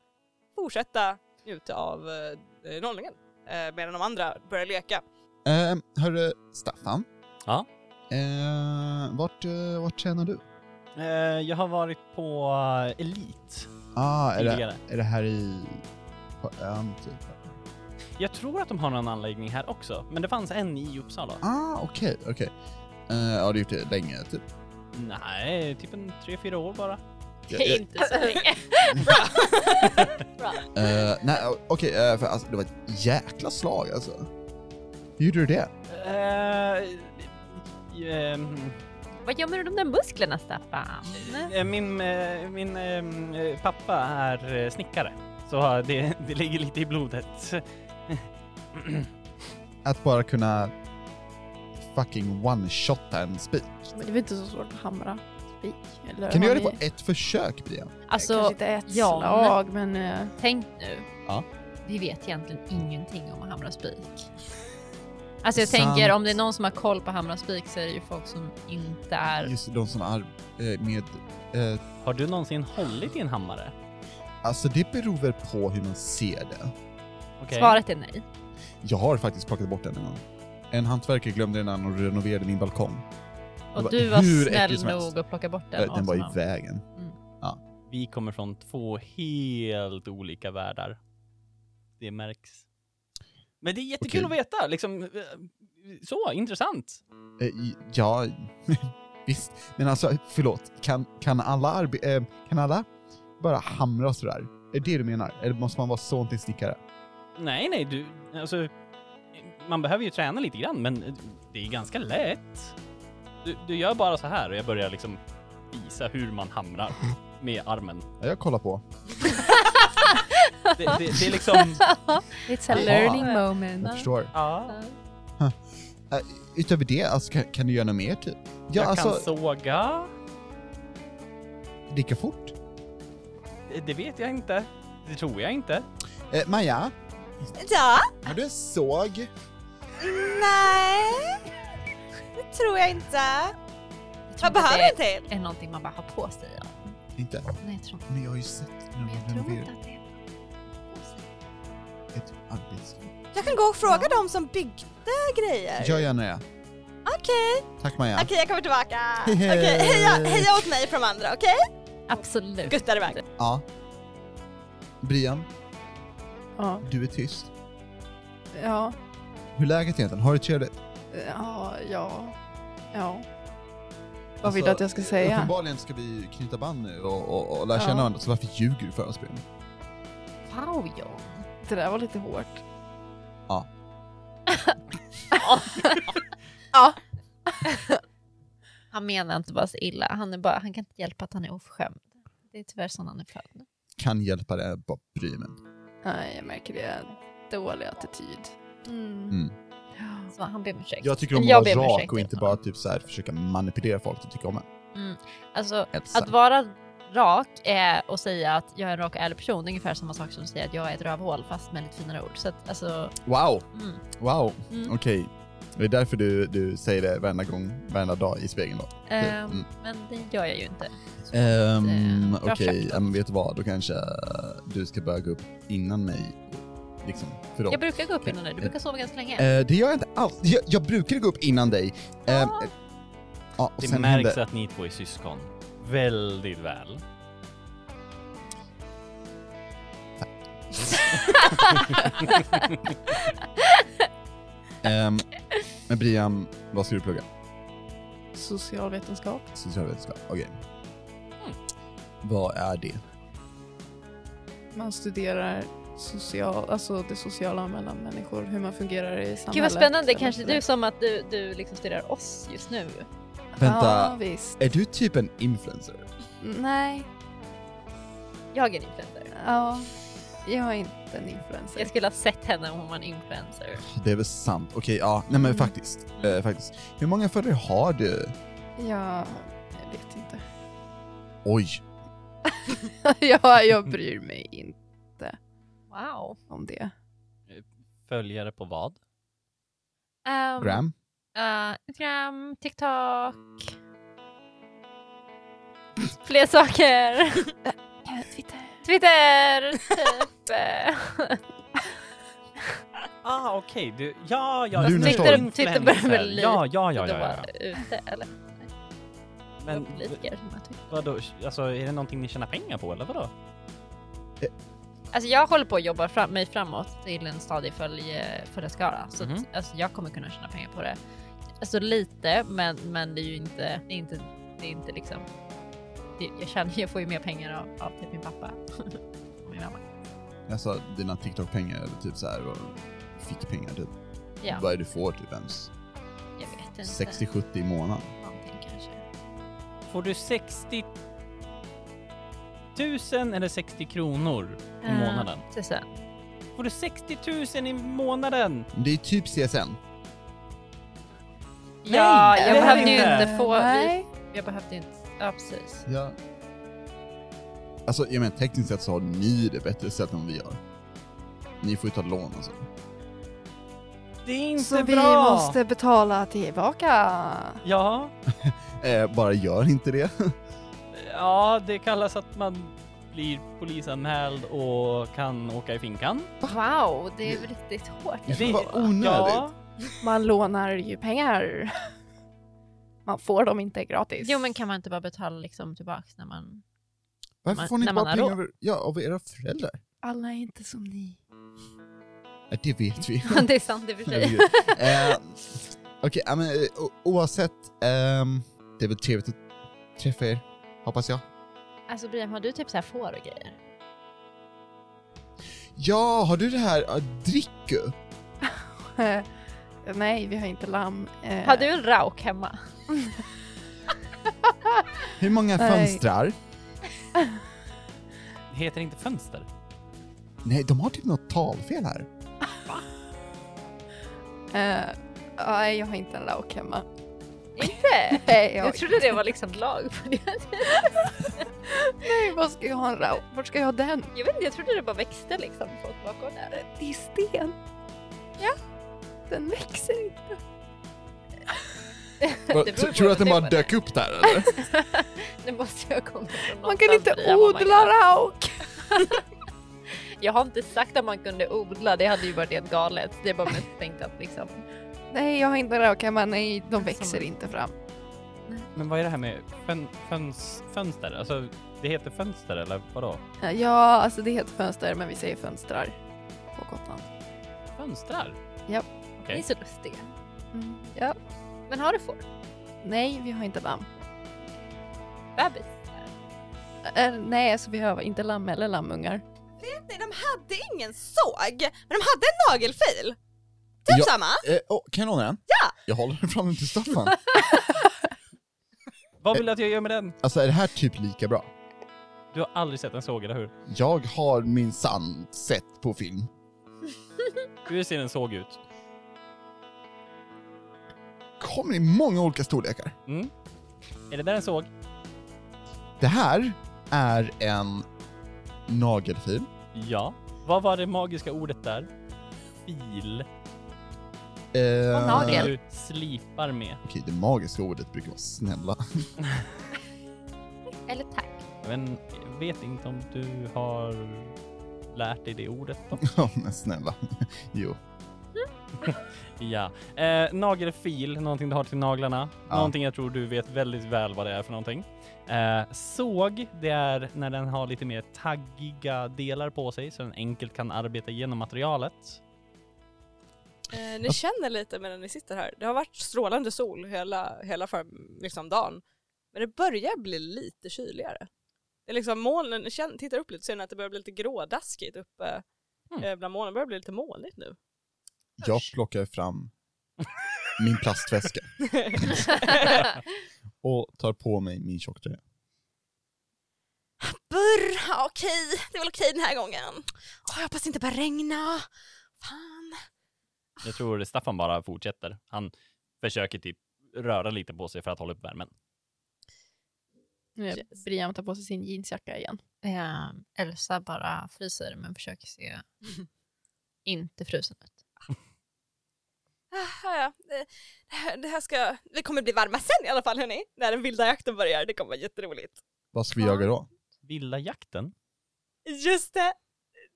[SPEAKER 1] fortsätta njuta av eh, nollningen. Eh, medan de andra börjar leka.
[SPEAKER 2] Eh, hörru, Staffan.
[SPEAKER 6] Ja?
[SPEAKER 2] Eh, vart, eh, vart tränar du?
[SPEAKER 6] Eh, jag har varit på eh, Elit
[SPEAKER 2] Ah, är det,
[SPEAKER 6] tidigare.
[SPEAKER 2] är det här i... På ön, typ?
[SPEAKER 6] Jag tror att de har någon anläggning här också, men det fanns en i Uppsala.
[SPEAKER 2] Ah, okej, okej. Eh, har du gjort det länge, typ?
[SPEAKER 6] Nej, typ en tre, fyra år bara.
[SPEAKER 2] Jag- jag-
[SPEAKER 4] inte så länge.
[SPEAKER 2] eh, nej, okej, eh, för alltså, det var ett jäkla slag alltså. Hur gjorde du det?
[SPEAKER 6] Eh, ehm,
[SPEAKER 4] Vad gör man med de där musklerna Staffan?
[SPEAKER 6] eh, min eh, min ehm, eh, pappa är eh, snickare, så eh, det, det ligger lite i blodet.
[SPEAKER 2] Att bara kunna fucking one-shotta en spik?
[SPEAKER 5] Men det är väl inte så svårt att hamra spik? Eller
[SPEAKER 2] Kan du
[SPEAKER 5] har
[SPEAKER 2] göra det på
[SPEAKER 5] ni-
[SPEAKER 2] ett försök, Brian?
[SPEAKER 5] Kanske
[SPEAKER 4] Alltså,
[SPEAKER 5] inte ett
[SPEAKER 4] ja,
[SPEAKER 5] slag, men... eh,
[SPEAKER 4] tänk nu.
[SPEAKER 2] Ja.
[SPEAKER 4] Vi vet egentligen ingenting om att hamra spik. Alltså jag
[SPEAKER 2] Sant.
[SPEAKER 4] tänker om det är någon som har koll på hamra spik så är det ju folk som inte är...
[SPEAKER 2] Just de som är eh, med... Eh,
[SPEAKER 6] Har du någonsin hållit i en hammare?
[SPEAKER 2] alltså, det beror väl på hur man ser det.
[SPEAKER 6] Okej.
[SPEAKER 4] Svaret är nej.
[SPEAKER 2] Jag har faktiskt plockat bort den en gång. En hantverkare glömde den här och renoverade min balkong. Det
[SPEAKER 4] Och
[SPEAKER 2] var
[SPEAKER 4] du var
[SPEAKER 2] hur
[SPEAKER 4] snäll
[SPEAKER 2] äcklig som helst.
[SPEAKER 4] nog att plocka bort den.
[SPEAKER 2] Den, den
[SPEAKER 4] av
[SPEAKER 2] var i
[SPEAKER 4] honom.
[SPEAKER 2] vägen.
[SPEAKER 6] Vi kommer från två helt olika världar. Det märks. Men det är jättekul
[SPEAKER 2] Okej.
[SPEAKER 6] att veta, liksom. eh, Så, intressant.
[SPEAKER 2] Eh, i- ja, visst. Men alltså, förlåt. Kan, kan, alla arbe- eh, kan alla bara hamra sådär? Är det du menar? Eller måste man vara son till snickare?
[SPEAKER 6] Nej, nej, du, alltså. Man behöver ju träna lite grann, men eh, det är ganska lätt. Du, du gör bara så här och jag börjar liksom visa hur man hamrar med armen.
[SPEAKER 2] Ja, jag kollar på.
[SPEAKER 6] Det, det, det är liksom...
[SPEAKER 4] It's a
[SPEAKER 2] Ja.
[SPEAKER 4] learning
[SPEAKER 2] Jag
[SPEAKER 4] moment.
[SPEAKER 2] förstår.
[SPEAKER 6] Ja,
[SPEAKER 2] Eh, utöver det, alltså, kan, kan du göra något mer typ? Ja,
[SPEAKER 6] jag
[SPEAKER 2] alltså,
[SPEAKER 6] kan såga.
[SPEAKER 2] lika fort.
[SPEAKER 6] Det vet jag inte. Det tror jag inte.
[SPEAKER 2] Eh, Maja,
[SPEAKER 9] Ja,
[SPEAKER 2] har du en såg?
[SPEAKER 9] nej. Det tror jag inte.
[SPEAKER 4] Jag tror
[SPEAKER 9] Vad
[SPEAKER 4] inte att
[SPEAKER 9] behöver
[SPEAKER 4] det
[SPEAKER 9] jag till?
[SPEAKER 4] är någonting man bara har på sig. Ja.
[SPEAKER 2] Inte?
[SPEAKER 4] Nej, jag tror inte.
[SPEAKER 2] Men jag har ju sett när
[SPEAKER 4] Men jag
[SPEAKER 2] de
[SPEAKER 4] tror inte
[SPEAKER 2] renoverar
[SPEAKER 4] att det är på sig.
[SPEAKER 2] ett arbetsrum.
[SPEAKER 9] Jag kan gå och fråga dem som byggde
[SPEAKER 1] Äh,
[SPEAKER 9] grejer.
[SPEAKER 2] Gör gärna det.
[SPEAKER 9] Okej,
[SPEAKER 2] Tack Maja.
[SPEAKER 9] okej jag kommer tillbaka.
[SPEAKER 2] Hej,
[SPEAKER 9] Okej,
[SPEAKER 2] hej.
[SPEAKER 9] heja, heja åt mig från andra, okej?
[SPEAKER 4] Absolut.
[SPEAKER 9] Guttar iväg.
[SPEAKER 2] Ja. Brian,
[SPEAKER 5] Ja,
[SPEAKER 2] du är tyst.
[SPEAKER 5] ja, eh,
[SPEAKER 2] Hur är läget egentligen? Har du trevligt?
[SPEAKER 5] ja, ja. ja. Vad
[SPEAKER 2] Alltså,
[SPEAKER 5] vill du att jag ska säga?
[SPEAKER 2] Uppenbarligen ska vi knyta band nu och, och, och lära
[SPEAKER 5] Ja.
[SPEAKER 2] känna varandra, så varför ljuger du för oss Brian?
[SPEAKER 4] Wow, John.
[SPEAKER 5] Det där var lite hårt.
[SPEAKER 2] Ja.
[SPEAKER 4] Han menar inte bara så illa. Han, är bara, han kan inte hjälpa att han är oförskämd. Det är tyvärr sån han är född.
[SPEAKER 2] Kan hjälpa dig, bara bry mig.
[SPEAKER 5] Nej, jag märker det. är en Dålig attityd.
[SPEAKER 2] Mm.
[SPEAKER 5] Ja.
[SPEAKER 4] Så han ber om ursäkt.
[SPEAKER 2] Jag tycker om
[SPEAKER 4] Jag
[SPEAKER 2] att
[SPEAKER 4] ber om
[SPEAKER 2] vara rak
[SPEAKER 4] ursäkt.
[SPEAKER 2] och inte bara typ så här, försöka manipulera folk att tycka om en.
[SPEAKER 4] Alltså,
[SPEAKER 2] Elsa.
[SPEAKER 4] att vara rak är och säga att jag är en rak och ärlig person. Det är ungefär samma sak som att säga att jag är ett rövhål fast med lite finare ord. Så att alltså,
[SPEAKER 2] Wow,
[SPEAKER 4] mm.
[SPEAKER 2] wow,
[SPEAKER 4] Mm.
[SPEAKER 2] okej. Det är därför du, du säger det varenda gång, varenda dag i spegeln då.
[SPEAKER 4] Ehm,
[SPEAKER 2] Mm.
[SPEAKER 4] Men det gör jag ju inte.
[SPEAKER 2] Um,
[SPEAKER 4] Ehm, bra
[SPEAKER 2] Okej,
[SPEAKER 4] sagt.
[SPEAKER 2] ja, men vet du vad? Då kanske du ska börja gå upp innan mig. Liksom, för dem.
[SPEAKER 4] Jag brukar gå upp innan dig. Du brukar sova ganska länge.
[SPEAKER 2] Eh, det gör jag inte alls. Jag, jag brukar gå upp innan dig. Eh, eh, ja, och
[SPEAKER 6] Det
[SPEAKER 2] sen
[SPEAKER 6] märks
[SPEAKER 2] hände-
[SPEAKER 6] att ni två är syskon. Väldigt väl.
[SPEAKER 2] Ehm, men Brian, vad ska du plugga?
[SPEAKER 5] Socialvetenskap.
[SPEAKER 2] Socialvetenskap? Okej.
[SPEAKER 6] Hmm.
[SPEAKER 2] Vad är det?
[SPEAKER 5] Man studerar social, alltså det sociala mellan människor, hur man fungerar i samhället.
[SPEAKER 4] Gud vad spännande.
[SPEAKER 5] eller
[SPEAKER 4] Kanske
[SPEAKER 5] sådär.
[SPEAKER 4] du som att du, du liksom studerar oss just nu.
[SPEAKER 5] Ja,
[SPEAKER 2] Vänta,
[SPEAKER 5] visst.
[SPEAKER 2] är du typ en influencer?
[SPEAKER 5] Nej,
[SPEAKER 4] Jag är en influencer.
[SPEAKER 5] ja. Jag är inte en influencer.
[SPEAKER 4] Jag skulle ha sett henne om hon var en influencer.
[SPEAKER 2] Det är väl sant. Okej, ja. Nej men
[SPEAKER 5] Mm.
[SPEAKER 2] faktiskt. Eh, faktiskt. Hur många följare har du?
[SPEAKER 5] Jag, jag vet inte.
[SPEAKER 2] Oj.
[SPEAKER 5] jag, jag bryr mig inte
[SPEAKER 4] Wow.
[SPEAKER 5] om det.
[SPEAKER 6] Följare på vad?
[SPEAKER 4] Um,
[SPEAKER 2] Gram?
[SPEAKER 8] Ehm,
[SPEAKER 4] eh, Instagram, TikTok. Fler saker.
[SPEAKER 5] Twitter.
[SPEAKER 4] Twitter. Typ. eh.
[SPEAKER 6] Ah, okej. Du- Ja, ja.
[SPEAKER 2] Alltså,
[SPEAKER 6] du
[SPEAKER 2] Twitter-
[SPEAKER 6] förstår.
[SPEAKER 4] Twitter börjar väl
[SPEAKER 6] Influencer. Ja, ja, ja,
[SPEAKER 4] Då
[SPEAKER 6] ja. ja,
[SPEAKER 4] var
[SPEAKER 6] ja.
[SPEAKER 4] Ute eller?
[SPEAKER 6] Men
[SPEAKER 4] politiker. som har Twitter.
[SPEAKER 6] vadå, alltså är det någonting ni tjänar pengar på eller vadå?
[SPEAKER 4] Alltså jag håller på att jobba fram, mig framåt till en stadig följ, följarskara. Så
[SPEAKER 6] Mhm.
[SPEAKER 4] att, alltså, jag kommer kunna tjäna pengar på det. Alltså lite, men, men det är ju inte, det är inte, det är inte liksom. Det, jag känner, jag får ju mer pengar av, av typ min pappa. Och min mamma.
[SPEAKER 2] Alltså dina TikTok-pengar eller typ så här vad- fickpengar typ.
[SPEAKER 4] Ja,
[SPEAKER 2] Vad är det du får typ ens?
[SPEAKER 4] jag vet inte.
[SPEAKER 2] 60-70 i månaden?
[SPEAKER 4] Någonting kanske.
[SPEAKER 6] Får du 60 000 eller 60 kronor i månaden?
[SPEAKER 4] Eh, tusen.
[SPEAKER 6] Får du 60 000 i månaden?
[SPEAKER 2] Det är typ CSN.
[SPEAKER 4] Ja,
[SPEAKER 6] det
[SPEAKER 4] jag
[SPEAKER 6] är
[SPEAKER 4] behövde ju
[SPEAKER 6] inte.
[SPEAKER 4] inte få,
[SPEAKER 5] Nej.
[SPEAKER 4] jag behövde ju inte, ja precis.
[SPEAKER 2] Ja. Alltså, jag menar tekniskt sett så har ni det bättre ställt än vad vi gör. Ni får ju ta lån och så.
[SPEAKER 6] Det är inte
[SPEAKER 5] Så vi
[SPEAKER 6] bra!
[SPEAKER 5] måste betala tillbaka.
[SPEAKER 6] Ja,
[SPEAKER 2] Eh, bara gör inte det.
[SPEAKER 6] ja, det kallas att man blir polisanmäld och kan åka i finkan.
[SPEAKER 4] Wow, det är väl riktigt hårt.
[SPEAKER 6] Det-
[SPEAKER 2] Vad onödigt.
[SPEAKER 6] Ja,
[SPEAKER 5] Man lånar ju pengar. Man får dem inte gratis.
[SPEAKER 4] Jo men kan man inte bara betala liksom tillbaks när man...
[SPEAKER 2] Varför
[SPEAKER 4] Man-
[SPEAKER 2] får ni
[SPEAKER 4] när
[SPEAKER 2] inte
[SPEAKER 4] man
[SPEAKER 2] bara
[SPEAKER 4] har
[SPEAKER 2] pengar
[SPEAKER 4] råd.
[SPEAKER 2] över, ja, av era föräldrar?
[SPEAKER 5] Alla är inte som ni.
[SPEAKER 2] Eh, Det vet vi.
[SPEAKER 4] det är sant i och för sig.
[SPEAKER 2] Herregud. eh, Okej, ja, men eh, o- oavsett. ehm, det är väl trevligt att träffa er, hoppas jag.
[SPEAKER 4] Alltså Brian, har du typ så här får och grejer?
[SPEAKER 2] Ja, har du det här uh, dricku?
[SPEAKER 5] Eh, Nej, vi har inte lamm. Eh,
[SPEAKER 4] Har du en rauk hemma?
[SPEAKER 2] Hur många
[SPEAKER 5] Nej.
[SPEAKER 2] fönstrar?
[SPEAKER 6] det heter inte fönster.
[SPEAKER 2] Nej, de har typ något talfel här.
[SPEAKER 5] eh, Nej, jag har inte en lauk hemma.
[SPEAKER 4] Inte?
[SPEAKER 5] Nej, jag,
[SPEAKER 4] Jag trodde det var liksom lag på det.
[SPEAKER 5] Nej, vad ska jag ha en rau? Vart ska jag ha den?
[SPEAKER 8] Jag vet inte, jag trodde det bara växte liksom på bakom där.
[SPEAKER 5] Det är sten. Ja. Den växer inte.
[SPEAKER 8] beror
[SPEAKER 2] T-
[SPEAKER 8] ju på
[SPEAKER 2] Tror du att
[SPEAKER 8] vad
[SPEAKER 2] den bara
[SPEAKER 8] det var.
[SPEAKER 2] dök upp där eller?
[SPEAKER 8] Nu måste jag komma från
[SPEAKER 5] Man kan
[SPEAKER 8] någonstans
[SPEAKER 5] inte
[SPEAKER 8] där vad man
[SPEAKER 5] odla
[SPEAKER 8] gör.
[SPEAKER 5] rauk.
[SPEAKER 8] Jag har inte sagt att man kunde odla, det hade ju varit helt galet. Det är bara mest tänkt att liksom...
[SPEAKER 5] Nej, jag har inte rauk hemma. Nej, de växer inte fram.
[SPEAKER 6] Men vad är det här med fön, föns, fönster? Alltså, det heter fönster eller vadå?
[SPEAKER 5] Ja, alltså det heter fönster, men vi säger fönstrar på Gotland.
[SPEAKER 6] Fönstrar?
[SPEAKER 8] Ni är så lustiga.
[SPEAKER 5] Ja.
[SPEAKER 8] Mm. Men har du får?
[SPEAKER 5] Nej, vi har inte lamm.
[SPEAKER 8] Bebis?
[SPEAKER 5] Eh, nej, alltså vi har inte lamm eller lammungar.
[SPEAKER 9] Nej, de hade ingen såg, men de hade en nagelfil. Typ
[SPEAKER 2] Ja.
[SPEAKER 9] samma.
[SPEAKER 2] Eh, oh, kan jag låna den?
[SPEAKER 9] Ja!
[SPEAKER 2] Jag håller den fram till Staffan.
[SPEAKER 6] Vad vill du att jag gör med den?
[SPEAKER 2] Alltså är det här typ lika bra?
[SPEAKER 6] Du har aldrig sett en såg, eller hur?
[SPEAKER 2] Jag har min sann sett på film.
[SPEAKER 6] Hur ser en såg ut?
[SPEAKER 2] Kommer i många olika storlekar.
[SPEAKER 6] Mm. Är det där en såg?
[SPEAKER 2] Det här är en nagelfil.
[SPEAKER 6] Ja. Vad var det magiska ordet där? Fil.
[SPEAKER 2] Eh,
[SPEAKER 4] Och nagel.
[SPEAKER 6] Du slipar med.
[SPEAKER 2] Okej, det magiska ordet brukar vara snälla.
[SPEAKER 4] Eller tack.
[SPEAKER 6] Men jag vet inte om du har lärt dig det ordet då?
[SPEAKER 2] Ja, men snälla. Jo.
[SPEAKER 6] ja. Eh, nagelfil, någonting du har till naglarna.
[SPEAKER 2] Ja.
[SPEAKER 6] Någonting jag tror du vet väldigt väl vad det är för någonting. Eh, såg, det är när den har lite mer taggiga delar på sig så den enkelt kan arbeta igenom materialet.
[SPEAKER 1] Eh, ni känner lite medan ni sitter här. Det har varit strålande sol hela, hela för, liksom dagen. Men det börjar bli lite kyligare. Det är liksom molnen, känn, tittar upp lite ser ni att det börjar bli lite grådaskigt uppe
[SPEAKER 6] Mm.
[SPEAKER 1] eh, bland molnen. Det börjar bli lite molnigt nu.
[SPEAKER 2] Jag plockar fram min plastväska och tar på mig min tjocktröja.
[SPEAKER 9] Burr, ja, okej. Det är väl okej den här gången. Åh, jag hoppas det inte börjar regna. Fan.
[SPEAKER 6] Jag tror Staffan bara fortsätter. Han försöker typ röra lite på sig för att hålla upp värmen.
[SPEAKER 5] Yes. Brian tar på sig sin jeansjacka igen.
[SPEAKER 4] Eh, Elsa bara fryser men försöker se inte frusen ut.
[SPEAKER 1] Ah, ja, ja. Det- det här- Det här ska, vi kommer bli varma sen i alla fall hörni. När den vilda jakten börjar. Det kommer vara jätteroligt.
[SPEAKER 2] Vad ska vi jaga då?
[SPEAKER 6] Vilda jakten?
[SPEAKER 1] Just det!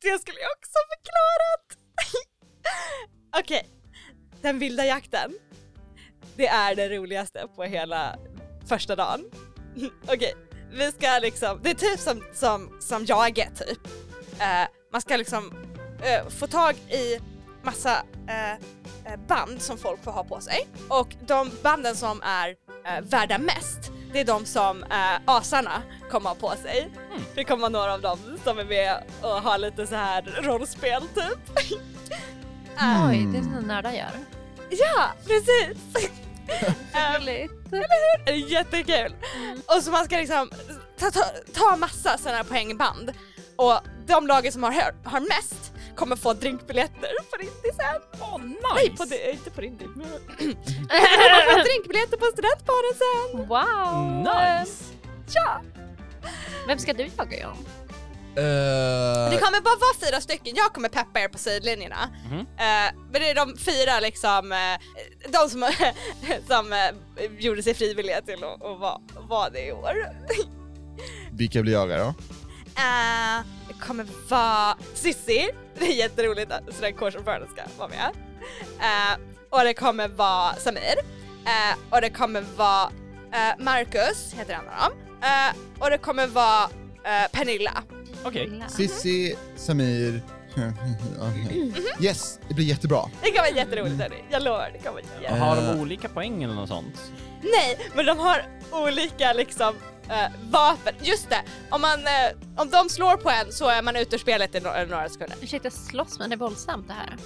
[SPEAKER 1] Det skulle jag också ha förklarat! Okej, den vilda jakten. Det är det roligaste på hela första dagen. Okej, vi ska liksom, det är typ som, som, som jaget typ. Eh, man ska liksom eh, få tag i massa eh, eh, band som folk får ha på sig och de banden som är eh, värda mest det är de som eh, asarna kommer ha på sig. Det kommer vara några av dem som är med och har lite så här rollspel typ.
[SPEAKER 2] Mm.
[SPEAKER 4] Oj, det är sådana nördar gör.
[SPEAKER 1] Ja, precis! Ehm, Eller hur? Det är jättekul! Och så man ska liksom ta, ta, ta massa sådana här poängband och de lagen som har, hö- har mest kommer få drinkbiljetter på Rintisen. Åh oh, nice! Nej, på, det- inte på Rintis. men- De får drinkbiljetter på studentbaren sen!
[SPEAKER 4] Wow!
[SPEAKER 6] Nice!
[SPEAKER 1] Ja!
[SPEAKER 4] Vem ska du jaga John?
[SPEAKER 2] Eh,
[SPEAKER 9] Det kommer bara vara fyra stycken, jag kommer peppa er på sidlinjerna.
[SPEAKER 6] Mhm.
[SPEAKER 9] Eh, men det är de fyra liksom, eh, de som, som eh, gjorde sig frivilliga till att att vara vara det i år.
[SPEAKER 2] Vilka vill jag jaga då?
[SPEAKER 9] Eh,
[SPEAKER 1] Det kommer vara Sissi, det är jätteroligt att studentkårsordföranden ska vara med. Eh, och det kommer vara Samir. Eh, och det kommer vara eh, Marcus, heter en av dem. Eh, och det kommer vara eh, Pernilla.
[SPEAKER 6] Okej.
[SPEAKER 2] Sissi, Samir... Yes, det blir jättebra.
[SPEAKER 1] Det kommer vara jätteroligt hörni, jag lovar. Det kommer vara jätte-
[SPEAKER 6] Har de
[SPEAKER 2] Eh.
[SPEAKER 6] olika poäng eller något sånt?
[SPEAKER 1] Nej, men de har olika liksom eh, vapen. Just det, om, man, eh, om de slår på en så är man ute ur spelet i no- eh, några sekunder.
[SPEAKER 4] Ursäkta, slåss men det är våldsamt det här.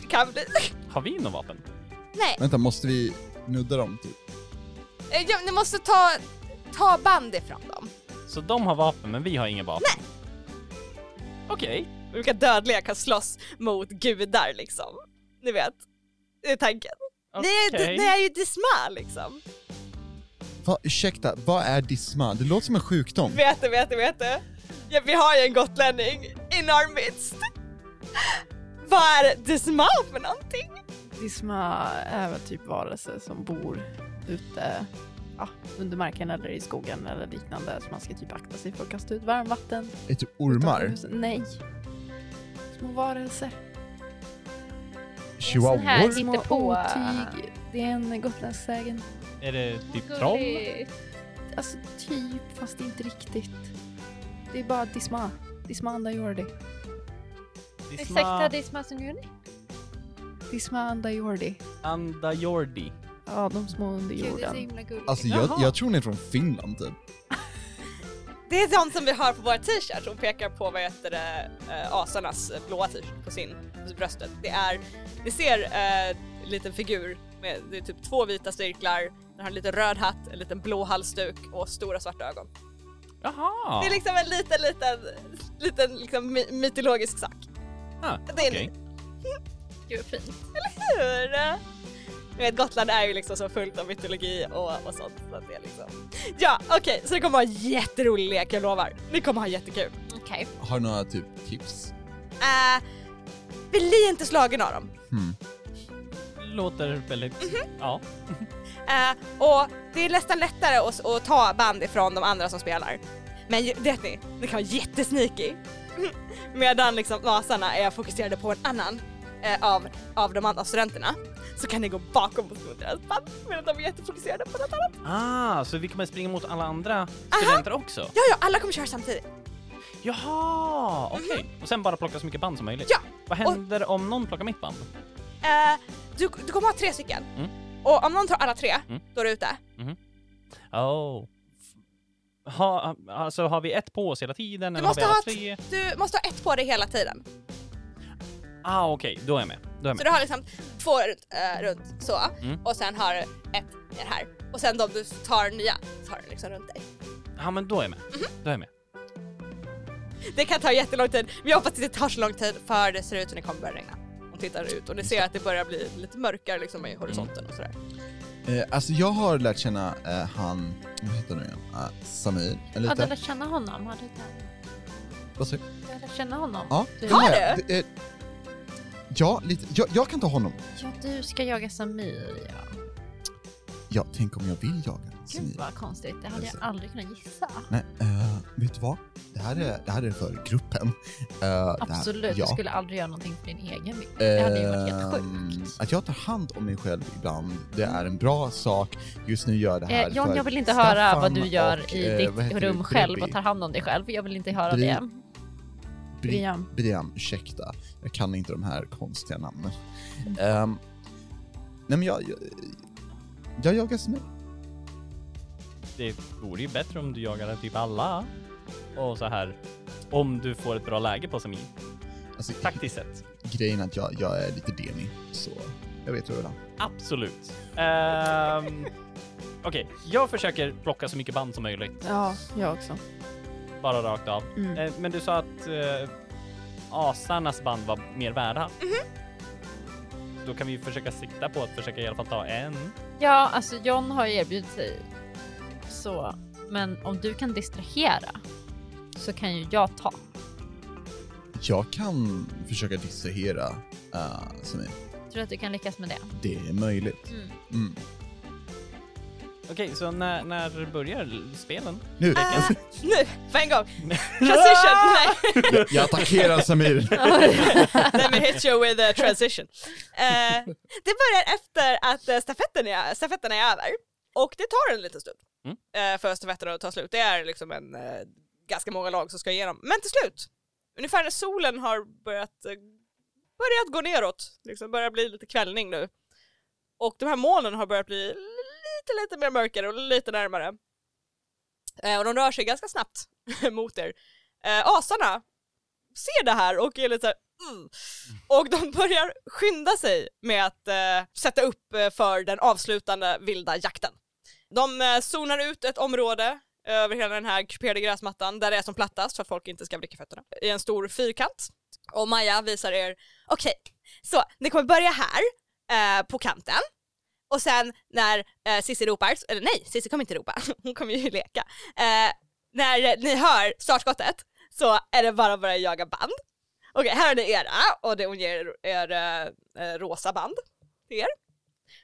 [SPEAKER 1] Det kan bli.
[SPEAKER 6] Har vi något vapen?
[SPEAKER 2] Vänta, måste vi nudda dem typ?
[SPEAKER 1] Eh, ja, ni måste ta, ta band ifrån dem.
[SPEAKER 6] Så de har vapen, men vi har inga vapen? Okej.
[SPEAKER 1] Vilka dödliga kan slåss mot gudar liksom. Ni vet, det är tanken. Ni, är,
[SPEAKER 6] okej.
[SPEAKER 1] ni är ju disma liksom.
[SPEAKER 2] Va, ursäkta, vad är disma? Det låter som en sjukdom.
[SPEAKER 1] Vet du, vet du, vet du? Ja, vi har ju en gotlänning in our midst. Vad är disma för någonting?
[SPEAKER 5] Disma är väl typ varelser som bor ute ja, under marken eller i skogen eller liknande. Så man ska typ akta sig för att kasta ut varmvatten.
[SPEAKER 2] Är typ ormar?
[SPEAKER 5] utanför husen. Nej. Små varelser.
[SPEAKER 8] Sån här
[SPEAKER 2] Chihuahuor?
[SPEAKER 5] Små
[SPEAKER 8] hittar på.
[SPEAKER 5] otyg. Det är en gotländsk sägen.
[SPEAKER 6] Är det typ troll?
[SPEAKER 5] Alltså typ, fast inte riktigt. Det är bara Disma. Disma anda jordi.
[SPEAKER 8] Ursäkta, det är Smasson Juni.
[SPEAKER 5] Disma anda jordi.
[SPEAKER 6] Anda Jordi.
[SPEAKER 5] Ja, de små under
[SPEAKER 8] Gud, det är så
[SPEAKER 5] jorden.
[SPEAKER 8] himla gulligt.
[SPEAKER 2] Alltså jag, jag tror ni är från Finland typ.
[SPEAKER 1] Det är de som vi har på våra t-shirts och pekar på vad heter det, eh, asarnas blåa t-shirt på sin på sitt bröstet. Det är, ni ser eh, en liten figur med det är typ två vita cirklar, den har en liten röd hatt, en liten blå halsduk och stora svarta ögon.
[SPEAKER 6] Jaha!
[SPEAKER 1] Det är liksom en liten, liten, liten liksom my- mytologisk sak.
[SPEAKER 6] ah,
[SPEAKER 1] Det är
[SPEAKER 6] okej.
[SPEAKER 8] Gud, vad fint.
[SPEAKER 1] Hur? Ni vet Gotland är ju liksom så fullt av mytologi och, och sånt. Så att det är liksom... Ja okej, så det kommer vara en jätterolig lek, jag lovar. Ni kommer ha jättekul.
[SPEAKER 8] Okej.
[SPEAKER 2] Har några typ tips?
[SPEAKER 1] Äh, bli inte slagen av dem.
[SPEAKER 6] Låter väldigt...
[SPEAKER 1] Mhm.
[SPEAKER 6] Ja.
[SPEAKER 1] Eh, och det är nästan lättare att, att ta band ifrån de andra som spelar. Men ju- vet ni, ni kan vara jättesneaky. Medan liksom nasarna är fokuserade på en annan eh, av, av de andra studenterna så kan ni gå bakom och sno deras band medan de är jättefokuserade på något annat.
[SPEAKER 6] Ah, så vi kommer springa mot alla andra studenter också?
[SPEAKER 1] Ja, ja, alla kommer köra samtidigt.
[SPEAKER 6] Jaha! Okej. Och sen bara plocka så mycket band som möjligt?
[SPEAKER 1] Mhm. Ja.
[SPEAKER 6] Vad händer om någon plockar mitt band?
[SPEAKER 1] Eh, du, du kommer ha tre stycken.
[SPEAKER 6] Mm.
[SPEAKER 1] Och om någon tar alla tre,
[SPEAKER 6] Mm.
[SPEAKER 1] då är du ute.
[SPEAKER 6] Oh. Ha, alltså har vi ett på oss hela tiden?
[SPEAKER 1] Du
[SPEAKER 6] eller
[SPEAKER 1] måste
[SPEAKER 6] har vi
[SPEAKER 1] ha
[SPEAKER 6] alla
[SPEAKER 1] ett-
[SPEAKER 6] tre?
[SPEAKER 1] Du måste ha ett på dig hela tiden.
[SPEAKER 6] Ah, okej. Då är jag med. Då är jag
[SPEAKER 1] Så
[SPEAKER 6] med.
[SPEAKER 1] du har liksom två runt, eh, runt så
[SPEAKER 6] Mm.
[SPEAKER 1] och sen har du ett ner här. Och sen de du tar nya tar du liksom runt dig.
[SPEAKER 6] Ja, men då är jag med.
[SPEAKER 1] Mhm.
[SPEAKER 6] Då är jag med.
[SPEAKER 1] Det kan ta jättelång tid men jag hoppas att det inte tar så lång tid för det ser ut som det kommer börja regna. Hon tittar ut och ni ser att det börjar bli lite mörkare liksom i horisonten och sådär.
[SPEAKER 2] Eh, alltså jag har lärt känna eh, han, vad heter han nu igen? Eh, Samir, eh,
[SPEAKER 4] Ja,
[SPEAKER 2] lite.
[SPEAKER 4] du lär känna honom. Har du inte?
[SPEAKER 2] Vad säger du?
[SPEAKER 4] Du har lärt känna honom.
[SPEAKER 2] Ja,
[SPEAKER 4] Du-
[SPEAKER 2] det har jag. Det, eh, ja, lite. Jag, jag kan ta honom.
[SPEAKER 4] Ja, du ska jaga Samir, ja.
[SPEAKER 2] Ja, tänk om jag vill jaga
[SPEAKER 4] Gud
[SPEAKER 2] Samir.
[SPEAKER 4] vad konstigt, det hade jag
[SPEAKER 2] Alltså.
[SPEAKER 4] aldrig kunnat gissa.
[SPEAKER 2] Nej, eh, vet du vad? Det här är, det här är för gruppen. Eh, det här-
[SPEAKER 4] Absolut, du
[SPEAKER 2] ja.
[SPEAKER 4] skulle aldrig göra någonting för din egen vikt. Det hade ju varit helt
[SPEAKER 2] Ehm,
[SPEAKER 4] sjukt.
[SPEAKER 2] Att jag tar hand om mig själv ibland, det är en bra sak. Just nu gör jag det här
[SPEAKER 4] Eh, John,
[SPEAKER 2] för
[SPEAKER 4] jag vill inte höra vad
[SPEAKER 2] Staffan
[SPEAKER 4] du gör
[SPEAKER 2] och,
[SPEAKER 4] i
[SPEAKER 2] eh,
[SPEAKER 4] ditt
[SPEAKER 2] vad heter
[SPEAKER 4] rum
[SPEAKER 2] du?
[SPEAKER 4] själv
[SPEAKER 2] Brebbi.
[SPEAKER 4] och tar hand om dig själv. Jag vill inte höra
[SPEAKER 2] Bri-
[SPEAKER 4] det.
[SPEAKER 2] Bri-
[SPEAKER 5] Brian.
[SPEAKER 2] Brian, ursäkta. Jag kan inte de här konstiga namnen. Ehm, nej men jag... Jag, jag jagar Smil.
[SPEAKER 6] Det vore ju bättre om du jagade typ alla. Och så här. Om du får ett bra läge på Samir.
[SPEAKER 2] Alltså,
[SPEAKER 6] Taktiskt sett.
[SPEAKER 2] Grejen är att jag, jag är lite demi, så jag vet hur det är.
[SPEAKER 6] Absolut. Ehm, Okej, jag försöker plocka så mycket band som möjligt.
[SPEAKER 5] Ja, jag också.
[SPEAKER 6] Bara rakt av.
[SPEAKER 5] Mm.
[SPEAKER 6] Eh, Men du sa att eh, asarnas band var mer värda. Då kan vi ju försöka sikta på att försöka i alla fall ta en.
[SPEAKER 4] Ja, alltså John har ju erbjudit sig. Så, men om du kan distrahera så kan ju jag ta.
[SPEAKER 2] Jag kan försöka distrahera eh, Samir.
[SPEAKER 4] Tror du att du kan lyckas med det?
[SPEAKER 2] Det är möjligt.
[SPEAKER 4] Mm.
[SPEAKER 2] Mm.
[SPEAKER 6] Okej, så när, när börjar l- spelen?
[SPEAKER 2] Nu!
[SPEAKER 1] Äh, nu, för en gång! Transition! Nej.
[SPEAKER 2] Jag, jag attackerar Samir!
[SPEAKER 1] Let me hit you with a transition. Eh, det börjar efter att eh, stafetten är, stafetten är över. Och det tar en liten stund
[SPEAKER 6] Mm.
[SPEAKER 1] eh, för stafetten att ta slut. Det är liksom en, eh, ganska många lag som ska igenom. Men till slut, ungefär när solen har börjat, eh, börjat gå neråt, liksom börjar bli lite kvällning nu. Och de här molnen har börjat bli lite, lite mer mörkare och lite närmare. Eh, och de rör sig ganska snabbt mot er. Eh, asarna ser det här och är lite så här, Mm. Och de börjar skynda sig med att eh, sätta upp eh, för den avslutande vilda jakten. De eh, zonar ut ett område över hela den här kuperade gräsmattan där det är som plattast för att folk inte ska blicka fötterna. I en stor fyrkant. Och Maja visar er, okej, så ni kommer börja här eh, på kanten Och sen när eh, Cissi ropar, eller nej Cissi kommer inte ropa, hon kommer ju leka. Eh, när ni hör startskottet så är det bara att börja jaga band. Okej, här har ni era och det, hon ger er eh, eh, rosa band till er.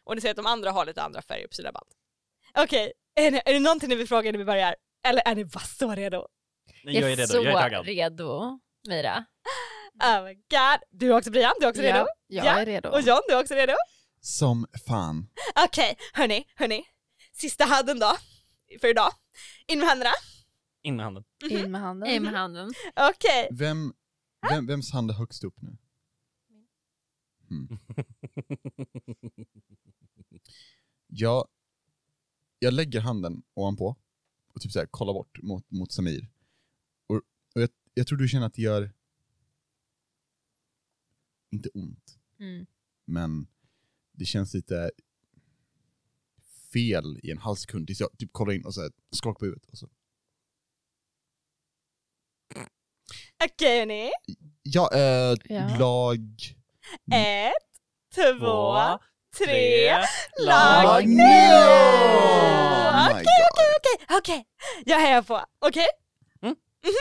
[SPEAKER 1] Och ni ser att de andra har lite andra färger på sina band. Okej, är, ni- är det någonting ni vill fråga innan vi börjar? Eller är ni bara så redo?
[SPEAKER 6] Nej, jag är redo,
[SPEAKER 4] så
[SPEAKER 6] jag är taggad.
[SPEAKER 4] redo, Mira.
[SPEAKER 1] Oh my god! Du är också Brian, du är också redo.
[SPEAKER 5] Ja, jag
[SPEAKER 1] Ja,
[SPEAKER 5] är redo.
[SPEAKER 1] Och John, du är också redo.
[SPEAKER 10] Som fan.
[SPEAKER 1] Okej, hörni, hörni. Sista handen då, för idag. In med händerna.
[SPEAKER 6] In med handen.
[SPEAKER 5] In med handen.
[SPEAKER 4] I med handen.
[SPEAKER 1] Okej,
[SPEAKER 10] Vem, vem, vems hand är högst upp nu? Mm. Jag, jag lägger handen ovanpå och typ så här, kollar bort mot, mot Samir. Och, och jag, jag tror du känner att det gör... Inte ont,
[SPEAKER 4] Mm.
[SPEAKER 10] men det känns lite fel i en halv sekund tills jag typ kollar in och så här, skakar på huvudet. Och så.
[SPEAKER 1] okej hörni.
[SPEAKER 10] Ja, eh,
[SPEAKER 5] Ja.
[SPEAKER 10] lag...
[SPEAKER 1] Ett, två, tre.
[SPEAKER 6] lag.
[SPEAKER 1] Lag
[SPEAKER 10] nio!
[SPEAKER 1] nio!
[SPEAKER 10] Oh my god.
[SPEAKER 1] Okej, okej. Jag hejar på. Okej?
[SPEAKER 6] Mm.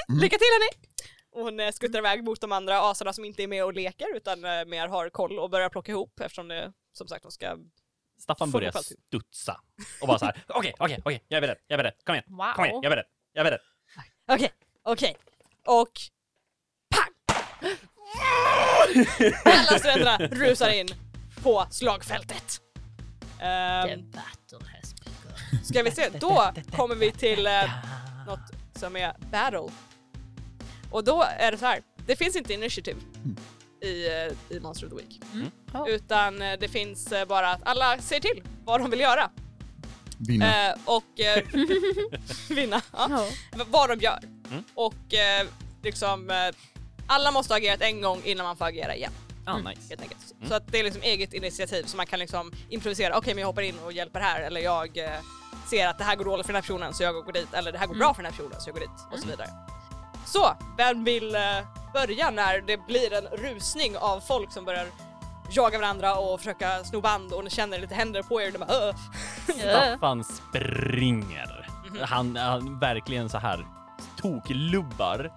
[SPEAKER 1] Mhm. Lycka till hörni! Och Hon eh, skuttar iväg mot de andra asarna som inte är med och leker utan eh, mer har koll och börjar plocka ihop eftersom det som sagt de ska...
[SPEAKER 6] Staffan börjar
[SPEAKER 1] Fotboll.
[SPEAKER 6] studsa och bara så här. Okej, okej, okej, jag är beredd, jag är beredd, kom igen,
[SPEAKER 4] Wow.
[SPEAKER 6] kom igen, jag är beredd, jag är beredd.
[SPEAKER 1] Okej, okej. Och pang! Alla studenterna rusar in på slagfältet.
[SPEAKER 4] The
[SPEAKER 1] Ehm,
[SPEAKER 4] battle has begun.
[SPEAKER 1] ska vi se, då kommer vi till eh, något som är battle. Och då är det så här. det finns inte initiativ i, eh, i Monster of the Week.
[SPEAKER 5] Ja.
[SPEAKER 1] Utan eh, det finns eh, bara att alla säger till vad de vill göra
[SPEAKER 10] Vinna.
[SPEAKER 1] eh, och eh, vinna. Ja. V- Vad de gör.
[SPEAKER 6] Mm.
[SPEAKER 1] Och eh, liksom eh, alla måste ha agerat en gång innan man får agera igen
[SPEAKER 6] Ah, nice.
[SPEAKER 1] helt enkelt.
[SPEAKER 6] Mm.
[SPEAKER 1] Så att det är liksom eget initiativ så man kan liksom improvisera. Okej, men jag hoppar in och hjälper här eller jag eh, ser att det här går dåligt för den här personen så jag går dit eller det här går bra för den här personen så jag går dit och så vidare. Så, vem vill eh, börja när det blir en rusning av folk som börjar jaga varandra och försöka sno band och ni känner lite händer på er och ni bara "Åh."
[SPEAKER 6] Staffan springer. Han, han verkligen så här toklubbar.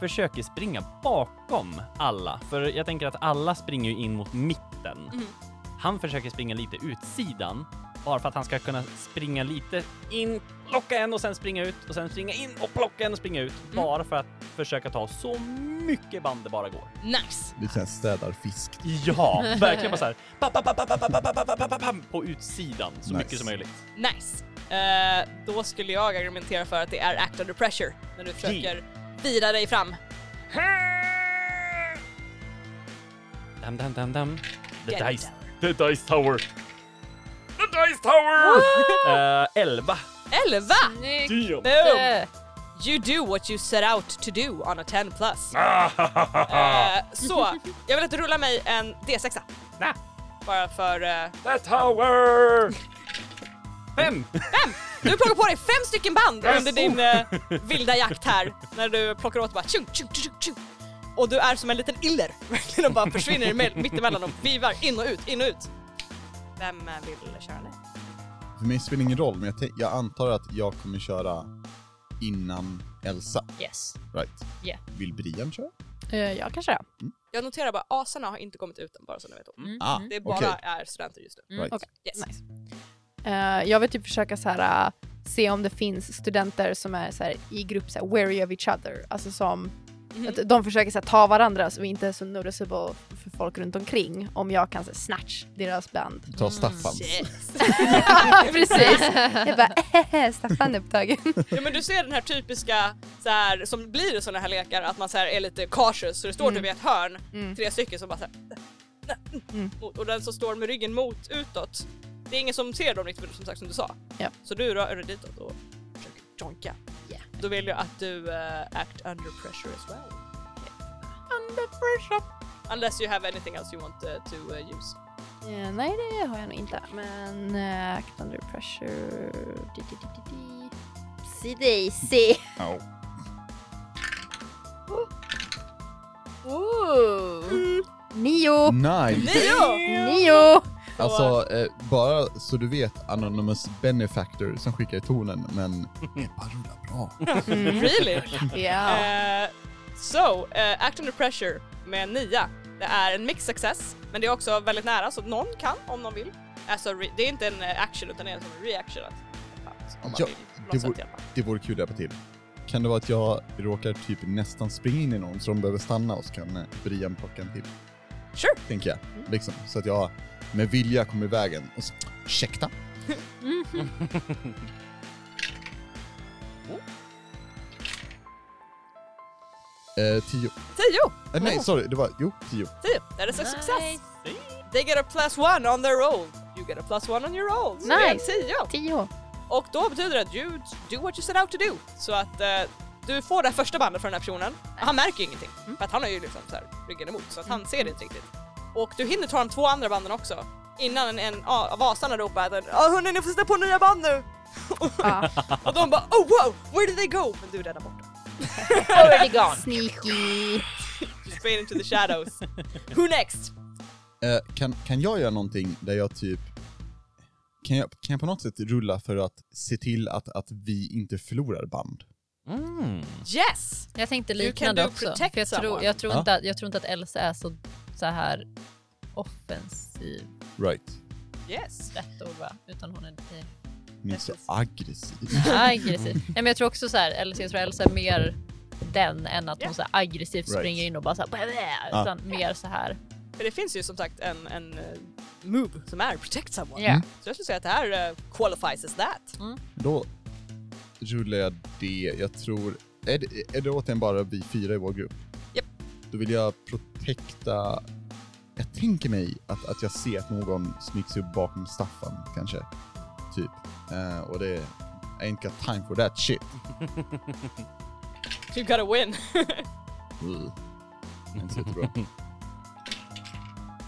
[SPEAKER 6] Försöker springa bakom alla, för jag tänker att alla springer ju in mot mitten.
[SPEAKER 1] Mhm.
[SPEAKER 6] Han försöker springa lite utsidan, bara för att han ska kunna springa lite in, plocka en och sen springa ut och sen springa in och plocka en och springa ut. Bara för att försöka ta så mycket band det bara går.
[SPEAKER 1] Nice!
[SPEAKER 10] Lite såhär städarfisk.
[SPEAKER 6] Ja, verkligen bara så här. pa, pa, pa, pa, pa, pa, pa, pa, pa, pa, pa, pa, pam, På utsidan så
[SPEAKER 10] Nice.
[SPEAKER 6] mycket som möjligt.
[SPEAKER 1] Nice! Eh, då skulle jag argumentera för att det är act under pressure när du försöker vira dig fram.
[SPEAKER 6] Dam, dam, dam, dam. The
[SPEAKER 1] Get
[SPEAKER 6] dice, the dice tower. The dice tower! Eh, elva.
[SPEAKER 1] Elva!
[SPEAKER 4] Snyggt!
[SPEAKER 6] Damn.
[SPEAKER 1] Boom! You do what you set out to do on a 10 plus.
[SPEAKER 6] Ah,
[SPEAKER 1] Eh, så, jag vill att du rullar mig en D6.
[SPEAKER 6] Nä.
[SPEAKER 1] Bara för... eh,
[SPEAKER 6] The tower! Fem!
[SPEAKER 1] du plockar på dig fem stycken band under din eh, vilda jakt här. När du plockar åt bara tjung, tjung, tjung, tjung. Och du är som en liten iller. Verkligen och bara försvinner mell- mittemellan och vivar in och ut, in och ut. Vem eh, vill köra nu?
[SPEAKER 10] För mig spelar det ingen roll, men jag, tän- jag antar att jag kommer köra innan Elsa.
[SPEAKER 4] Yes.
[SPEAKER 10] Right?
[SPEAKER 4] Yeah.
[SPEAKER 10] Vill Brian köra?
[SPEAKER 5] Eh, jag kan köra.
[SPEAKER 1] Jag noterar bara, asarna har inte kommit ut än bara så ni vet om.
[SPEAKER 2] Mm.
[SPEAKER 10] Ah,
[SPEAKER 1] Det är bara
[SPEAKER 10] okej.
[SPEAKER 1] är studenter just nu.
[SPEAKER 10] Right.
[SPEAKER 5] okej.
[SPEAKER 1] Yes.
[SPEAKER 5] Nice. Eh, jag vill typ försöka så här, eh, se om det finns studenter som är så här, i grupp så här, wary of each other. Alltså som
[SPEAKER 1] Mhm.
[SPEAKER 5] att de försöker så här, ta varandra så vi inte är så noticeable för folk runt omkring. Om jag kan så här, snatch deras band.
[SPEAKER 10] Ta
[SPEAKER 4] Mm,
[SPEAKER 10] Staffans.
[SPEAKER 5] Ja, precis. Jag bara, Staffan är upptagen.
[SPEAKER 1] Ja men du ser den här typiska, så här, som blir i såna här lekar, att man så här, är lite cautious så det står typ i ett hörn,
[SPEAKER 5] Mm.
[SPEAKER 1] tre stycken som bara så här,
[SPEAKER 5] Mm.
[SPEAKER 1] mot- och den som står med ryggen mot utåt, det är ingen som ser dem riktigt som sagt som du sa.
[SPEAKER 5] Ja.
[SPEAKER 1] Så du rör dig ditåt och försöker jonka.
[SPEAKER 4] Yeah.
[SPEAKER 1] Då vill jag att du eh, act under pressure as well.
[SPEAKER 5] Under pressure.
[SPEAKER 1] Unless you have anything else you want eh, to eh, use.
[SPEAKER 5] Eh, nej, det har jag nog inte. Men eh, act under pressure. Di, di, di, di, di.
[SPEAKER 4] See Daisy.
[SPEAKER 10] Au.
[SPEAKER 4] Ooh. Nio.
[SPEAKER 10] Nine!
[SPEAKER 1] Nio!
[SPEAKER 4] Nio.
[SPEAKER 2] Oh, Alltså, eh, bara så du vet, Anonymous Benefactor som skickar tonen, men Ebba rullar bra.
[SPEAKER 1] Really?
[SPEAKER 5] Ja.
[SPEAKER 1] Eh, so, eh, Act Under Pressure med en nia. Det är en mixed success, men det är också väldigt nära så någon kan om någon vill. Alltså, re- det är inte en eh, action utan det är som en reaction. Att, att, om man
[SPEAKER 2] Ja,
[SPEAKER 1] vill, på något
[SPEAKER 2] det
[SPEAKER 1] sätt
[SPEAKER 2] vore-
[SPEAKER 1] hjälpa.
[SPEAKER 2] Det vore kul att hjälpa till. Kan det vara att jag råkar typ nästan springa in i någon så de behöver stanna och så kan eh, Brian plocka en till?
[SPEAKER 1] Sure.
[SPEAKER 2] Tänker jag. Liksom, så att jag med vilja kommer i vägen och så, ursäkta? Eh, tio.
[SPEAKER 1] Tio!
[SPEAKER 2] Eh, nej, sorry, det var, jo, tio.
[SPEAKER 1] Tio! That is a success! They get a plus one on their roll. You get a plus one on your roll. Så
[SPEAKER 5] Nice.
[SPEAKER 1] det är tio!
[SPEAKER 5] Tio.
[SPEAKER 1] Och då betyder det att you do what you set out to do. Så att eh, du får det här första bandet från den här personen. Han märker ju ingenting
[SPEAKER 5] Mm.
[SPEAKER 1] för att han har ju liksom så här ryggen emot så att han ser det inte riktigt. Och du hinner ta de två andra banden också innan en, en av vasarna ropar att "Ja, hörni ni får sätta på nya band nu!
[SPEAKER 5] Ja.
[SPEAKER 1] Och de bara oh wow, where did they go? Men du är redan borta.
[SPEAKER 11] Already gone.
[SPEAKER 5] Sneaky.
[SPEAKER 1] You fade into the shadows. Who next?
[SPEAKER 2] Eh, kan, kan jag göra någonting där jag typ... Kan jag, kan jag på något sätt rulla för att se till att, att vi inte förlorar band?
[SPEAKER 6] Mm.
[SPEAKER 1] Yes!
[SPEAKER 4] Jag tänkte
[SPEAKER 1] You
[SPEAKER 4] liknande
[SPEAKER 1] can do
[SPEAKER 4] också.
[SPEAKER 1] protect
[SPEAKER 4] För jag, tror,
[SPEAKER 1] someone.
[SPEAKER 4] jag, tror
[SPEAKER 2] Ja.
[SPEAKER 4] inte att, jag tror inte att Elsa är så, så här offensiv,
[SPEAKER 2] Right.
[SPEAKER 1] Yes!
[SPEAKER 4] rätt ord va? Utan hon är lite
[SPEAKER 2] Ni är så aggressiv.
[SPEAKER 4] aggressiv. Nej, men jag tror också så här, Elsa, jag tror Elsa är mer den än att hon så här aggressivt
[SPEAKER 2] Right.
[SPEAKER 4] springer in och bara så här, "Bäh, bäh",
[SPEAKER 2] Ja.
[SPEAKER 4] utan mer så här.
[SPEAKER 1] För det finns ju som sagt en, en eh, move som är protect someone.
[SPEAKER 4] Ja.
[SPEAKER 1] Så jag skulle säga att det här eh, qualifies as that.
[SPEAKER 2] Då rullar jag det. Jag tror... Är det, är det återigen bara vi fyra i vår grupp?
[SPEAKER 1] Japp.
[SPEAKER 2] Då vill jag protekta... Jag tänker mig att, att jag ser att någon smyger sig upp bakom Staffan, kanske. Typ. Eh, och det... I ain't got time for that shit.
[SPEAKER 1] You gotta win.
[SPEAKER 2] Mm. Inte jättebra.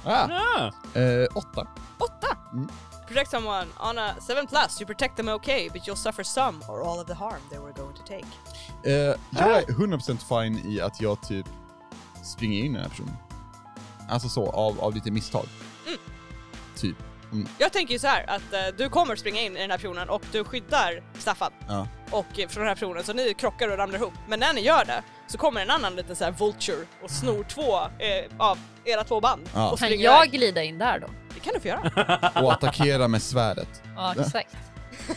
[SPEAKER 2] Ah,
[SPEAKER 6] Ah.
[SPEAKER 2] eh, åtta.
[SPEAKER 1] Åtta!
[SPEAKER 2] Mm.
[SPEAKER 1] Protect someone on a 7 plus. You protect them okay, but you'll suffer some or all of the harm they were going to take.
[SPEAKER 2] Eh, jag är 100% fine i att jag typ springer in i den här personen. Alltså så, av, av lite misstag.
[SPEAKER 1] Mm.
[SPEAKER 2] Typ.
[SPEAKER 1] Jag tänker ju så här att eh, du kommer springa in i den här personen och du skyddar Staffan
[SPEAKER 2] Ja.
[SPEAKER 1] och eh, från den här personen så ni krockar och ramlar ihop. Men när ni gör det så kommer en annan liten så här vulture och snor två eh, av era två band
[SPEAKER 2] Ja.
[SPEAKER 1] och
[SPEAKER 4] Kan
[SPEAKER 1] springer
[SPEAKER 4] jag
[SPEAKER 1] iväg.
[SPEAKER 4] glida in där då?
[SPEAKER 1] Det kan du få göra.
[SPEAKER 2] Och attackera med svärdet.
[SPEAKER 4] Ja exakt.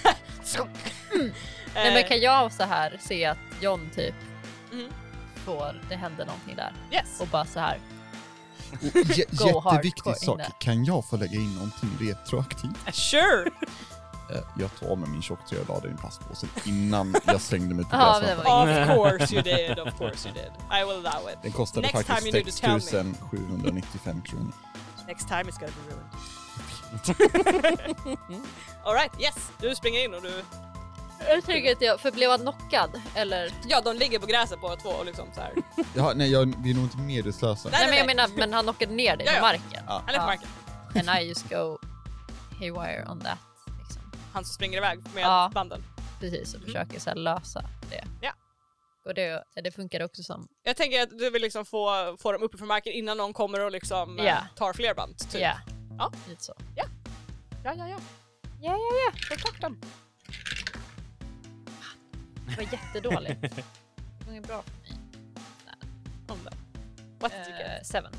[SPEAKER 4] Nej
[SPEAKER 1] Eh,
[SPEAKER 4] men kan jag så här se att John typ
[SPEAKER 1] Mm.
[SPEAKER 4] får, det händer någonting där
[SPEAKER 1] Eh, Yes.
[SPEAKER 4] och bara så här.
[SPEAKER 2] Och j-
[SPEAKER 4] Go hardcore in
[SPEAKER 2] jätteviktig sak,
[SPEAKER 4] there.
[SPEAKER 2] kan jag få lägga in någonting retroaktivt?
[SPEAKER 1] Sure!
[SPEAKER 2] Eh, jag tar av mig min tjocktröja och la den i plastpåsen innan jag slängde mig på
[SPEAKER 4] Ja, det
[SPEAKER 2] gräsmattan.
[SPEAKER 4] var
[SPEAKER 1] Of course you did, of course you did. I will allow it.
[SPEAKER 2] Den kostade
[SPEAKER 1] Next time you need to
[SPEAKER 2] faktiskt
[SPEAKER 1] tell
[SPEAKER 2] 6
[SPEAKER 1] me.
[SPEAKER 2] 795 kronor.
[SPEAKER 1] Next time it's gonna be ruined. Alright, yes! Du springer in och du...
[SPEAKER 4] Jag tycker att jag, för blev jag knockad eller?
[SPEAKER 1] Ja, de ligger på gräset båda två och liksom så här.
[SPEAKER 2] Jaha, nej, jag, vi är nog inte medvetslösa.
[SPEAKER 1] Nej,
[SPEAKER 4] Nej, men
[SPEAKER 1] nej,
[SPEAKER 4] jag menar, men han knockade ner dig
[SPEAKER 1] Ja,
[SPEAKER 4] på
[SPEAKER 1] ja.
[SPEAKER 4] marken.
[SPEAKER 2] Ja.
[SPEAKER 1] Han är på
[SPEAKER 4] Ja.
[SPEAKER 1] marken.
[SPEAKER 4] And I just go haywire on that. Liksom.
[SPEAKER 1] Han som springer iväg med
[SPEAKER 4] Ja.
[SPEAKER 1] banden.
[SPEAKER 4] Precis, och försöker så här, lösa det.
[SPEAKER 1] Mm. Ja.
[SPEAKER 4] Och det, det funkar också som...
[SPEAKER 1] Jag tänker att du vill liksom få, få dem uppe från marken innan någon kommer och liksom eh,
[SPEAKER 4] Ja.
[SPEAKER 1] tar fler band. Typ.
[SPEAKER 4] Ja.
[SPEAKER 1] Ja.
[SPEAKER 4] Lite så.
[SPEAKER 1] Ja, ja, ja.
[SPEAKER 4] Ja, ja, ja.
[SPEAKER 1] Protect dem.
[SPEAKER 4] Det var jättedåligt. Det var inget bra för mig.
[SPEAKER 1] Om det. What did you
[SPEAKER 4] Eh,
[SPEAKER 1] get?
[SPEAKER 4] seven.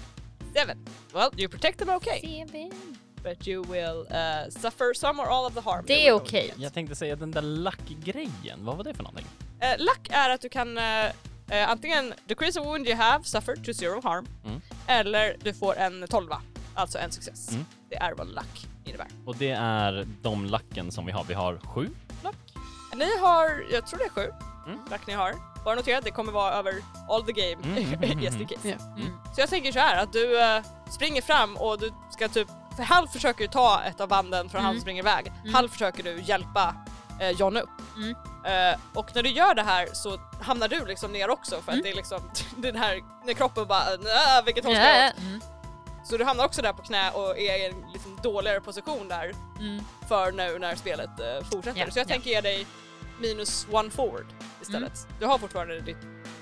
[SPEAKER 1] Seven. Well, you protect them okay,
[SPEAKER 4] Seven.
[SPEAKER 1] but you will eh, suffer some or all of the harm.
[SPEAKER 4] Det
[SPEAKER 1] they
[SPEAKER 4] är
[SPEAKER 1] will do.
[SPEAKER 4] okej.
[SPEAKER 6] Jag tänkte säga den där lackgrejen, vad var det för någonting?
[SPEAKER 1] Eh, lack är att du kan eh, eh, antingen decrease a wound you have suffered to zero harm
[SPEAKER 6] Mm.
[SPEAKER 1] eller du får en tolva, alltså en success.
[SPEAKER 6] Mm.
[SPEAKER 1] Det är vad lack innebär.
[SPEAKER 6] Och det är de lacken som vi har. Vi har sju lack.
[SPEAKER 1] Ni har, jag tror det är sju
[SPEAKER 6] Mm.
[SPEAKER 1] lack ni har. Bara notera att det kommer vara över all the game
[SPEAKER 6] Mm, mm, mm,
[SPEAKER 1] just in case.
[SPEAKER 5] Ja.
[SPEAKER 6] Mm.
[SPEAKER 1] Så jag tänker så här att du eh, springer fram och du ska typ, för halv försöker du ta ett av banden från han som springer iväg, halv försöker du hjälpa eh, John upp.
[SPEAKER 4] Mm.
[SPEAKER 1] Eh, och när du gör det här så hamnar du liksom ner också för att det är liksom den här, när kroppen bara "Nä, vilket håll ska jag åt?"
[SPEAKER 4] Ja, mm.
[SPEAKER 1] Så du hamnar också där på knä och är i en liksom dåligare position där
[SPEAKER 4] Mm.
[SPEAKER 1] för nu när spelet eh, fortsätter.
[SPEAKER 4] Ja,
[SPEAKER 1] så jag
[SPEAKER 4] ja.
[SPEAKER 1] tänker ge dig minus one forward istället.
[SPEAKER 4] Mm.
[SPEAKER 1] Du har fortfarande ditt,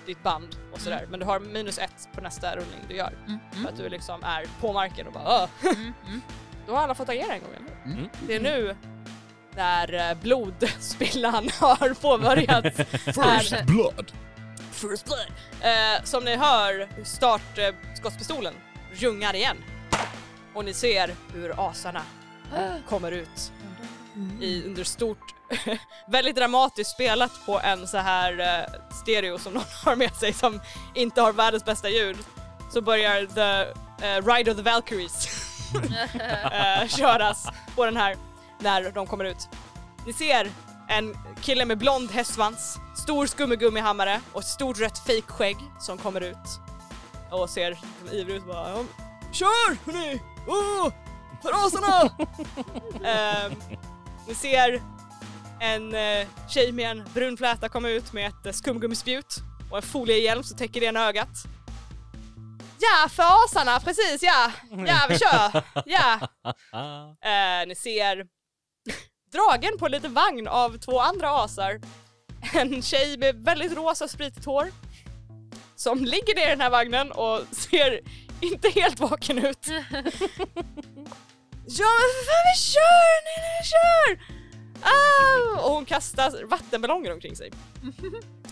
[SPEAKER 1] ditt band och sådär men du har minus ett på nästa rullning du gör.
[SPEAKER 4] Mm.
[SPEAKER 1] För att du liksom är på marken och bara "Åh."
[SPEAKER 4] Mm. Mm.
[SPEAKER 1] Då har alla fått agera en gång eller?
[SPEAKER 6] Mm.
[SPEAKER 1] Det är nu när eh, blodspillan har påbörjats. Är-
[SPEAKER 2] First blood!
[SPEAKER 1] First blood. Eh, som ni hör, start eh, skottpistolen rungar igen. Och ni ser hur asarna kommer ut i, under stort, väldigt dramatiskt spelat på en så här eh, stereo som någon har med sig som inte har världens bästa ljud. Så börjar the eh, Ride of the Valkyries eh, köras på den här när de kommer ut. Ni ser en kille med blond hästsvans, stor skummigummihammare och ett stort rött fejkskägg som kommer ut och ser ivrig ut och bara "Ja, Kör hörni! Åh! För asarna! Ehm, ni ser en eh, tjej med en brun fläta komma ut med ett eh, skumgummispjut och en foliehjälm som täcker det ena ögat. Ja, för asarna, precis ja! Ja, vi kör! Ja!
[SPEAKER 6] Ah.
[SPEAKER 1] Eh, ni ser dragen på lite vagn av två andra asar. En tjej med väldigt rosa spritigt hår som ligger ner i den här vagnen och ser inte helt vaken ut. ja men för fan vi kör! Nej, nej, vi kör! Ah! Och hon kastar vattenballonger omkring sig.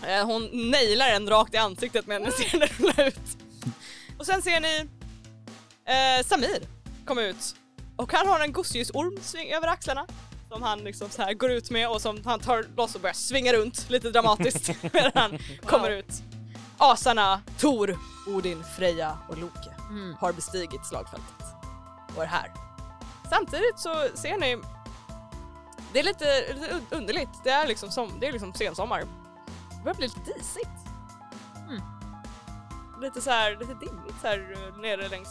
[SPEAKER 1] Eh, hon nailar en rakt i ansiktet men ni ser den rulla ut. Och sen ser ni eh, Samir komma ut och han har en gosedjursorm sving- över axlarna som han liksom så här går ut med och som han tar loss och börjar svinga runt lite dramatiskt medan han kommer ut. Asarna Tor, Odin, Freja och Loke har bestigit slagfältet och är här. Samtidigt så ser ni, det är lite, lite un- underligt, det är liksom, som, det är liksom sensommar. Det börjar bli lite disigt. Lite så här, lite dimmigt så här eh, nere längs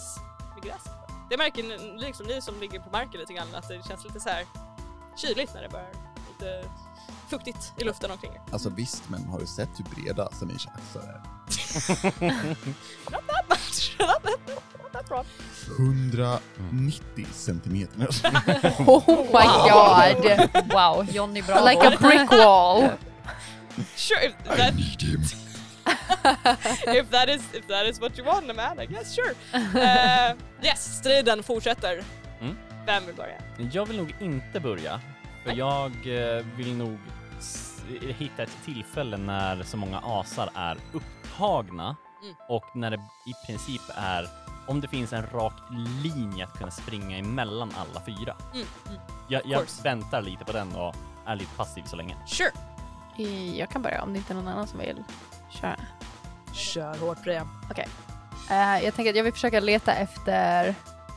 [SPEAKER 1] med gräset. Det märker ni, liksom ni som ligger på marken lite grann att det känns lite så här kyligt när det börjar lite fuktigt i luften omkring er.
[SPEAKER 10] Alltså visst, men har du sett hur breda Samirs axlar är?
[SPEAKER 1] That's wrong.
[SPEAKER 10] 190 centimeter.
[SPEAKER 5] Oh my god!
[SPEAKER 8] Wow, Johnny Bravo.
[SPEAKER 5] Like a brick wall!
[SPEAKER 1] Sure, if that, if that is if that is what you want, man, I guess sure. Eh, yes, striden fortsätter.
[SPEAKER 6] Mm.
[SPEAKER 1] Vem vill börja?
[SPEAKER 6] Jag vill nog inte börja. För jag eh, vill nog s- hitta ett tillfälle när så många asar är upptagna
[SPEAKER 1] Mm.
[SPEAKER 6] och när det i princip är om det finns en rak linje att kunna springa emellan alla fyra.
[SPEAKER 1] Mm,
[SPEAKER 6] Jag, jag
[SPEAKER 1] course.
[SPEAKER 6] väntar lite på den och är lite passiv så länge.
[SPEAKER 1] Sure.
[SPEAKER 5] Jag kan börja om det inte är någon annan som vill köra.
[SPEAKER 1] Kör hårt Freja.
[SPEAKER 5] Eh, jag tänker att jag vill försöka leta efter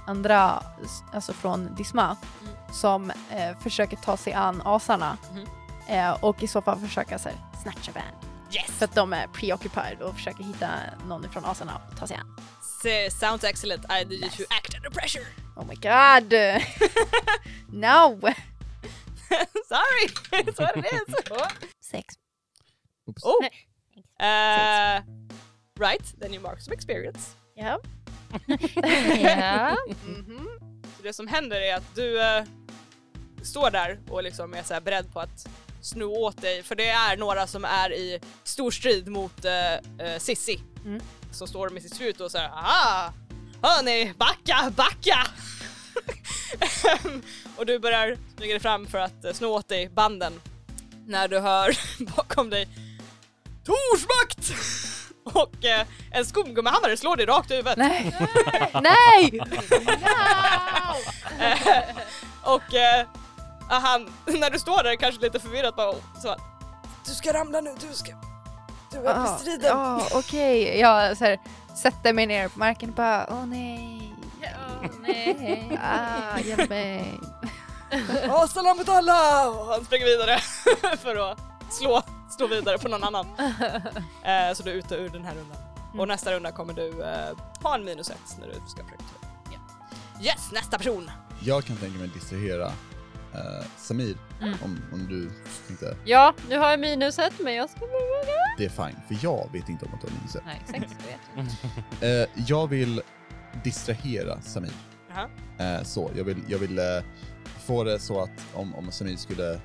[SPEAKER 5] andra, s- alltså från Disma,
[SPEAKER 1] Mm.
[SPEAKER 5] som eh, försöker ta sig an asarna.
[SPEAKER 1] Mhm.
[SPEAKER 5] Eh, och i så fall försöka så här, snatcha band.
[SPEAKER 1] Yes!
[SPEAKER 5] För att de är preoccupied och försöker hitta någon från asarna och ta sig an.
[SPEAKER 1] S- sounds excellent. I need you to act under pressure.
[SPEAKER 5] Oh my god! no!
[SPEAKER 1] Sorry, it's what it is.
[SPEAKER 4] Sex.
[SPEAKER 1] Oh. Eh, right, then you mark some experience.
[SPEAKER 5] Ja.
[SPEAKER 8] Ja.
[SPEAKER 1] Så det som händer är att du eh, står där och liksom är så här beredd på att sno åt dig, för det är några som är i stor strid mot eh, eh, Sissi.
[SPEAKER 5] Mm.
[SPEAKER 1] Som står med sitt spjut och säger aha! Hörni, backa, backa! och du börjar smyga dig fram för att eh, sno åt dig banden när du hör bakom dig Torsmakt! och eh, en skumgummihammare slår dig rakt i huvudet.
[SPEAKER 5] Nej! Nej!
[SPEAKER 1] Eh, och eh, han, när du står där kanske lite förvirrat bara så här, Du ska ramla nu, du ska... Du är
[SPEAKER 5] Ah,
[SPEAKER 1] i striden.
[SPEAKER 5] ah, Okej, jag så här, sätter mig ner på marken och bara åh nej.
[SPEAKER 8] Nej.
[SPEAKER 5] Ah, hjälp mig.
[SPEAKER 1] Asala mot alla! Och han springer vidare för att slå, stå vidare på någon annan. Eh, så du är ute ur den här rundan. Och nästa runda kommer du eh, ha en minus ett när du ska försöka. Ja. Yes, nästa person!
[SPEAKER 10] Jag kan tänka mig distrahera eh, Samir,
[SPEAKER 1] Mm.
[SPEAKER 10] om, om du inte...
[SPEAKER 8] Ja, nu har jag minuset men jag ska börja.
[SPEAKER 10] Det är fine, för jag vet inte om att du har minset.
[SPEAKER 8] Nej, exakt. jag vet.
[SPEAKER 10] Eh, jag vill distrahera Samir.
[SPEAKER 1] Jaha.
[SPEAKER 10] Eh, så, jag vill, jag vill eh, få det så att om, om Samir skulle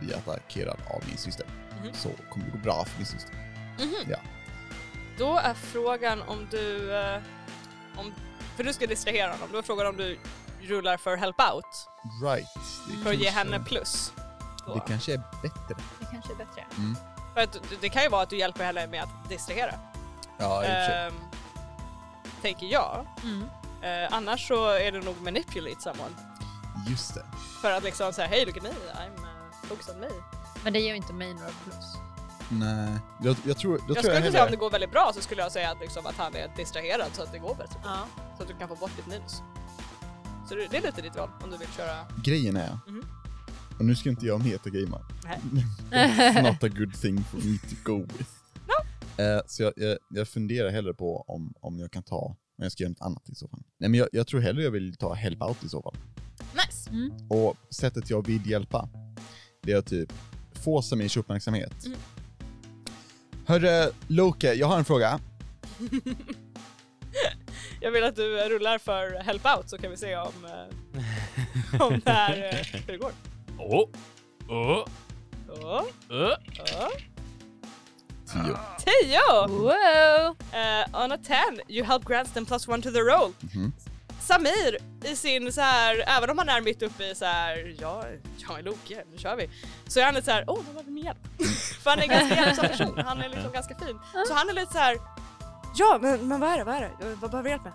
[SPEAKER 10] bli attackerad av min syster
[SPEAKER 1] Mhm.
[SPEAKER 10] så kommer det gå bra för min syster.
[SPEAKER 1] Då är frågan om du... eh, om, för du ska distrahera honom, då är frågan om du rullar för help out.
[SPEAKER 2] Right. Det
[SPEAKER 1] För att ge
[SPEAKER 2] kanske-
[SPEAKER 1] henne plus.
[SPEAKER 2] Det kanske är bättre.
[SPEAKER 12] Det kanske är bättre.
[SPEAKER 1] För att det kan ju vara att du hjälper henne med att distrahera.
[SPEAKER 2] Ja, i och för sig.
[SPEAKER 1] Ehm, tänker jag.
[SPEAKER 8] Mm.
[SPEAKER 1] Eh, annars så är det nog manipulate someone.
[SPEAKER 2] Just det.
[SPEAKER 1] För att liksom säga hej look at me, I'm uh, focused on me.
[SPEAKER 8] Men det ger ju inte mig några plus.
[SPEAKER 2] Nej. Jag, jag tror, då
[SPEAKER 1] Jag
[SPEAKER 2] tror
[SPEAKER 1] skulle
[SPEAKER 2] jag
[SPEAKER 1] inte säga om
[SPEAKER 2] hellre...
[SPEAKER 1] det går väldigt bra så skulle jag säga att, liksom, att han är distraherad så att det går bättre. Så att du kan få bort ditt minus. Så det det är lite ditt val om du vill köra.
[SPEAKER 2] Grejen är...
[SPEAKER 1] Mhm.
[SPEAKER 2] Och nu ska inte jag metagama.
[SPEAKER 1] Nej.
[SPEAKER 2] It's not a good thing for me to go with. Eh, så jag, jag, jag funderar hellre på om, om jag kan ta... Om jag ska göra något annat i så fall. Nej men jag, jag tror hellre jag vill ta help out i så fall.
[SPEAKER 8] Nice! Mm.
[SPEAKER 2] Och sättet jag vill hjälpa, det är att typ få Samirs uppmärksamhet.
[SPEAKER 8] Mm.
[SPEAKER 2] Hörru, Loke, jag har en fråga.
[SPEAKER 1] Jag vill att du eh, rullar för help out så kan vi se om, eh, om det här, eh, hur det går.
[SPEAKER 6] Åh! Åh!
[SPEAKER 1] Så,
[SPEAKER 6] Åh!
[SPEAKER 1] så.
[SPEAKER 2] Tio.
[SPEAKER 1] Tio!
[SPEAKER 8] Wow!
[SPEAKER 1] Eh, on a 10, you help grants them plus one to the roll.
[SPEAKER 2] Mhm.
[SPEAKER 1] Samir i sin så här, även om han är mitt uppe i så här, ja, jag är Loke, nu kör vi. Så är han lite så här, åh, oh, de behöver min hjälp.
[SPEAKER 2] Mm.
[SPEAKER 1] För han är en ganska hjälpsam person, han är liksom ganska fin. Så han är lite så här, ja, men, men vad är det, vad är det, Eh, vad behöver du hjälp med?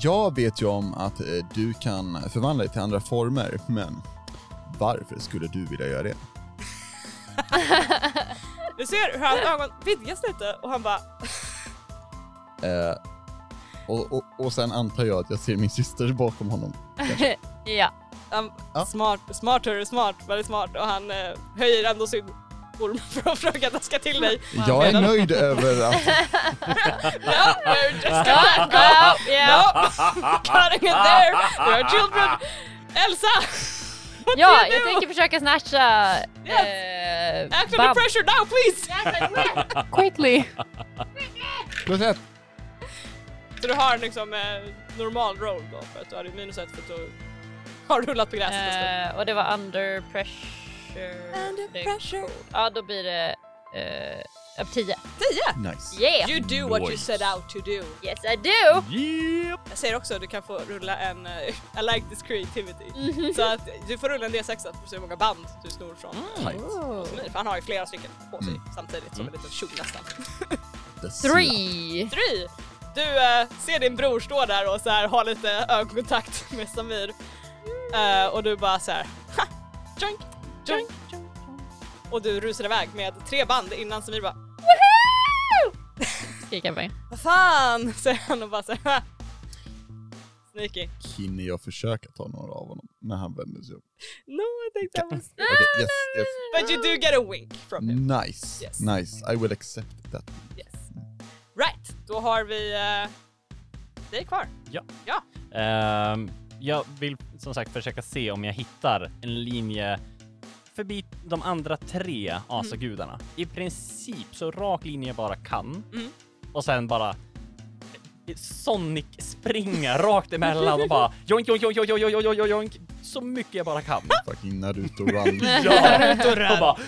[SPEAKER 2] Jag vet ju om att eh, du kan förvandla dig till andra former, men varför skulle du vilja göra det?
[SPEAKER 1] Du ser hur hans ögon vidgas lite och han bara,
[SPEAKER 2] Eh, och, och, och sen antar jag att jag ser min syster bakom honom.
[SPEAKER 8] ja.
[SPEAKER 1] han,
[SPEAKER 2] Ja.
[SPEAKER 1] smart, smartare, smart, väldigt smart och han eh, höjer ändå sin orm för att försöka daska till dig.
[SPEAKER 2] Jag är nöjd över att...
[SPEAKER 1] No, we're just gonna go. No, cutting it there. There are children. Elsa,
[SPEAKER 8] ja, jag tänker försöka snatcha...
[SPEAKER 1] Yes.
[SPEAKER 8] eh,
[SPEAKER 1] act under
[SPEAKER 8] Bab.
[SPEAKER 1] pressure now please.
[SPEAKER 5] Quickly!
[SPEAKER 2] Plus ett!
[SPEAKER 1] Så du har liksom eh, normal roll då för att du hade minus ett för att du har rullat på gräset en stund.
[SPEAKER 8] Eh, och det var under pressure. Det-
[SPEAKER 13] pressure.
[SPEAKER 8] Ja, då blir det eh, upp 10.
[SPEAKER 2] Nice.
[SPEAKER 8] Yeah!
[SPEAKER 1] You do what you
[SPEAKER 6] Nice.
[SPEAKER 1] set out to do.
[SPEAKER 8] Yes I do!
[SPEAKER 6] Yep.
[SPEAKER 1] Jag säger också att du kan få rulla en eh, I like this creativity. Så att eh, du får rulla en D6 för att se hur många band du snor från eh,
[SPEAKER 2] Tight.
[SPEAKER 1] Smir, för han har ju flera stycken på sig samtidigt som
[SPEAKER 6] Mm.
[SPEAKER 1] en liten kjol nästan.
[SPEAKER 2] The seal.
[SPEAKER 8] Three!
[SPEAKER 1] Dry! Du eh, ser din bror stå där och så här, har lite ögonkontakt med Samir. Eh, och du bara så här, ha! Tjonk, tjonk, tjonk, tjonk." Och du rusar iväg med tre band innan Samir bara
[SPEAKER 8] Skriker mig.
[SPEAKER 1] Vad fan! säger han och bara så här, "Ha." Sneaky.
[SPEAKER 2] Hinner jag försöka ta några av honom när han vänder sig om?
[SPEAKER 1] No I think that was...
[SPEAKER 2] Okej, yes, yes.
[SPEAKER 1] But you do get a wink from
[SPEAKER 2] Mm.
[SPEAKER 1] him.
[SPEAKER 2] Nice,
[SPEAKER 1] Yes.
[SPEAKER 2] nice. I will accept that.
[SPEAKER 1] Yes. Right, då har vi eh, dig kvar.
[SPEAKER 6] Ehm, jag vill som sagt försöka se om jag hittar en linje förbi de andra tre asagudarna. I princip så rak linje jag bara kan.
[SPEAKER 1] Mm.
[SPEAKER 6] Och sen bara eh, Sonic springa rakt emellan och bara joink, joink, joink, joink, joink, joink, joink, joink, så mycket jag bara kan.
[SPEAKER 2] Fucking Naruto run.
[SPEAKER 6] Ja! och bara "Ah!"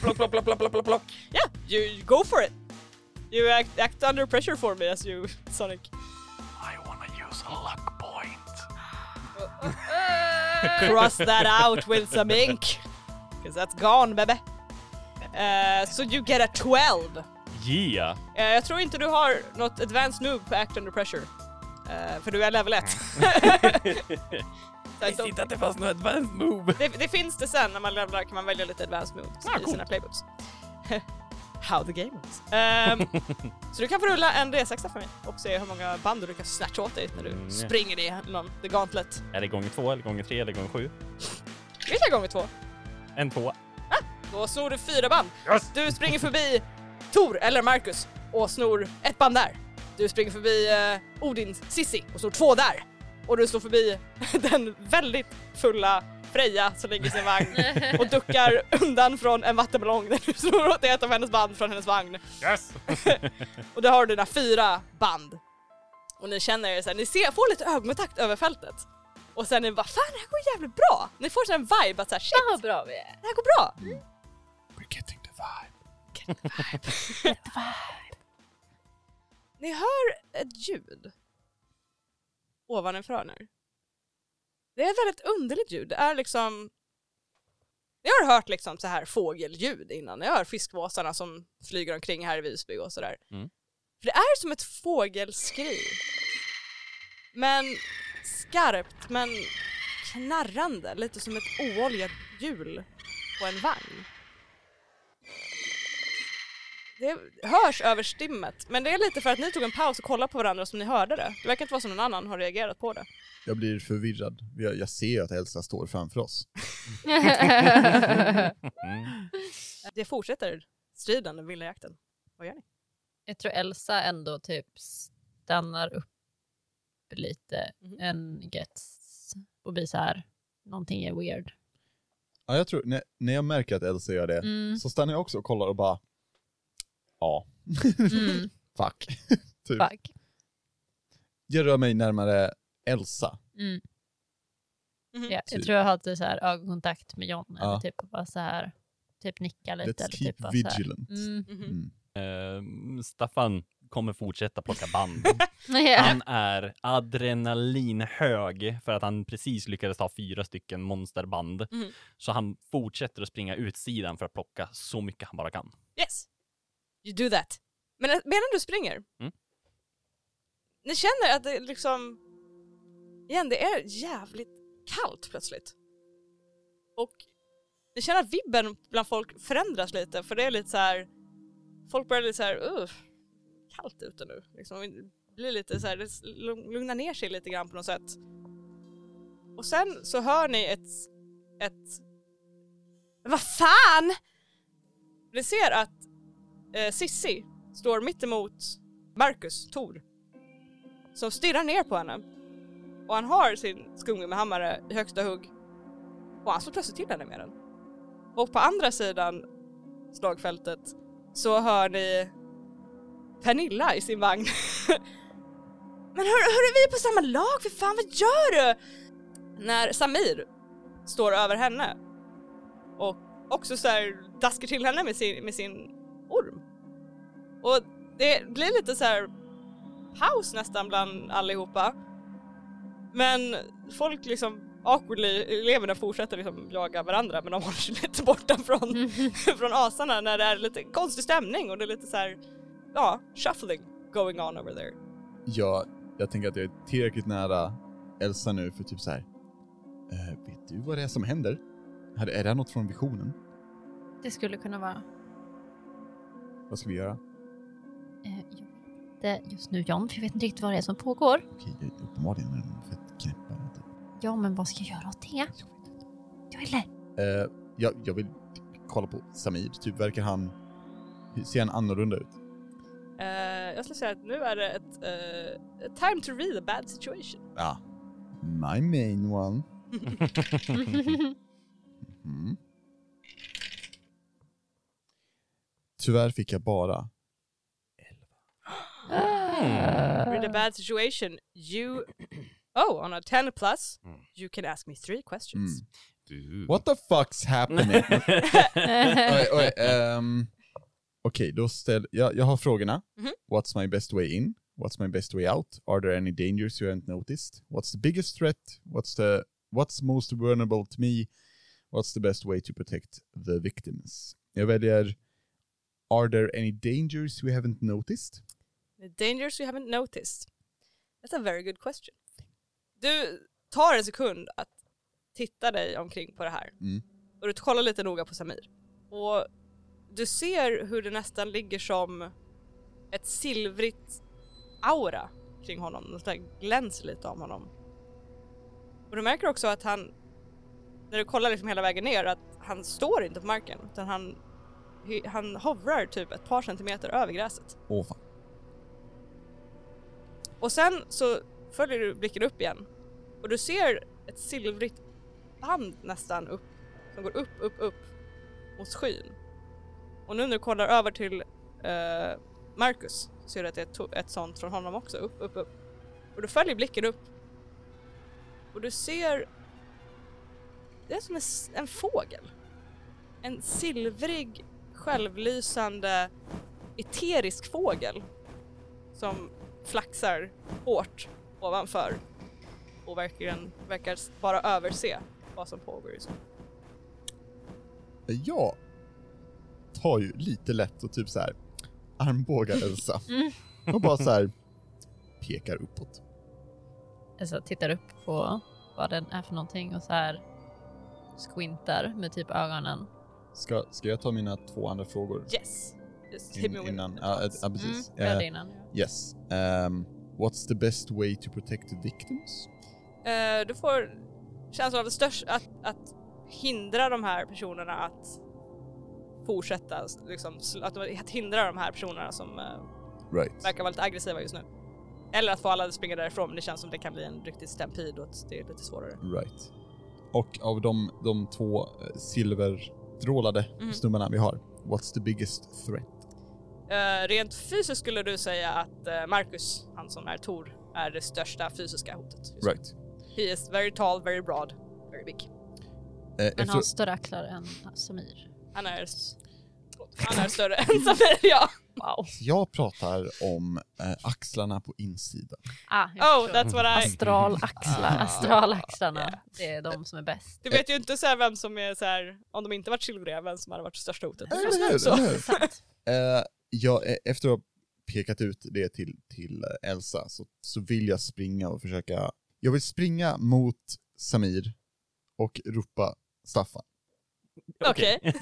[SPEAKER 6] plock, plock, plock, plock, plock, plock, plock.
[SPEAKER 1] Yeah, you, you go for it! You act, act under pressure for me as you Sonic.
[SPEAKER 14] I wanna use a luck point.
[SPEAKER 1] cross that out with some ink. Because that's gone baby. Eh, so you get a 12.
[SPEAKER 6] Yeah!
[SPEAKER 1] Eh, jag tror inte du har något advanced move på act under pressure. Eh, för du är level 1. Så I
[SPEAKER 6] Visste
[SPEAKER 1] don't-
[SPEAKER 6] inte att det fanns något advanced move.
[SPEAKER 1] det, det finns det sen när man levlar kan man välja lite advanced moves
[SPEAKER 6] Ah,
[SPEAKER 1] i
[SPEAKER 6] coolt.
[SPEAKER 1] sina playbooks. How the game is. Ehm, så du kan få rulla en D6 för mig och se hur många band du lyckas snatcha åt dig när du
[SPEAKER 6] Mm.
[SPEAKER 1] springer igenom the gauntlet.
[SPEAKER 6] Är det gånger två eller gånger tre eller gånger sju?
[SPEAKER 1] Ytterligare gånger två.
[SPEAKER 6] En två.
[SPEAKER 1] Då snor du fyra band. Du springer förbi Tor eller Marcus och snor ett band där. Du springer förbi eh, Odins Sissi och snor två där. Och du står förbi den väldigt fulla Freja som ligger i sin vagn och duckar undan från en vattenballong där du snor åt ett av hennes band från hennes vagn.
[SPEAKER 6] Yes!
[SPEAKER 1] Och där har du dina fyra band. Och ni känner er såhär, ni ser, får lite ögonkontakt över fältet. Och sen är ni bara fan det här går jävligt bra! Ni får sån en vibe att såhär shit
[SPEAKER 8] Fan vad bra vi är!
[SPEAKER 1] det här går bra!
[SPEAKER 15] We're getting the vibe.
[SPEAKER 1] Ni hör ett ljud ovanifrån er. Det är ett väldigt underligt ljud. Det är liksom... Jag har hört liksom så här fågelljud innan. Jag hör fiskmåsarna som flyger omkring här i Visby och sådär.
[SPEAKER 6] Mm.
[SPEAKER 1] För det är som ett fågelskri. Men skarpt, men knarrande. Lite som ett oljat hjul på en vagn. Det hörs över stimmet, men det är lite för att ni tog en paus och kollade på varandra som ni hörde det. Det verkar inte vara som någon annan har reagerat på det.
[SPEAKER 2] Jag blir förvirrad. Jag, jag ser ju att Elsa står framför oss.
[SPEAKER 1] Det fortsätter striden, den vilda jakten.
[SPEAKER 4] Jag tror Elsa ändå typ stannar upp lite.
[SPEAKER 1] Mhm.
[SPEAKER 4] En gets och blir så här. Någonting är weird.
[SPEAKER 2] Ja, jag tror, när, när jag märker att Elsa gör det,
[SPEAKER 4] Mm.
[SPEAKER 2] så stannar jag också och kollar och bara... Ja,
[SPEAKER 4] Mm.
[SPEAKER 2] fuck.
[SPEAKER 4] Fuck.
[SPEAKER 2] Jag rör mig närmare Elsa.
[SPEAKER 4] Mm.
[SPEAKER 1] Mhm.
[SPEAKER 4] Ja, jag
[SPEAKER 2] Typ.
[SPEAKER 4] tror jag hade så här ögonkontakt med John eller
[SPEAKER 2] Ja.
[SPEAKER 4] typ och bara så här typ nicka lite
[SPEAKER 2] Let's
[SPEAKER 4] eller
[SPEAKER 2] keep
[SPEAKER 4] typ bara så här.
[SPEAKER 2] vigilant.
[SPEAKER 4] Mm.
[SPEAKER 1] Mhm.
[SPEAKER 2] Mm.
[SPEAKER 6] Ehm, Staffan kommer fortsätta plocka band.
[SPEAKER 4] Ja.
[SPEAKER 6] Han är adrenalinhög för att han precis lyckades ta fyra stycken monsterband.
[SPEAKER 1] Mhm.
[SPEAKER 6] Så han fortsätter att springa utsidan för att plocka så mycket han bara kan.
[SPEAKER 1] Yes! You do that. Men eh, medan du springer,
[SPEAKER 6] Mm.
[SPEAKER 1] ni känner att det liksom, igen det är jävligt kallt plötsligt. Och ni känner att vibben bland folk förändras lite för det är lite så här. folk börjar lite så här, uh, kallt ute nu. Liksom, det blir lite så här, det s- lugn- lugnar ner sig lite grann på något sätt. Och sen så hör ni ett, ett, vad fan! Ni ser att eh, Sissi står mitt emot Marcus, Tor. Som stirrar ner på henne. Och han har sin skumgummihammare i högsta hugg. Och han slår plötsligt till henne med den. Och på andra sidan slagfältet så hör ni Pernilla i sin vagn. Men hör, hör vi är på samma lag? För fan vad gör du? När Samir står över henne och också så här daskar till henne med sin, med sin orm. Och det blir lite så här paus nästan bland allihopa. Men folk liksom awkwardly, eleverna fortsätter liksom jaga varandra men de håller sig lite borta från, från asarna när det är lite konstig stämning och det är lite så här, ja, shuffling going on over there.
[SPEAKER 2] Jag, jag tänker att jag är tillräckligt nära Elsa nu för typ så här. "Eh, vet du vad det är som händer? Här- Är det här något från visionen?
[SPEAKER 16] Det skulle kunna vara.
[SPEAKER 2] Vad ska vi göra?
[SPEAKER 4] Eh, jag vet inte Just nu John, för jag vet inte riktigt vad det är som pågår.
[SPEAKER 2] Okej, det- uppenbarligen är de fett knäppa.
[SPEAKER 4] Ja, men vad ska jag göra åt det? Jag är ledsen.
[SPEAKER 2] Eh, jag, jag vill kolla på Samir, typ verkar han... Ser han annorlunda ut?
[SPEAKER 1] Eh, jag skulle säga att nu är det ett eh, time to read a bad situation.
[SPEAKER 2] Ja. My main one.
[SPEAKER 4] Mm-hmm.
[SPEAKER 2] Mhm. Tyvärr fick jag bara...
[SPEAKER 1] Read a bad situation, you... Oh, on a 10 plus, you can ask me three
[SPEAKER 2] Mm.
[SPEAKER 1] questions.
[SPEAKER 2] What the fuck's happening? Oj, oj, ehm, Okej, då ställ... Jag, jag har frågorna.
[SPEAKER 1] Mhm.
[SPEAKER 2] What's my best way in? What's my best way out? Are there any dangers you haven't noticed? What's the biggest threat? What's the... What's most vulnerable to me? What's the best way to protect the victims? Jag väljer... Are there any dangers we haven't noticed?
[SPEAKER 1] The dangers you haven't noticed. That's a very good question. Du tar en sekund att titta dig omkring på det här.
[SPEAKER 2] Mm.
[SPEAKER 1] Och du kollar lite noga på Samir. Och du ser hur det nästan ligger som ett silvrigt aura kring honom. Det så där glänser lite om honom. Och du märker också att han, när du kollar liksom hela vägen ner, att han står inte på marken. Utan han, han hovrar typ ett par centimeter över gräset.
[SPEAKER 2] Åh fan.
[SPEAKER 1] Och sen så följer du blicken upp igen och du ser ett silvrigt band nästan upp som går upp, upp, upp mot skyn. Och nu när du kollar över till eh, Marcus så ser du att det är ett, to- ett sånt från honom också, upp, upp, upp. Och du följer blicken upp och du ser det är som en, s- en fågel. En silvrig, självlysande, eterisk fågel som flaxar hårt ovanför. och verkligen verkar s- bara överse vad som pågår just nu.
[SPEAKER 17] Jag tar ju lite lätt och typ så här armbågar Elsa.
[SPEAKER 1] Mm.
[SPEAKER 17] Och bara så här pekar uppåt.
[SPEAKER 4] Elsa Alltså, tittar upp på vad den är för någonting och så här squintar med typ ögonen.
[SPEAKER 2] Ska, ska jag ta mina två andra frågor?
[SPEAKER 1] Yes! Just hit
[SPEAKER 2] In,
[SPEAKER 1] me with
[SPEAKER 2] innan?
[SPEAKER 1] it.
[SPEAKER 2] Ja, ja, precis.
[SPEAKER 4] Mm,
[SPEAKER 2] Eh,
[SPEAKER 4] jag hade innan.
[SPEAKER 2] yes. Ehm, what's the best way to protect the victims?
[SPEAKER 1] Eh, du får känslan av att, störst, att, att hindra de här personerna att fortsätta, liksom, sl- att, att hindra de här personerna som eh,
[SPEAKER 2] Right.
[SPEAKER 1] verkar vara lite aggressiva just nu. Eller att få alla att springa därifrån, men det känns som det kan bli en riktig stampede och att det är lite svårare.
[SPEAKER 2] Right. Och av de, de två eh, silverdrålade
[SPEAKER 1] Mm.
[SPEAKER 2] snubbarna vi har, what's the biggest threat?
[SPEAKER 1] Eh, rent fysiskt skulle du säga att eh, Marcus, han som är Tor, är det största fysiska hotet. just nu.
[SPEAKER 2] Right.
[SPEAKER 1] He is very tall, very broad, very big.
[SPEAKER 2] Eh,
[SPEAKER 4] Men
[SPEAKER 2] efter-
[SPEAKER 4] har större axlar än Samir.
[SPEAKER 1] Han är, s- han är större än Samir, ja.
[SPEAKER 4] Wow.
[SPEAKER 2] Jag pratar om eh, axlarna på insidan.
[SPEAKER 4] Ah, jag
[SPEAKER 1] Oh,
[SPEAKER 4] förstår.
[SPEAKER 1] that's what I...
[SPEAKER 5] Astralaxlar.
[SPEAKER 4] Astralaxlarna, det är de som är bäst.
[SPEAKER 1] Du vet ju inte så här vem som är så här, om de inte varit silvriga, vem som hade varit största hotet.
[SPEAKER 2] Eller hur? Eller hur? Eh, jag, eh, efter att ha pekat ut det till, till eh, Elsa så, så vill jag springa och försöka... Jag vill springa mot Samir och ropa Staffan.
[SPEAKER 1] Okej.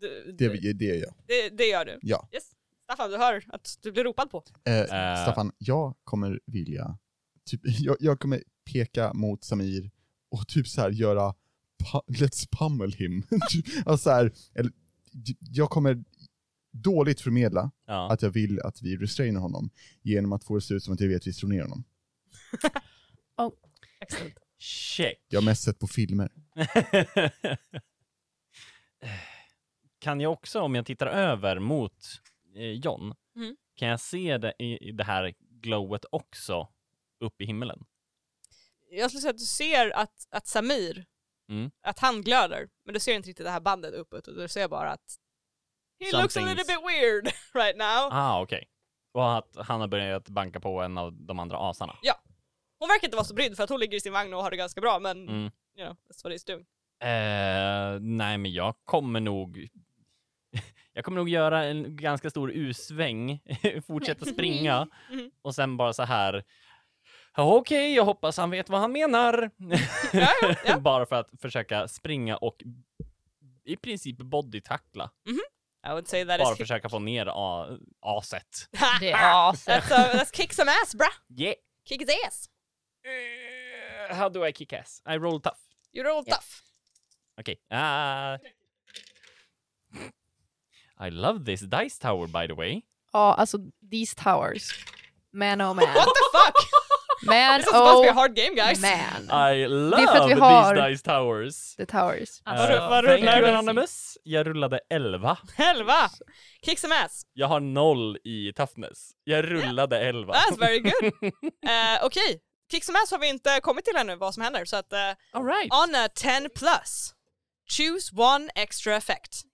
[SPEAKER 1] Du-
[SPEAKER 2] Det,
[SPEAKER 1] du-
[SPEAKER 2] det, det är jag.
[SPEAKER 1] Det, det gör du.
[SPEAKER 2] Ja.
[SPEAKER 1] Yes. Staffan, du hör att du blir ropad på.
[SPEAKER 2] Eh,
[SPEAKER 6] Eh.
[SPEAKER 2] Staffan, jag kommer vilja... Typ, jag, jag kommer peka mot Samir och typ så här göra pa, Let's pummel him. Typ, alltså så här, eller, jag kommer dåligt förmedla
[SPEAKER 6] Ja.
[SPEAKER 2] att jag vill att vi restrainar honom genom att få det se ut som att jag vet att vi slår ner honom.
[SPEAKER 1] Excellent.
[SPEAKER 6] Check.
[SPEAKER 2] Jag har mest sett på filmer.
[SPEAKER 6] kan jag också, om jag tittar över mot eh, John,
[SPEAKER 1] Mm.
[SPEAKER 6] kan jag se det, i, i det här glowet också upp i himmelen?
[SPEAKER 1] Jag skulle säga att du ser att, att Samir,
[SPEAKER 6] Mm.
[SPEAKER 1] att han glöder, men du ser inte riktigt det här bandet uppåt, och du ser bara att He looks a little
[SPEAKER 6] Something's-
[SPEAKER 1] bit weird right now.
[SPEAKER 6] Ah, okej. Och att han har börjat banka på en av de andra asarna.
[SPEAKER 1] Hon verkar inte vara så brydd för att hon ligger i sin vagn och har det ganska bra, men
[SPEAKER 6] Mm.
[SPEAKER 1] you know, that's what he's doing.
[SPEAKER 6] Eh, nej, men jag kommer nog... Jag kommer nog göra en ganska stor U-sväng, fortsätta springa
[SPEAKER 1] Mhm.
[SPEAKER 6] och sen bara så här. "Ja, Okej, jag hoppas han vet vad han menar.
[SPEAKER 1] Ja, ja, ja.
[SPEAKER 6] bara för att försöka springa och i princip bodytackla.
[SPEAKER 1] I would say that
[SPEAKER 6] Bara
[SPEAKER 1] is...
[SPEAKER 6] försöka få ner a- aset.
[SPEAKER 4] Det är as.
[SPEAKER 1] That's, uh, that's kick some ass bruh!
[SPEAKER 6] Yeah.
[SPEAKER 1] Kick his ass!
[SPEAKER 6] Eh, how do I kick ass? I roll tough.
[SPEAKER 1] You're all tough!
[SPEAKER 6] Okej. Ah. I love this dice tower by the way.
[SPEAKER 5] Ja, alltså these towers. Man oh man.
[SPEAKER 1] What the fuck!
[SPEAKER 5] Man
[SPEAKER 1] This is supposed to be a
[SPEAKER 5] oh
[SPEAKER 1] hard game guys!
[SPEAKER 5] man.
[SPEAKER 6] I
[SPEAKER 5] är för att
[SPEAKER 6] love
[SPEAKER 5] vi har-
[SPEAKER 6] these dice towers.
[SPEAKER 5] The towers.
[SPEAKER 1] Vad
[SPEAKER 4] Alltså,
[SPEAKER 1] ru- vad
[SPEAKER 6] thank
[SPEAKER 1] rullar
[SPEAKER 6] you,
[SPEAKER 1] du?
[SPEAKER 6] Anonymous. Jag rullade 11.
[SPEAKER 1] Elva! Kick some ass!
[SPEAKER 6] Jag har noll i toughness. Jag rullade 11.
[SPEAKER 1] That's very good! Eh, Okej, kick some ass har vi inte kommit till ännu vad som händer, så att eh,
[SPEAKER 6] All right.
[SPEAKER 1] On a 10 plus, choose one extra effect.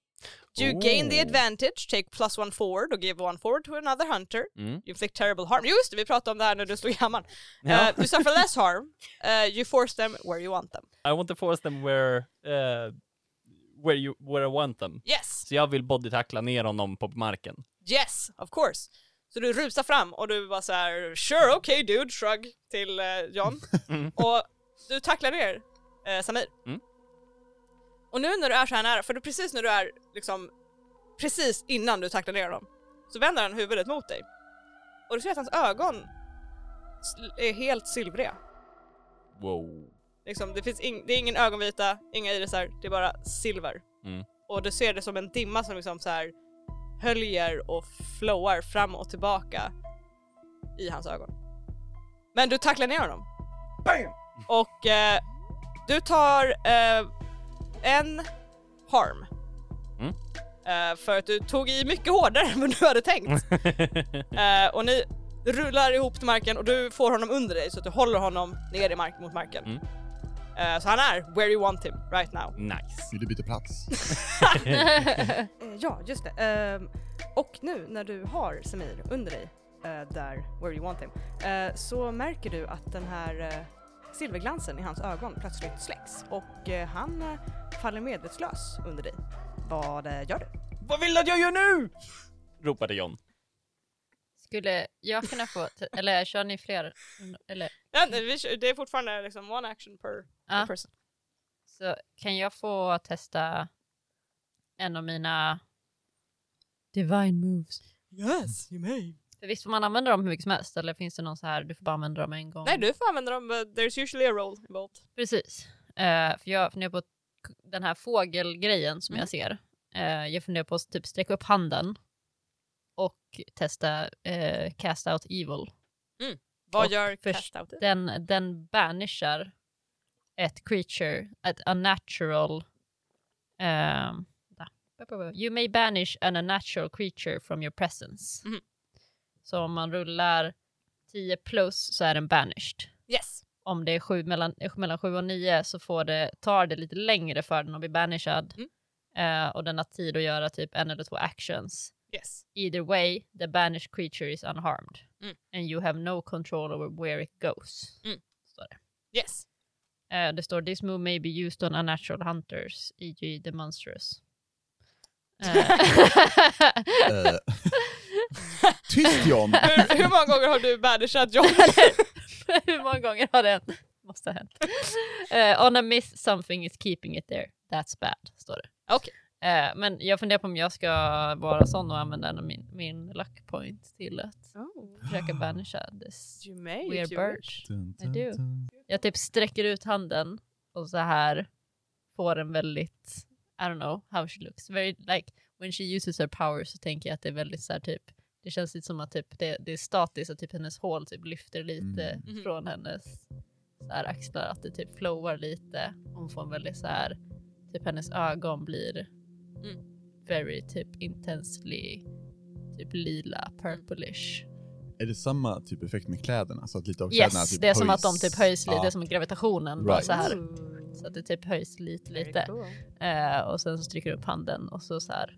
[SPEAKER 1] You gain the
[SPEAKER 6] Ooh.
[SPEAKER 1] advantage, take plus one forward och give one forward to another hunter.
[SPEAKER 6] Mm.
[SPEAKER 1] You inflict terrible harm. Just det, vi pratade om det här när du slog i hammaren.
[SPEAKER 6] Ja.
[SPEAKER 1] Eh, you suffer less harm, eh, you force them where you want them.
[SPEAKER 6] I want to force them where, eh, where, you, where I want them.
[SPEAKER 1] Yes,
[SPEAKER 6] Så jag vill bodytackla ner honom på marken.
[SPEAKER 1] yes, of course. Så du rusar fram och du bara så här, sure, okay dude, shrug till eh, John. Och du tacklar ner eh, Samir.
[SPEAKER 6] Mm.
[SPEAKER 1] Och nu när du är så här nära, för du precis när du är liksom precis innan du tacklar ner honom, så vänder han huvudet mot dig. Och du ser att hans ögon sl- är helt silvriga.
[SPEAKER 6] Wow.
[SPEAKER 1] Liksom, det, finns ing- det är ingen ögonvita, inga irisar, det är bara silver.
[SPEAKER 6] Mm.
[SPEAKER 1] Och du ser det som en dimma som liksom så här höljer och flowar fram och tillbaka i hans ögon. Men du tacklar ner honom. Och eh, du tar eh, en harm.
[SPEAKER 6] Mm.
[SPEAKER 1] Eh, för att du tog i mycket hårdare än vad du hade tänkt. Eh, och ni rullar ihop till marken och du får honom under dig så att du håller honom ner i mark mot marken.
[SPEAKER 6] Mm.
[SPEAKER 1] Eh, så han är where you want him right now.
[SPEAKER 6] nice.
[SPEAKER 17] Vill du byta plats?
[SPEAKER 18] Eh, Ehm,
[SPEAKER 1] ja, just det. och nu när du har Samir under dig
[SPEAKER 18] eh, där, where you want him, eh, så märker du att den här eh, silverglansen i hans ögon plötsligt släcks och eh, han eh, faller medvetslös under dig. Vad eh, gör du?
[SPEAKER 6] Vad vill du att jag gör nu? Ropade John.
[SPEAKER 4] Skulle jag kunna få, t- eller kör ni fler? Eller,
[SPEAKER 1] Ja, nej, vi kör- det är fortfarande liksom one action per, per
[SPEAKER 4] Ja.
[SPEAKER 1] person.
[SPEAKER 4] så kan jag få testa en av mina divine moves?
[SPEAKER 1] Yes, you may.
[SPEAKER 4] För visst får man använda dem hur mycket som helst eller finns det någon så här, du får bara använda dem en gång?
[SPEAKER 1] Nej, du får använda dem. but There's usually a roll involved.
[SPEAKER 4] Precis. Eh, för jag funderar på att k- den här fågelgrejen som
[SPEAKER 1] Mm.
[SPEAKER 4] jag ser. eh, jag funderar på att typ sträcka upp handen och testa eh, cast out evil.
[SPEAKER 1] Vad
[SPEAKER 4] Och
[SPEAKER 1] gör
[SPEAKER 4] först-
[SPEAKER 1] cast out?
[SPEAKER 4] Den, den banishar ett creature, ett unnatural... ehm, da. you may banish an unnatural creature from your presence.
[SPEAKER 1] Mhm.
[SPEAKER 4] Så om man rullar 10 plus så är den banished.
[SPEAKER 1] Yes.
[SPEAKER 4] om det är sju, mellan, eh, mellan sju och nio så får det, tar det lite längre för den att bli banishad.
[SPEAKER 1] Mm.
[SPEAKER 4] Eh, och den har tid att göra typ en eller två actions.
[SPEAKER 1] Yes.
[SPEAKER 4] Either way, the banished creature is unharmed.
[SPEAKER 1] Mm.
[SPEAKER 4] And you have no control over where it goes.
[SPEAKER 1] Mm.
[SPEAKER 4] Står det.
[SPEAKER 1] Yes.
[SPEAKER 4] Eh, det står this move may be used on unnatural hunters, e.g. the monstrous. Eh,
[SPEAKER 2] Eh, Tyst John!
[SPEAKER 1] Hur, hur många gånger har du banishat John?
[SPEAKER 4] Hur många gånger har det hänt? Måste ha hänt. Eh, on a miss something is keeping it there. That's bad, står det.
[SPEAKER 1] Okej.
[SPEAKER 4] Eh, men jag funderar på om jag ska vara sån och använda en av min, min luck point till att
[SPEAKER 1] Oh,
[SPEAKER 4] försöka banisha this
[SPEAKER 1] You may.
[SPEAKER 4] weird
[SPEAKER 1] if you
[SPEAKER 4] bird.
[SPEAKER 1] wish.
[SPEAKER 4] I do. Jag typ sträcker ut handen och så här får en väldigt, I don't know how she looks, very like when she uses her power så tänker jag att det är väldigt så här typ det känns lite som att typ det, det är statiskt och typ hennes hål typ lyfter lite
[SPEAKER 2] Mm.
[SPEAKER 1] Mhm.
[SPEAKER 4] från hennes så här axlar, att det typ flowar lite. Hon får en väldigt så här, typ hennes ögon blir
[SPEAKER 1] Mm.
[SPEAKER 4] very typ intensely typ lila,
[SPEAKER 1] Mm.
[SPEAKER 4] purplish.
[SPEAKER 2] Är det samma typ effekt med kläderna? Så att lite av kläderna
[SPEAKER 4] Yes,
[SPEAKER 2] typ
[SPEAKER 4] det är som att
[SPEAKER 2] höjs?
[SPEAKER 4] de typ höjs lite,
[SPEAKER 2] Ja.
[SPEAKER 4] det är som gravitationen bara
[SPEAKER 2] Right.
[SPEAKER 4] så här. Så att det typ höjs lite, lite. Eh, och sen så stryker du upp handen och så så här.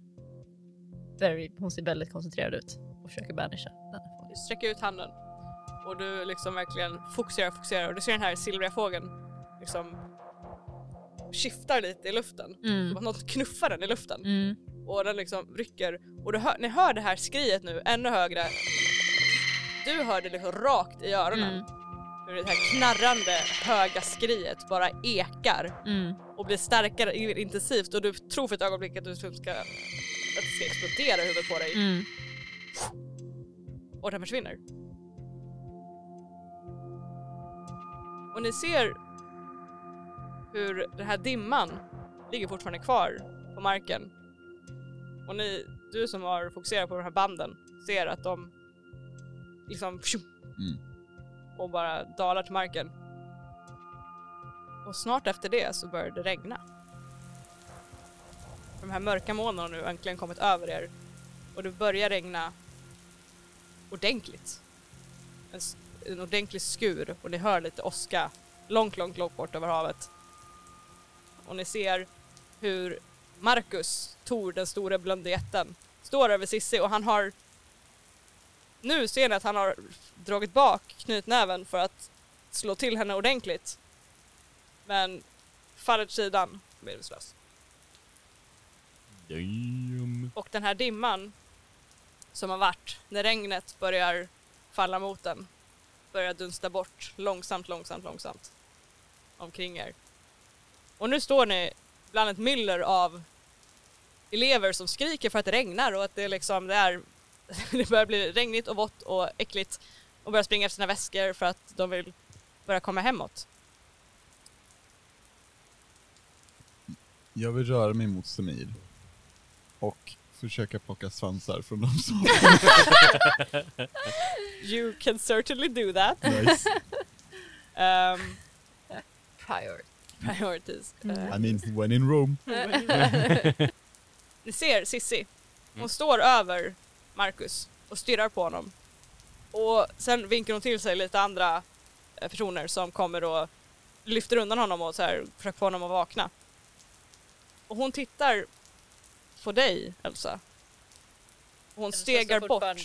[SPEAKER 4] Very, hon ser väldigt koncentrerad ut och försöker banisha den här fågeln.
[SPEAKER 1] Du sträcker ut handen och du liksom verkligen fokuserar, fokuserar och du ser den här silvriga fågeln liksom skiftar lite i luften. Som
[SPEAKER 4] Mm.
[SPEAKER 1] att något knuffar den i luften
[SPEAKER 4] Mm.
[SPEAKER 1] och den liksom rycker och du hör, ni hör det här skriet nu ännu högre. Du hör det liksom rakt i öronen.
[SPEAKER 4] Mm.
[SPEAKER 1] Hur det här knarrande höga skriet bara ekar
[SPEAKER 4] Mm.
[SPEAKER 1] och blir starkare mer intensivt och du tror för ett ögonblick att du liksom ska, att det ska explodera i huvudet på dig
[SPEAKER 4] Mm.
[SPEAKER 1] och den försvinner. Och ni ser hur den här dimman ligger fortfarande kvar på marken. Och ni, du som har fokuserat på de här banden, ser att de liksom pshum,
[SPEAKER 2] Mm.
[SPEAKER 1] och bara dalar till marken. Och snart efter det så börjar det regna. De här mörka molnen har nu äntligen kommit över er och det börjar regna ordentligt. En, s- en ordentlig skur och ni hör lite åska långt, långt, långt bort över havet. Och ni ser hur Marcus, Tor, den stora blonde jätten, står över Sissi och han har... Nu ser ni att han har dragit bak knytnäven för att slå till henne ordentligt. Men faller åt sidan medvetslös.
[SPEAKER 6] Damn.
[SPEAKER 1] Och den här dimman som har varit när regnet börjar falla mot den börjar dunsta bort långsamt, långsamt, långsamt omkring er. Och nu står ni bland ett myller av elever som skriker för att det regnar och att det liksom det är det börjar bli regnigt och vått och äckligt och börjar springa efter sina väskor för att de vill börja komma hemåt.
[SPEAKER 2] Jag vill röra mig mot Samir. Och försöka plocka svansar från de som...
[SPEAKER 1] You can certainly do that.
[SPEAKER 2] Nice.
[SPEAKER 1] Um,
[SPEAKER 4] Prior.
[SPEAKER 1] priorities. Uh,
[SPEAKER 2] I mean, when in Rome.
[SPEAKER 1] Ni ser Sissi. Hon
[SPEAKER 6] Mm.
[SPEAKER 1] står över Marcus och stirrar på honom. Och sen vinkar hon till sig lite andra eh, personer som kommer och lyfter undan honom och så här, försöker få honom att vakna. Och hon tittar på
[SPEAKER 4] Alltså,
[SPEAKER 1] dig, Elsa. Och hon stegar bort.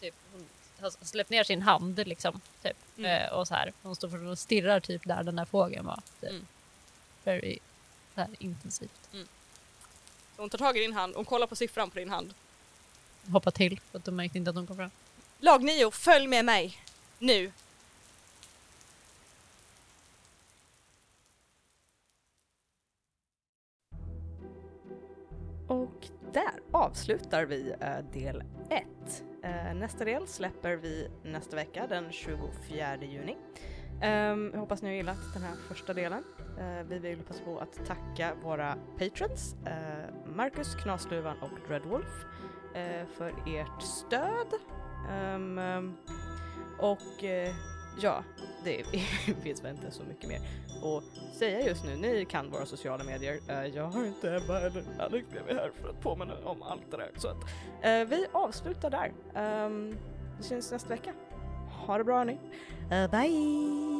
[SPEAKER 4] Typ, hon har släppt ner sin hand liksom. Typ.
[SPEAKER 19] Mm.
[SPEAKER 4] Eh, och så här, hon står fortfarande och stirrar typ där den där fågeln var. Typ.
[SPEAKER 19] Mm.
[SPEAKER 4] Very så här, intensivt.
[SPEAKER 19] Så hon tar tag i din hand, hon kollar på siffran på din hand.
[SPEAKER 4] Hoppa till för att de märkte inte att de kom fram.
[SPEAKER 19] Lag 9, följ med mig. Nu.
[SPEAKER 1] Och där avslutar vi eh, del 1. Nästa del släpper vi nästa vecka den 24 juni. Ehm, Jag hoppas ni har gillat den här första delen. Eh, Vi vill passa på att tacka våra patrons, eh, Marcus, Knasluvan och Dreadwolf eh, för ert stöd. Ehm, ehm, Och eh, ja, det finns väl inte så mycket mer att säga just nu. Ni kan våra sociala medier. Eh, Jag har inte Ebba eller Alex bredvid här för att påminna om allt det där. Så att, eh, vi avslutar där. Ehm, Vi syns nästa vecka. Ha det bra hörni. Eh, Bye!